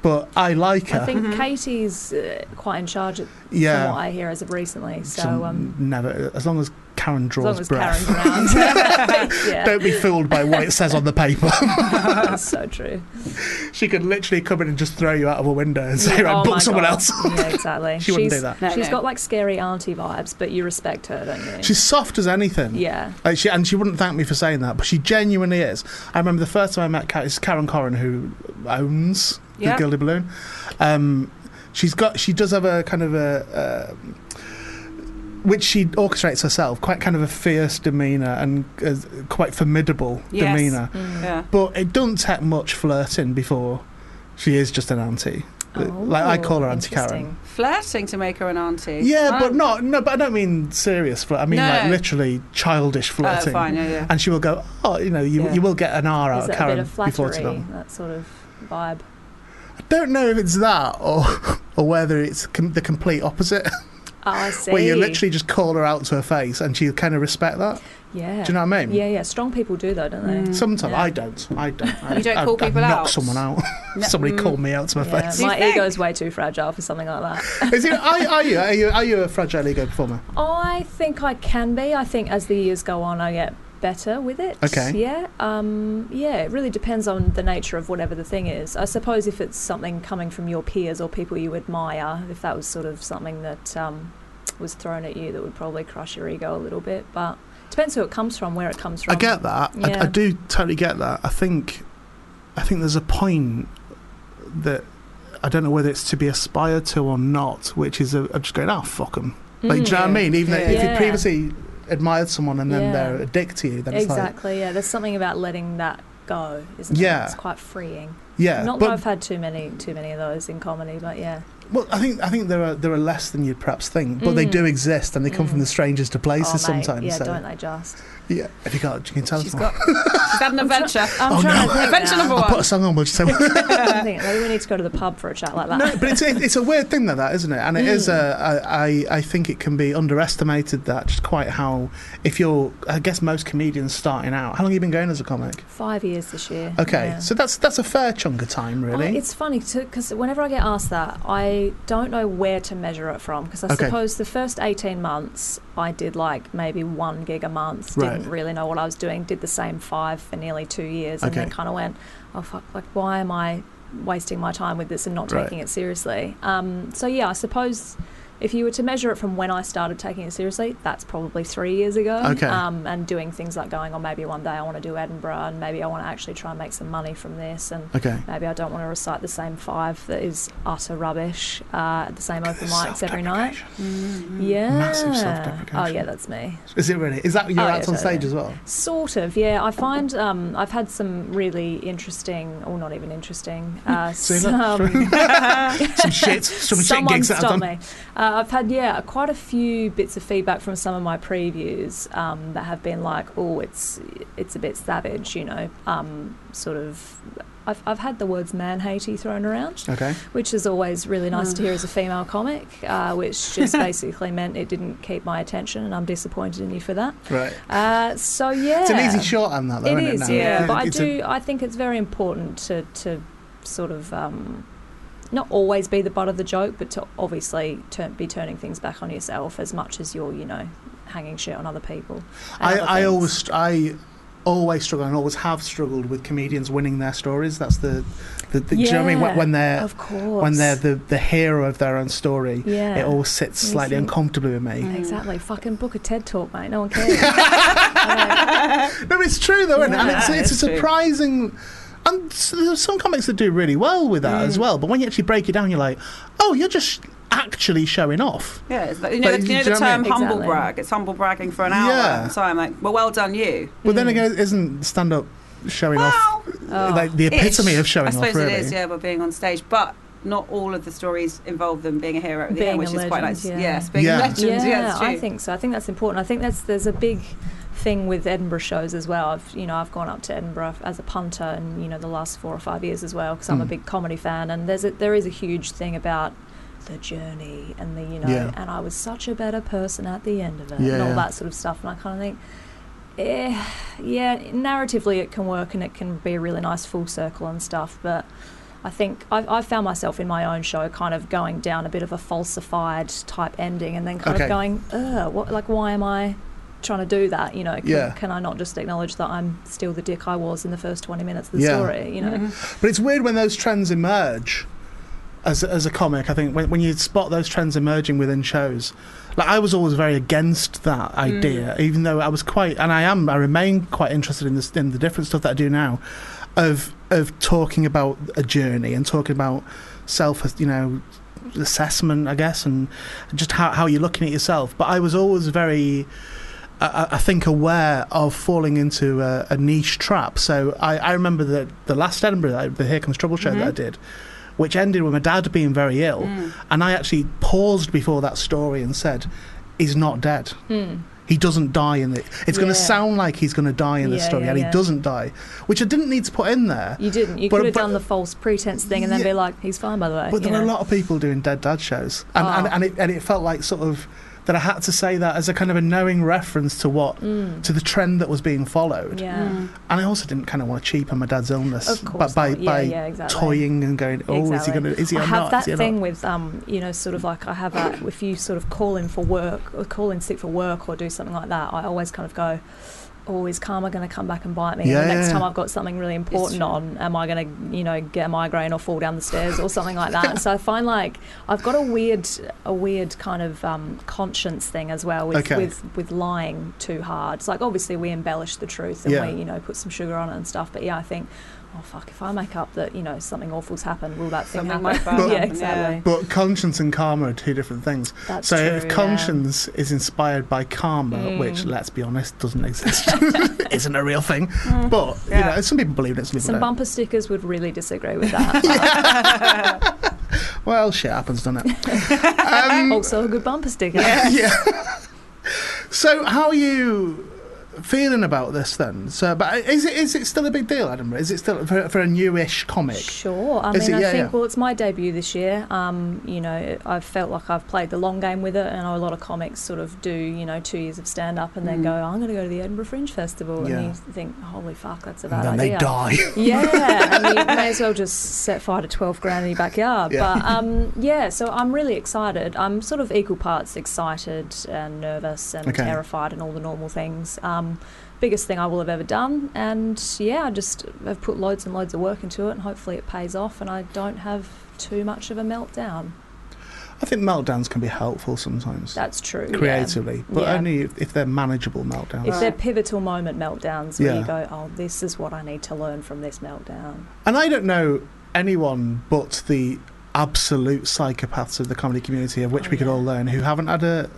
Speaker 3: but I like her.
Speaker 8: I think
Speaker 4: Mhm.
Speaker 8: Katie's uh, quite in charge, of,
Speaker 3: yeah.
Speaker 8: from what I hear, as of recently.
Speaker 3: Some-
Speaker 8: So um,
Speaker 3: never as long as Karen
Speaker 8: as long
Speaker 3: draws
Speaker 8: as
Speaker 3: breath.
Speaker 8: Karen's around, yeah,
Speaker 3: Don't be fooled by what it says on the paper.
Speaker 8: that's so true.
Speaker 3: she could literally come in and just throw you out of a window and say,
Speaker 8: Yeah,
Speaker 3: right,
Speaker 8: oh
Speaker 3: book
Speaker 8: my
Speaker 3: someone
Speaker 8: God.
Speaker 3: else.
Speaker 8: Yeah, exactly.
Speaker 3: She wouldn't
Speaker 8: She's-
Speaker 3: do that.
Speaker 4: No,
Speaker 8: She's
Speaker 4: no.
Speaker 8: got like scary auntie vibes, but you respect her, don't you?
Speaker 3: She's soft as anything.
Speaker 8: yeah.
Speaker 3: Like she, and she wouldn't thank me for saying that, but she genuinely is. I remember the first time I met Karen, it's Karen Corrin who owns
Speaker 4: Yeah.
Speaker 3: the Gilded Balloon. Um, she's got, she does have a kind of a. Uh, which she orchestrates herself, quite kind of a fierce demeanour and uh, quite formidable
Speaker 4: Yes.
Speaker 3: demeanour.
Speaker 4: Yeah.
Speaker 3: But it doesn't take much flirting before she is just an auntie. Uh,
Speaker 4: Oh,
Speaker 3: Like I call her
Speaker 8: Oh,
Speaker 3: Auntie Karen.
Speaker 4: Flirting to make her an auntie. Oh,
Speaker 3: Yeah, but
Speaker 4: I don't-
Speaker 3: not no, but I don't mean serious flirt. I mean
Speaker 4: No.
Speaker 3: like literally childish
Speaker 4: Oh,
Speaker 3: flirting.
Speaker 4: fine, yeah, yeah.
Speaker 3: And she will go, oh, you know, you,
Speaker 4: Yeah.
Speaker 3: you will get an R out
Speaker 8: Is it
Speaker 3: of
Speaker 8: a bit
Speaker 3: Karen
Speaker 8: of
Speaker 3: before
Speaker 8: flattery,
Speaker 3: too long.
Speaker 8: that sort of vibe?
Speaker 3: I don't know if it's that or or whether it's com- the complete opposite,
Speaker 8: Oh, I see.
Speaker 3: where you literally just call her out to her face and she'll kind of respect that.
Speaker 8: yeah.
Speaker 3: Do you know what I mean? Mm.
Speaker 8: Yeah, yeah. Strong people do though, don't they?
Speaker 3: Sometimes
Speaker 8: Yeah.
Speaker 3: I don't. I don't. I,
Speaker 4: You don't
Speaker 3: I,
Speaker 4: call
Speaker 3: I
Speaker 4: people
Speaker 3: knock
Speaker 4: out?
Speaker 3: someone out.
Speaker 4: No.
Speaker 3: Somebody
Speaker 4: Mm.
Speaker 3: called me out to my
Speaker 8: Yeah,
Speaker 3: face.
Speaker 4: Do you
Speaker 8: my
Speaker 4: think?
Speaker 8: ego's way too fragile for something like that.
Speaker 3: Is it, are, are you? Are you? Are you a fragile ego performer?
Speaker 8: I think I can be. I think as the years go on, I get better with it.
Speaker 3: Okay.
Speaker 8: Yeah. Um, yeah. It really depends on the nature of whatever the thing is. I suppose if it's something coming from your peers or people you admire, if that was sort of something that um, was thrown at you, that would probably crush your ego a little bit. But depends who it comes from, where it comes from.
Speaker 3: I get that. I, I
Speaker 8: Yeah.
Speaker 3: do totally get that. I think, I think there's a point that I don't know whether it's to be aspired to or not, which is uh, I'm just going, oh fuck them. Like, do you know what I
Speaker 4: Yeah.
Speaker 3: mean? Even though if you
Speaker 8: Mm. Yeah.
Speaker 3: previously admired someone and then
Speaker 8: Yeah.
Speaker 3: they're a dick to you, then it's
Speaker 8: Exactly. Yeah. There's something about letting that go, isn't there?
Speaker 3: Yeah.
Speaker 8: It's quite freeing.
Speaker 3: like, yeah.
Speaker 8: Not that
Speaker 3: but
Speaker 8: I've had too many, too many of those in comedy, but yeah.
Speaker 3: well, I think I think there are there are less than you'd perhaps think, but they
Speaker 8: Mm.
Speaker 3: do exist, and they come from
Speaker 8: Mm.
Speaker 3: the strangest to places
Speaker 8: oh, mate,
Speaker 3: sometimes.
Speaker 8: Yeah.
Speaker 3: so.
Speaker 8: Don't they just?
Speaker 3: Yeah, if you got, you can tell
Speaker 4: She's
Speaker 3: us.
Speaker 4: got. She's had an adventure.
Speaker 8: I'm
Speaker 3: Oh,
Speaker 8: trying
Speaker 3: no.
Speaker 8: to think
Speaker 4: Adventure
Speaker 8: now.
Speaker 4: number
Speaker 3: I'll
Speaker 4: one.
Speaker 3: put a song on, we'll just say.
Speaker 8: I think maybe we need to go to the pub for a chat like that.
Speaker 3: No, but it's it, it's a weird thing though, that isn't it? And it is.
Speaker 8: Mm.
Speaker 3: Uh, I I I think it can be underestimated that just quite how if you're I guess most comedians starting out. How long have you been going as a comic?
Speaker 8: Five years this year.
Speaker 3: Okay,
Speaker 8: yeah.
Speaker 3: so that's that's a fair chunk of time,
Speaker 8: I-
Speaker 3: really.
Speaker 8: it's funny too because whenever I get asked that, I don't know where to measure it from because I
Speaker 3: Okay.
Speaker 8: suppose the first 18 months I did like maybe one gig a month,
Speaker 3: Right.
Speaker 8: didn't really know what I was doing, did the same five for nearly two years, and then
Speaker 3: Okay.
Speaker 8: kind of went, oh fuck, like why am I wasting my time with this and not
Speaker 3: Right.
Speaker 8: taking it seriously? Um, so yeah, I suppose. If you were to measure it from when I started taking it seriously, that's probably three years ago.
Speaker 3: Okay.
Speaker 8: Um, and doing things like going, oh, maybe one day I want to do Edinburgh and maybe I want to actually try and make some money from this. And
Speaker 3: okay.
Speaker 8: Maybe I don't want to recite the same five that is utter rubbish uh, at the same open mics every night. Mm. Yeah.
Speaker 3: Massive
Speaker 8: Oh,
Speaker 3: self-deprecation.
Speaker 8: yeah, that's me.
Speaker 3: Is it really? Is that your
Speaker 8: Oh,
Speaker 3: act
Speaker 8: yeah,
Speaker 3: on stage
Speaker 8: totally.
Speaker 3: as well?
Speaker 8: Sort of, yeah. I find um, I've had some really interesting, or not even interesting, uh,
Speaker 3: See, look,
Speaker 8: some,
Speaker 3: Some shit. Some shit
Speaker 8: someone
Speaker 3: gigs that I've
Speaker 8: stop
Speaker 3: done.
Speaker 8: me. Uh, I've had, yeah, quite a few bits of feedback from some of my previews um, that have been like, oh, it's it's a bit savage, you know, um, sort of. I've, I've had the words man hatey thrown around.
Speaker 3: Okay.
Speaker 8: which is always really nice to hear as a female comic, uh, which just basically meant it didn't keep my attention, and I'm disappointed in you for that.
Speaker 3: Right.
Speaker 8: Uh, so yeah,
Speaker 3: It's an easy shorthand that though,
Speaker 8: It
Speaker 3: isn't
Speaker 8: is,
Speaker 3: it? now?
Speaker 8: yeah.
Speaker 3: It's-
Speaker 8: But I
Speaker 3: it's a-
Speaker 8: do, I think it's very important to to sort of. Um, not always be the butt of the joke, but to obviously turn, be turning things back on yourself as much as you're, you know, hanging shit on other people. and
Speaker 3: I,
Speaker 8: other
Speaker 3: I
Speaker 8: things.
Speaker 3: always str- I always struggle and always have struggled with comedians winning their stories. That's the, the, the do you know what I mean? When-
Speaker 8: Yeah,
Speaker 3: When they're
Speaker 8: of course,
Speaker 3: when they're the, the hero of their own story,
Speaker 8: yeah,
Speaker 3: it always sits
Speaker 8: Me
Speaker 3: slightly
Speaker 8: too.
Speaker 3: uncomfortably with me.
Speaker 8: exactly. Fucking book a TED talk, mate. No one cares.
Speaker 3: No, it's true though, isn't it? and
Speaker 4: Yeah,
Speaker 3: it's, it's a
Speaker 4: it's true.
Speaker 3: surprising. And s- there's some comics that do really well with that
Speaker 4: Mm.
Speaker 3: as well. But when you actually break it down, you're like, oh, you're just actually showing off.
Speaker 4: Yeah, it's like, you know,
Speaker 3: But
Speaker 4: the,
Speaker 3: you-
Speaker 4: you
Speaker 3: do
Speaker 4: know the
Speaker 3: you know what I
Speaker 4: term
Speaker 3: mean?
Speaker 4: humble
Speaker 8: Exactly.
Speaker 4: brag. It's humble bragging for an hour.
Speaker 3: Yeah.
Speaker 4: So I'm like, well, well done you.
Speaker 3: But then again, isn't stand up showing off
Speaker 4: Mm. Well,
Speaker 8: Oh.
Speaker 3: like the epitome
Speaker 4: ish.
Speaker 3: of showing
Speaker 4: I suppose
Speaker 3: off? Really,
Speaker 4: it is. Yeah, by being on stage, but not all of the stories involve them being a hero at the
Speaker 8: Being
Speaker 4: end, which
Speaker 8: a
Speaker 4: is quite nice.
Speaker 8: legend, yeah.
Speaker 4: Yes, being
Speaker 3: Yeah.
Speaker 4: a legend. Yeah, it's true.
Speaker 8: I think so. I think that's important. I think that's there's a big thing with Edinburgh shows as well. I've you know I've gone up to Edinburgh as a punter, and you know the last four or five years as well because I'm a
Speaker 4: Hmm.
Speaker 3: Mm.
Speaker 8: big comedy fan, and there's a, there is a huge thing about the journey and the you know
Speaker 3: Yeah.
Speaker 8: and I was such a better person at the end of it
Speaker 3: Yeah,
Speaker 8: and all
Speaker 3: yeah.
Speaker 8: that sort of stuff, and I kind of think. Eh, yeah, narratively it can work and it can be a really nice full circle and stuff, but I think I've, I've found myself in my own show kind of going down a bit of a falsified type ending and then kind
Speaker 3: Okay.
Speaker 8: of going, ugh, what, like, why am I trying to do that? You know, can,
Speaker 3: Yeah.
Speaker 8: can I not just acknowledge that I'm still the dick I was in the first 20 minutes of the
Speaker 3: Yeah.
Speaker 8: story? You know,
Speaker 4: Mm.
Speaker 3: But it's weird when those trends emerge. As a, as a comic, I think when, when you spot those trends emerging within shows, like I was always very against that idea, even though I was quite, and I am, I remain quite interested in this, in the different stuff that I do now, of of talking about a journey and talking about self, you know, assessment, I guess, and just how, how you're looking at yourself. But I was always very, I, I- I think, aware of falling into a, a niche trap. So I, I remember the, the last Edinburgh, like, the Here Comes Trouble show
Speaker 8: Mm-hmm.
Speaker 3: that I
Speaker 4: Mhm.
Speaker 3: did, which ended with my dad being very ill.
Speaker 4: Mm.
Speaker 3: And I actually paused before that story and said, He's not dead.
Speaker 8: Mm.
Speaker 3: He doesn't die in the. It's going
Speaker 8: Yeah.
Speaker 3: to sound like he's going to die in this
Speaker 8: Yeah,
Speaker 3: story,
Speaker 8: yeah,
Speaker 3: and
Speaker 8: yeah.
Speaker 3: he doesn't die, which I didn't need to put in there.
Speaker 8: You didn't. You
Speaker 3: But-
Speaker 8: could have
Speaker 3: but-
Speaker 8: done the false pretense thing and then
Speaker 3: Yeah.
Speaker 8: be like, he's fine, by the way.
Speaker 3: But
Speaker 8: you
Speaker 3: there were a
Speaker 8: know.
Speaker 3: lot of people doing dead dad shows, and, and,
Speaker 8: Uh, Oh.
Speaker 3: and, it, and it felt like sort of that I had to say that as a kind of a knowing reference to what
Speaker 8: Mm.
Speaker 3: to the trend that was being followed.
Speaker 8: Yeah.
Speaker 4: Mm.
Speaker 3: And I also didn't kind of want to cheapen my dad's illness,
Speaker 8: Of
Speaker 3: but
Speaker 8: course.
Speaker 3: by
Speaker 8: not. Yeah,
Speaker 3: by
Speaker 8: yeah, exactly.
Speaker 3: toying and going, oh, is he
Speaker 8: Exactly.
Speaker 3: going to? Is he
Speaker 8: I
Speaker 3: or
Speaker 8: have
Speaker 3: not?
Speaker 8: that
Speaker 3: is he not?"
Speaker 8: thing with, um, you know, sort of like I have a, if you sort of call in for work or call in sick for work or do something like that, I always kind of go, oh, is karma going to come back and bite me?
Speaker 3: Yeah,
Speaker 8: and the next
Speaker 3: yeah.
Speaker 8: time I've got something really important
Speaker 4: true.
Speaker 8: on, am I going to, you know, get a migraine or fall down the stairs or something like that? so I find like I've got a weird, a weird kind of um, conscience thing as well with,
Speaker 3: Okay.
Speaker 8: with, with lying too hard. It's like obviously we embellish the truth and
Speaker 3: Yeah.
Speaker 8: we, you know, put some sugar on it and stuff. But yeah, I think oh fuck, if I make up that you know something awful's happened, will that thing
Speaker 4: Something
Speaker 8: happen?
Speaker 4: like that
Speaker 8: yeah,
Speaker 4: happen,
Speaker 8: exactly.
Speaker 3: But conscience and karma are two different things.
Speaker 8: That's
Speaker 3: so
Speaker 8: true,
Speaker 3: if
Speaker 8: yeah.
Speaker 3: conscience is inspired by karma,
Speaker 8: Mm.
Speaker 3: which let's be honest, doesn't exist, isn't a real thing. But
Speaker 4: Yeah.
Speaker 3: you know, some people believe it, some people
Speaker 8: Some
Speaker 3: don't.
Speaker 8: bumper stickers would really disagree with that.
Speaker 4: Mm.
Speaker 3: well, shit happens, doesn't it? Um,
Speaker 8: also, a good bumper sticker.
Speaker 3: yeah. so how are you feeling about this then? So, but is it is it still a big deal, Edinburgh? Is it still for, for a newish comic?
Speaker 8: Sure. I
Speaker 3: Is
Speaker 8: mean,
Speaker 3: it- yeah,
Speaker 8: I think
Speaker 3: yeah.
Speaker 8: well, it's my debut this year. Um, you know, I've felt like I've played the long game with it, and I know a lot of comics sort of do you know two years of stand up and then
Speaker 4: Mm.
Speaker 8: go, I'm going to go to the Edinburgh Fringe Festival,
Speaker 3: Yeah.
Speaker 8: and you think, holy fuck, that's a
Speaker 3: And
Speaker 8: bad
Speaker 3: then
Speaker 8: idea.
Speaker 3: they die.
Speaker 8: Yeah, and you may as well just set fire to 12 grand in your backyard.
Speaker 3: Yeah.
Speaker 8: But um, yeah, so I'm really excited. I'm sort of equal parts excited and nervous and
Speaker 3: Okay.
Speaker 8: terrified and all the normal things. Um, biggest thing I will have ever done. And yeah, I just have put loads and loads of work into it and hopefully it pays off and I don't have too much of a meltdown.
Speaker 3: I think meltdowns can be helpful sometimes
Speaker 8: That's true. yeah.
Speaker 3: creatively, but
Speaker 8: Yeah.
Speaker 3: only if, if they're manageable meltdowns.
Speaker 8: If they're pivotal moment meltdowns where you
Speaker 3: Yeah.
Speaker 8: go, oh, this is what I need to learn from this meltdown.
Speaker 3: And I don't know anyone but the absolute psychopaths of the comedy community, of which
Speaker 8: Oh,
Speaker 3: we could
Speaker 8: yeah.
Speaker 3: all learn, who haven't had a.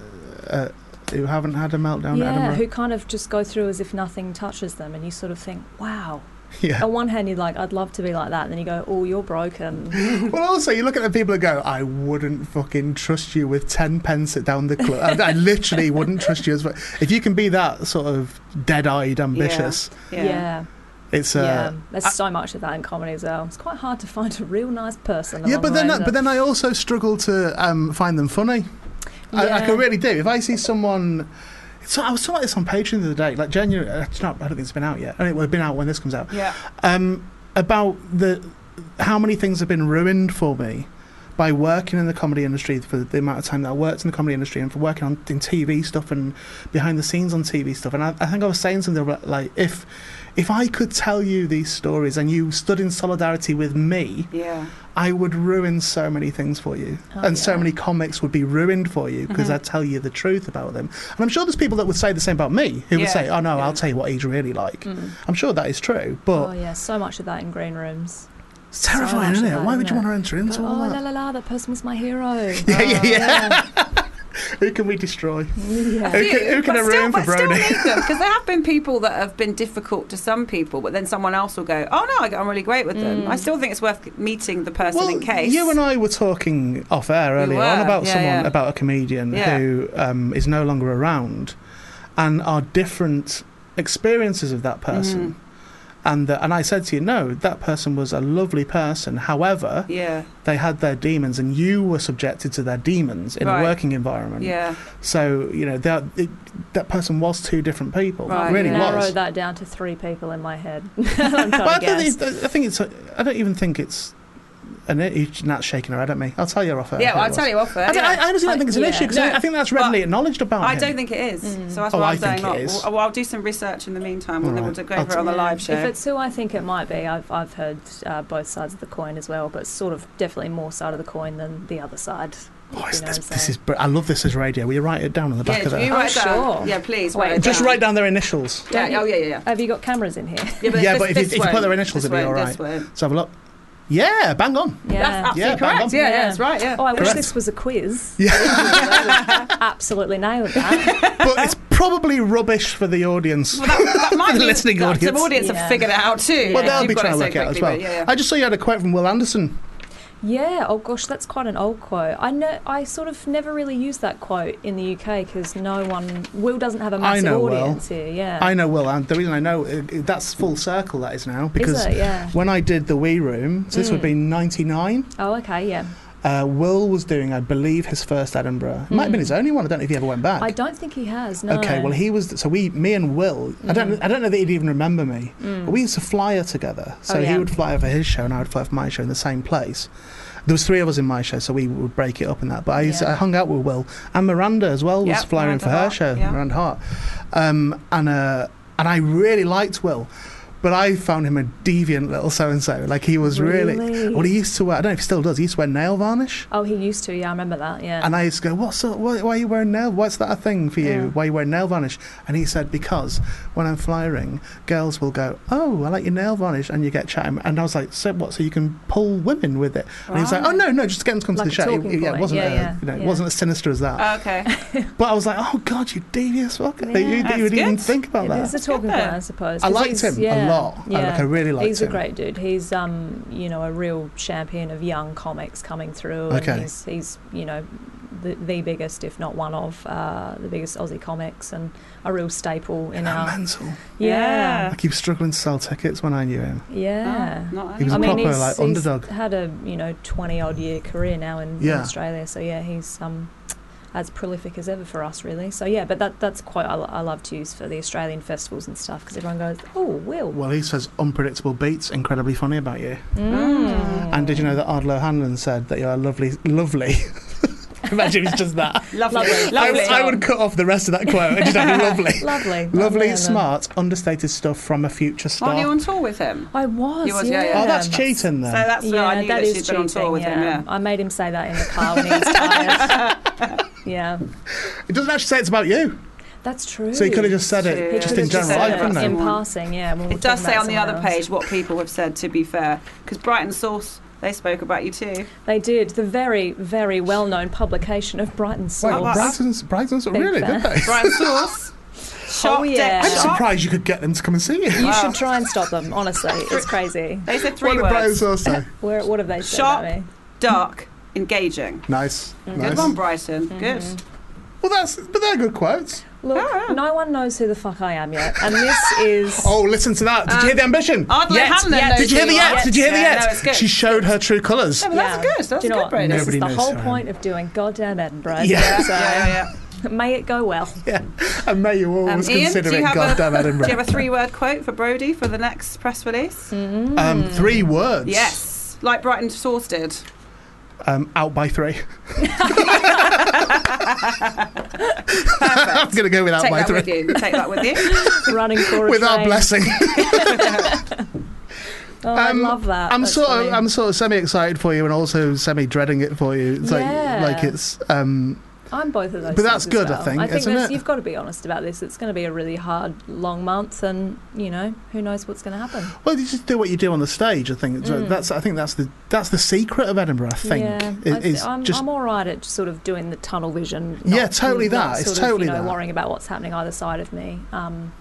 Speaker 3: Uh, who haven't had a meltdown
Speaker 8: yeah,
Speaker 3: at Edinburgh?
Speaker 8: who kind of just go through as if nothing touches them, and you sort of think, wow.
Speaker 3: yeah.
Speaker 8: On one hand, you're like, I'd love to be like that, and then you go, oh, you're broken.
Speaker 3: Well, also, you look at the people and go, I wouldn't fucking trust you with 10 pence at down the club. I, I literally wouldn't trust you as well. If you can be that sort of dead eyed, ambitious,
Speaker 8: Yeah,
Speaker 4: Yeah.
Speaker 8: yeah.
Speaker 3: it's a. Uh,
Speaker 8: There's so much of that in comedy as well. It's quite hard to find a real nice person.
Speaker 3: yeah,
Speaker 8: along
Speaker 3: but
Speaker 8: the
Speaker 3: then,
Speaker 8: way,
Speaker 3: I,
Speaker 8: isn't
Speaker 3: but
Speaker 8: it?
Speaker 3: then I also struggle to um, find them funny. I, I can
Speaker 8: Yeah.
Speaker 3: really do. If I see someone, so I was talking about this on Patreon the other day. Like genuinely, it's not. I don't think it's been out yet. I mean, it would have been out when this comes out.
Speaker 4: Yeah.
Speaker 3: Um, about the how many things have been ruined for me by working in the comedy industry for the amount of time that I worked in the comedy industry and for working on in TV stuff and behind the scenes on TV stuff. And I, I think I was saying something about like if if I could tell you these stories and you stood in solidarity with me,
Speaker 4: Yeah.
Speaker 3: I would ruin so many things for you,
Speaker 8: Oh,
Speaker 3: and so
Speaker 8: yeah. Mm-hmm.
Speaker 3: many comics would be ruined for you because
Speaker 4: Mhm.
Speaker 3: I tell you the truth about them. And I'm sure there's people that would say the same about me, who would
Speaker 4: Yeah,
Speaker 3: say, "Oh no,
Speaker 4: yeah.
Speaker 3: I'll tell you what he's really like."
Speaker 8: Mm.
Speaker 3: I'm sure that is true, but
Speaker 8: oh, yeah, so much of that in green rooms.
Speaker 3: it's terrifying,
Speaker 8: so much
Speaker 3: isn't
Speaker 8: of
Speaker 3: it?
Speaker 8: that,
Speaker 3: Why would you
Speaker 8: isn't
Speaker 3: want to enter
Speaker 8: Go,
Speaker 3: into
Speaker 8: oh,
Speaker 3: all
Speaker 8: la
Speaker 3: that?
Speaker 8: la la, that person was my hero.
Speaker 3: Yeah, yeah,
Speaker 8: Oh,
Speaker 3: yeah. Who can we destroy?
Speaker 8: yeah.
Speaker 3: Who can, who can
Speaker 4: but
Speaker 3: I
Speaker 4: still,
Speaker 3: ruin for
Speaker 4: but still
Speaker 3: Brody?
Speaker 4: need them because there have been people that have been difficult to some people, but then someone else will go, "Oh no, I get on really great with them." I still think it's worth meeting the person in case.
Speaker 3: Mm. you and I were talking off air
Speaker 4: We
Speaker 3: earlier
Speaker 4: were,
Speaker 3: on about
Speaker 4: yeah,
Speaker 3: someone,
Speaker 4: yeah.
Speaker 3: about a comedian
Speaker 4: Yeah.
Speaker 3: who um, is no longer around, and our different experiences of that person.
Speaker 4: Mm-hmm.
Speaker 3: And the, and I said to you, no, that person was a lovely person. However,
Speaker 4: yeah,
Speaker 3: they had their demons, and you were subjected to their demons in
Speaker 4: Right.
Speaker 3: a working environment.
Speaker 4: yeah,
Speaker 3: So you know that it, that person was two different people.
Speaker 4: Right,
Speaker 3: It really
Speaker 4: yeah.
Speaker 8: narrowed
Speaker 3: was.
Speaker 8: that down to three people in my head. I'm trying to
Speaker 3: But I,
Speaker 8: guess.
Speaker 3: think it's, I think it's. I don't even think it's. And it, Nat's shaking her head at me. I'll tell you off air.
Speaker 4: yeah.
Speaker 3: who
Speaker 4: Well,
Speaker 3: it
Speaker 4: I'll
Speaker 3: was.
Speaker 4: tell you off
Speaker 3: I,
Speaker 4: there.
Speaker 3: don't, I honestly don't think it's an
Speaker 8: I-
Speaker 3: issue 'cause
Speaker 4: yeah.
Speaker 3: I, I think that's readily acknowledged about
Speaker 4: I
Speaker 3: him.
Speaker 4: don't think it is. So that's
Speaker 3: Oh,
Speaker 4: what
Speaker 3: I
Speaker 4: I'm saying.
Speaker 3: think it
Speaker 4: Not,
Speaker 3: is.
Speaker 4: well, I'll do some research in the meantime, and then we'll
Speaker 3: Alright.
Speaker 4: do- go
Speaker 3: I'll
Speaker 4: for it on the
Speaker 8: Yeah.
Speaker 4: live show.
Speaker 8: If it's who I think it might be, I've, I've heard uh, both sides of the coin as well, but sort of definitely more side of the coin than the other side.
Speaker 3: Oh,
Speaker 8: You
Speaker 3: it's,
Speaker 8: know
Speaker 3: this,
Speaker 8: what I'm
Speaker 3: this
Speaker 8: saying?
Speaker 3: is. br- I love this as radio. Will you write it down on the back
Speaker 4: yeah,
Speaker 3: of
Speaker 4: do you
Speaker 3: there?
Speaker 8: Oh,
Speaker 4: write down?
Speaker 8: sure.
Speaker 4: Yeah, please.
Speaker 8: Wait,
Speaker 4: write it
Speaker 3: Just
Speaker 4: down.
Speaker 3: write down their initials.
Speaker 4: Yeah, oh yeah, yeah, yeah.
Speaker 8: Have you got cameras in here?
Speaker 4: Yeah,
Speaker 3: Yeah,
Speaker 4: this-
Speaker 3: but if you-
Speaker 4: this
Speaker 3: if you put
Speaker 4: won't.
Speaker 3: their initials,
Speaker 4: This
Speaker 3: it'd be
Speaker 4: won't,
Speaker 3: all
Speaker 4: this won't.
Speaker 3: So have a look. Yeah, bang on.
Speaker 8: Yeah.
Speaker 4: That's absolutely
Speaker 3: Yeah, bang
Speaker 4: correct.
Speaker 3: on.
Speaker 4: Yeah, yeah,
Speaker 8: Yeah.
Speaker 4: that's right. Yeah.
Speaker 8: Oh, I wish
Speaker 3: Correct.
Speaker 8: this was a quiz.
Speaker 3: Yeah.
Speaker 8: Absolutely nailed that.
Speaker 3: But it's probably rubbish for the audience.
Speaker 4: Well, that, that might
Speaker 3: The
Speaker 4: be
Speaker 3: listening
Speaker 4: that
Speaker 3: audience.
Speaker 4: Some audience
Speaker 8: Yeah.
Speaker 4: have figured it out too.
Speaker 3: Well,
Speaker 8: Yeah.
Speaker 3: they'll
Speaker 4: You've
Speaker 3: be
Speaker 4: got
Speaker 3: trying to
Speaker 4: say
Speaker 3: work it out as
Speaker 4: quickly,
Speaker 3: well.
Speaker 4: but yeah, yeah.
Speaker 3: I just saw you had a quote from Will Anderson.
Speaker 8: Yeah. Oh gosh, that's quite an old quote. I know. I sort of never really use that quote in the UK because no one. Will doesn't have a massive
Speaker 3: know Will.
Speaker 8: audience here. Yeah.
Speaker 3: I know Will, and the reason I know it, it- that's full circle that is now because
Speaker 8: Is it? Yeah.
Speaker 3: when I did the Wii Room, so this would be '99.
Speaker 8: Oh, okay. Yeah.
Speaker 3: Uh, Will was doing, I believe, his first Edinburgh. It might have been his only one. I don't know if he ever went back.
Speaker 8: I don't think he has. No.
Speaker 3: Okay, well he was so we me and Will I don't I don't know that he'd even remember me. But we used to flyer together. So
Speaker 8: Oh, yeah.
Speaker 3: he would fly over his show and I would fly over my show in the same place. There was three of us in my show, so we would break it up in that. But I, used to,
Speaker 8: Yeah.
Speaker 3: I hung out with Will and Miranda as well was
Speaker 4: Yep,
Speaker 3: flying in for her
Speaker 4: Miranda Hart,
Speaker 3: show,
Speaker 4: yeah.
Speaker 3: Miranda Hart. Um, and uh, and I really liked Will. But I found him a deviant little so and so. Like he was really,
Speaker 8: Really?
Speaker 3: well. He used to wear. I don't know if he still does. He used to wear nail varnish.
Speaker 8: Oh, he used to. Yeah, I remember that. Yeah.
Speaker 3: And I used to go, "What's up? Why, why are you wearing nail? What's that a thing for you?
Speaker 8: Yeah.
Speaker 3: Why are you wearing nail varnish?" And he said, "Because when I'm flyering, girls will go, oh, I like your nail varnish,' and you get chatting." And I was like, "So what? So you can pull women with it?" And he was like, "Oh no, no, just get them to come
Speaker 8: Like
Speaker 3: to the
Speaker 8: a
Speaker 3: show."
Speaker 8: talking
Speaker 3: yeah, it
Speaker 8: point.
Speaker 3: wasn't,
Speaker 8: Yeah,
Speaker 3: a,
Speaker 8: yeah,
Speaker 3: you know, it
Speaker 8: yeah. Uh,
Speaker 3: wasn't as sinister as that.
Speaker 4: Oh, Okay.
Speaker 3: but I was like, "Oh God, you devious fucker!
Speaker 8: Yeah.
Speaker 3: you, you
Speaker 4: That's
Speaker 3: would even
Speaker 4: good.
Speaker 3: think about
Speaker 8: It is
Speaker 3: that."
Speaker 8: a talking point, I suppose.
Speaker 3: I
Speaker 8: 'cause
Speaker 3: liked
Speaker 8: he's-
Speaker 3: him a lot. I, like, I really liked
Speaker 8: he's
Speaker 3: him.
Speaker 8: a great dude. He's um, you know, a real champion of young comics coming through.
Speaker 3: Okay.
Speaker 8: And he's, he's you know, the, the biggest, if not one of uh, the biggest Aussie comics, and a real staple in
Speaker 3: That
Speaker 8: our
Speaker 3: mental.
Speaker 8: yeah
Speaker 3: I keep struggling to sell tickets when I knew him.
Speaker 8: yeah.
Speaker 4: Oh, not
Speaker 3: He was
Speaker 8: I
Speaker 3: a
Speaker 8: mean,
Speaker 3: proper
Speaker 8: he's,
Speaker 3: like
Speaker 8: he's
Speaker 3: underdog.
Speaker 8: had a you know twenty odd year career now in, in
Speaker 3: Yeah.
Speaker 8: Australia. So yeah, he's um as prolific as ever for us, really. So yeah, but that that's quite I, lo- I love to use for the Australian festivals and stuff because everyone goes, oh, Will.
Speaker 3: Well, he says unpredictable beats, incredibly funny about you.
Speaker 8: Mm.
Speaker 3: And did you know that Ardlo Hanlon said that you're a lovely, lovely? Imagine it's just that.
Speaker 4: lovely.
Speaker 8: Lovely.
Speaker 3: I,
Speaker 4: lovely.
Speaker 3: would- I would cut off the rest of that quote and just have lovely.
Speaker 8: Lovely.
Speaker 3: lovely,
Speaker 8: yeah, the-
Speaker 3: smart, understated stuff from a future star.
Speaker 4: Aren't Oh, you on tour with him?
Speaker 8: I was.
Speaker 4: You was,
Speaker 8: yeah,
Speaker 4: yeah, yeah.
Speaker 3: oh, that's cheating
Speaker 4: So
Speaker 3: then.
Speaker 4: that's
Speaker 8: Yeah,
Speaker 4: yeah, I knew
Speaker 8: that
Speaker 4: that,
Speaker 8: is
Speaker 4: she'd been on tour
Speaker 8: cheating,
Speaker 4: with
Speaker 8: yeah.
Speaker 4: him. Yeah.
Speaker 8: I made him say that in the car when he was tired. yeah,
Speaker 3: it doesn't actually say it's about you.
Speaker 8: that's true.
Speaker 3: So you could have just said it
Speaker 4: True.
Speaker 8: He
Speaker 3: just
Speaker 8: could
Speaker 3: in
Speaker 8: have just
Speaker 3: general.
Speaker 8: said
Speaker 3: I
Speaker 8: it
Speaker 3: couldn't
Speaker 8: in
Speaker 3: know.
Speaker 8: passing. Yeah, when we were
Speaker 4: It does
Speaker 8: talking
Speaker 4: say
Speaker 8: about
Speaker 4: on the
Speaker 8: someone
Speaker 4: other
Speaker 8: else.
Speaker 4: page what people have said. To be fair, because Brighton Source they spoke about you too.
Speaker 8: They did the very, very well-known publication of Brighton
Speaker 3: Wait,
Speaker 8: Source.
Speaker 4: Well,
Speaker 3: Brighton's, Brighton's really,
Speaker 8: Big
Speaker 3: did they?
Speaker 4: Brighton Source. Shop
Speaker 8: Oh, yeah.
Speaker 3: I'm
Speaker 4: deck shop.
Speaker 3: surprised you could get them to come and see you.
Speaker 8: You should try and stop them. Honestly, it's crazy.
Speaker 4: They said
Speaker 3: What
Speaker 4: three
Speaker 3: did Brighton
Speaker 4: words:
Speaker 3: Source say?
Speaker 8: Where, what have they said
Speaker 4: Shop.
Speaker 8: about me?
Speaker 4: dark, engaging.
Speaker 3: Nice,
Speaker 4: Mm, Good
Speaker 3: nice.
Speaker 4: one, Brighton. Good.
Speaker 8: Mm-hmm.
Speaker 3: Well, that's but they're good quotes.
Speaker 8: Look, no one knows who the fuck I am yet, and this is.
Speaker 3: Oh, listen to that! Did you hear the ambition?
Speaker 4: Ardlo
Speaker 3: Yet.
Speaker 4: Um, Hanlon knows
Speaker 3: Did you hear
Speaker 4: who
Speaker 3: the
Speaker 4: you are.
Speaker 3: yet? Did you hear the
Speaker 4: Yeah,
Speaker 3: yet?
Speaker 4: no, it's good.
Speaker 3: She showed her true colours.
Speaker 4: Yeah, but that's good. That's
Speaker 8: Do you know
Speaker 4: good,
Speaker 8: what?
Speaker 4: Brandon.
Speaker 8: This
Speaker 3: Nobody
Speaker 8: is the
Speaker 3: knows
Speaker 8: whole
Speaker 3: who I am.
Speaker 8: point of doing goddamn
Speaker 3: Yeah.
Speaker 8: Edinburgh. isn't it? So
Speaker 4: Yeah, yeah, yeah.
Speaker 8: may it go well.
Speaker 3: And may you always
Speaker 4: Um, Ian, do
Speaker 3: consider
Speaker 4: you
Speaker 3: it
Speaker 4: have
Speaker 3: goddamn
Speaker 4: a,
Speaker 3: Edinburgh.
Speaker 4: Do you have a three-word quote for Brody for the next press release?
Speaker 3: um, three words.
Speaker 4: Mm. Yes, like Brighton Source did.
Speaker 3: Um, out by three. I'm going to go with out
Speaker 4: Take
Speaker 3: by
Speaker 4: that with
Speaker 3: three.
Speaker 4: you. Take that with you.
Speaker 8: Running for a
Speaker 3: With our
Speaker 8: train.
Speaker 3: blessing.
Speaker 8: Oh, I
Speaker 3: Um,
Speaker 8: love that.
Speaker 3: I'm
Speaker 8: That's
Speaker 3: sort
Speaker 8: funny.
Speaker 3: of I'm sort of semi excited for you and also semi dreading it for you. It's
Speaker 8: Yeah.
Speaker 3: like like it's um
Speaker 8: I'm both of those.
Speaker 3: But that's
Speaker 8: things as
Speaker 3: good, I
Speaker 8: well.
Speaker 3: think,
Speaker 8: I think
Speaker 3: isn't
Speaker 8: that's-
Speaker 3: it?
Speaker 8: you've got to be honest about this. It's going to be a really hard, long month, and you know who knows what's going to happen.
Speaker 3: well you just do what you do on the stage, I think. So
Speaker 8: Mm.
Speaker 3: That's I think that's the that's the secret of Edinburgh, I think.
Speaker 8: yeah,
Speaker 3: It-
Speaker 8: I
Speaker 3: it's
Speaker 8: am
Speaker 3: just
Speaker 8: I'm all right at sort of doing the tunnel vision.
Speaker 3: Yeah, totally
Speaker 8: not
Speaker 3: that. It's
Speaker 8: sort of,
Speaker 3: totally
Speaker 8: you know,
Speaker 3: that.
Speaker 8: worrying about what's happening either side of me. Um,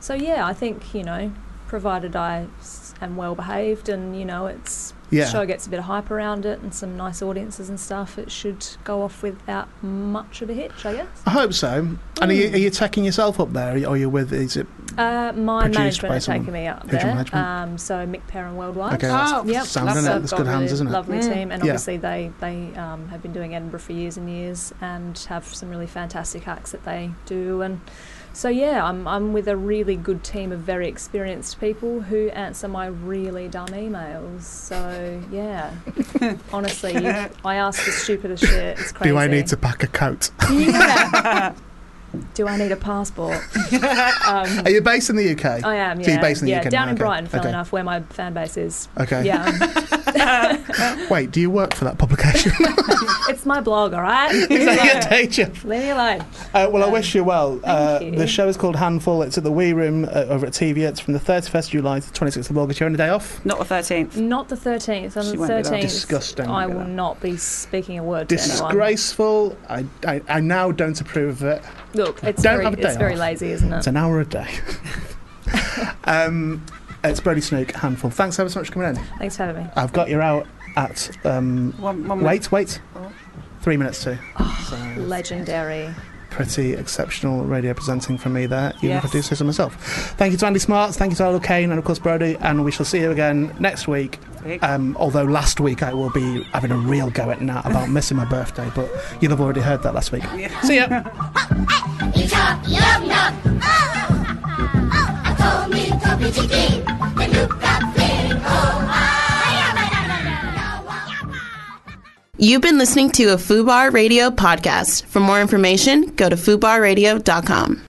Speaker 8: so yeah, I think you know, provided I s- am well behaved and you know it's
Speaker 3: Yeah.
Speaker 8: show gets a bit of hype around it and some nice audiences and stuff, it should go off without much of a hitch, I guess.
Speaker 3: I hope so. And are you,
Speaker 4: Mm.
Speaker 3: are you taking yourself up there, or you're with? Is it
Speaker 8: Uh, my
Speaker 3: Produced by
Speaker 8: management are
Speaker 3: someone.
Speaker 8: taking me up
Speaker 3: Who's your
Speaker 8: there.
Speaker 3: management?
Speaker 8: Um, so Mick Perrin Worldwide.
Speaker 3: okay?
Speaker 4: Oh,
Speaker 3: that's
Speaker 8: Yep,
Speaker 3: sound, isn't
Speaker 8: so
Speaker 3: it?
Speaker 8: I've
Speaker 3: That's
Speaker 8: got
Speaker 3: good
Speaker 8: a
Speaker 3: hands,
Speaker 8: really
Speaker 3: isn't it?
Speaker 8: Lovely
Speaker 4: Mm.
Speaker 8: team, and
Speaker 3: Yeah.
Speaker 8: obviously they they um, have been doing Edinburgh for years and years, and have some really fantastic acts that they do. And so yeah, I'm I'm with a really good team of very experienced people who answer my really dumb emails. So yeah, honestly, you, I ask the stupidest shit. It's crazy.
Speaker 3: Do I need to pack a coat?
Speaker 8: Yeah. Do I need a passport? um,
Speaker 3: Are you based in the UK?
Speaker 8: I am.
Speaker 3: So
Speaker 8: Yeah.
Speaker 3: you're based in the
Speaker 8: yeah,
Speaker 3: UK now,
Speaker 8: down in
Speaker 3: okay.
Speaker 8: Brighton, funnily
Speaker 3: Okay.
Speaker 8: enough, where my fan base is.
Speaker 3: Okay.
Speaker 8: Yeah.
Speaker 3: Wait, do you work for that publication?
Speaker 8: It's my blog, all right?
Speaker 3: Is that your
Speaker 8: So,
Speaker 3: day job?
Speaker 8: Leave me alone.
Speaker 3: Uh, well, I wish you well. Uh,
Speaker 8: you.
Speaker 3: The show is called Handful. It's at the Wee Room uh, over at TV. It's from the 31st of July to the 26th of August. You're on a day off?
Speaker 4: Not the 13th.
Speaker 8: Not the 13th. On
Speaker 4: She
Speaker 8: the
Speaker 4: won't be there.
Speaker 8: 13th,
Speaker 3: Disgusting.
Speaker 8: I will not be speaking a word to anyone.
Speaker 3: Disgraceful. I, I, I now don't approve of it.
Speaker 8: Look, it's
Speaker 3: Don't
Speaker 8: very,
Speaker 3: have a day
Speaker 8: it's very
Speaker 3: off.
Speaker 8: lazy, isn't
Speaker 3: It's
Speaker 8: it?
Speaker 3: an hour a day. um, it's Brody Snook, Handful. Thanks ever so much for coming in.
Speaker 8: Thanks for having me.
Speaker 3: I've got you out at. Um,
Speaker 4: One, one minute.
Speaker 3: wait, wait.
Speaker 4: Oh.
Speaker 3: Three minutes to.
Speaker 8: Oh, Legendary.
Speaker 3: pretty exceptional radio presenting from me there, even
Speaker 4: Yes.
Speaker 3: if I do so so myself. Thank you to Andy Smarts, thank you to Arlo Kane, and of course Brody, and we shall see you again next week.
Speaker 4: Week.
Speaker 3: Um, although last week I will be having a real go at Nat about missing my birthday, but you'll have already heard that last week. See ya!
Speaker 5: Yum, yum, yum. Oh, I told me to chicken, then you got flipped. Oh,
Speaker 1: You've been listening to a FUBAR Radio podcast. For more information, go to FUBARradio.com.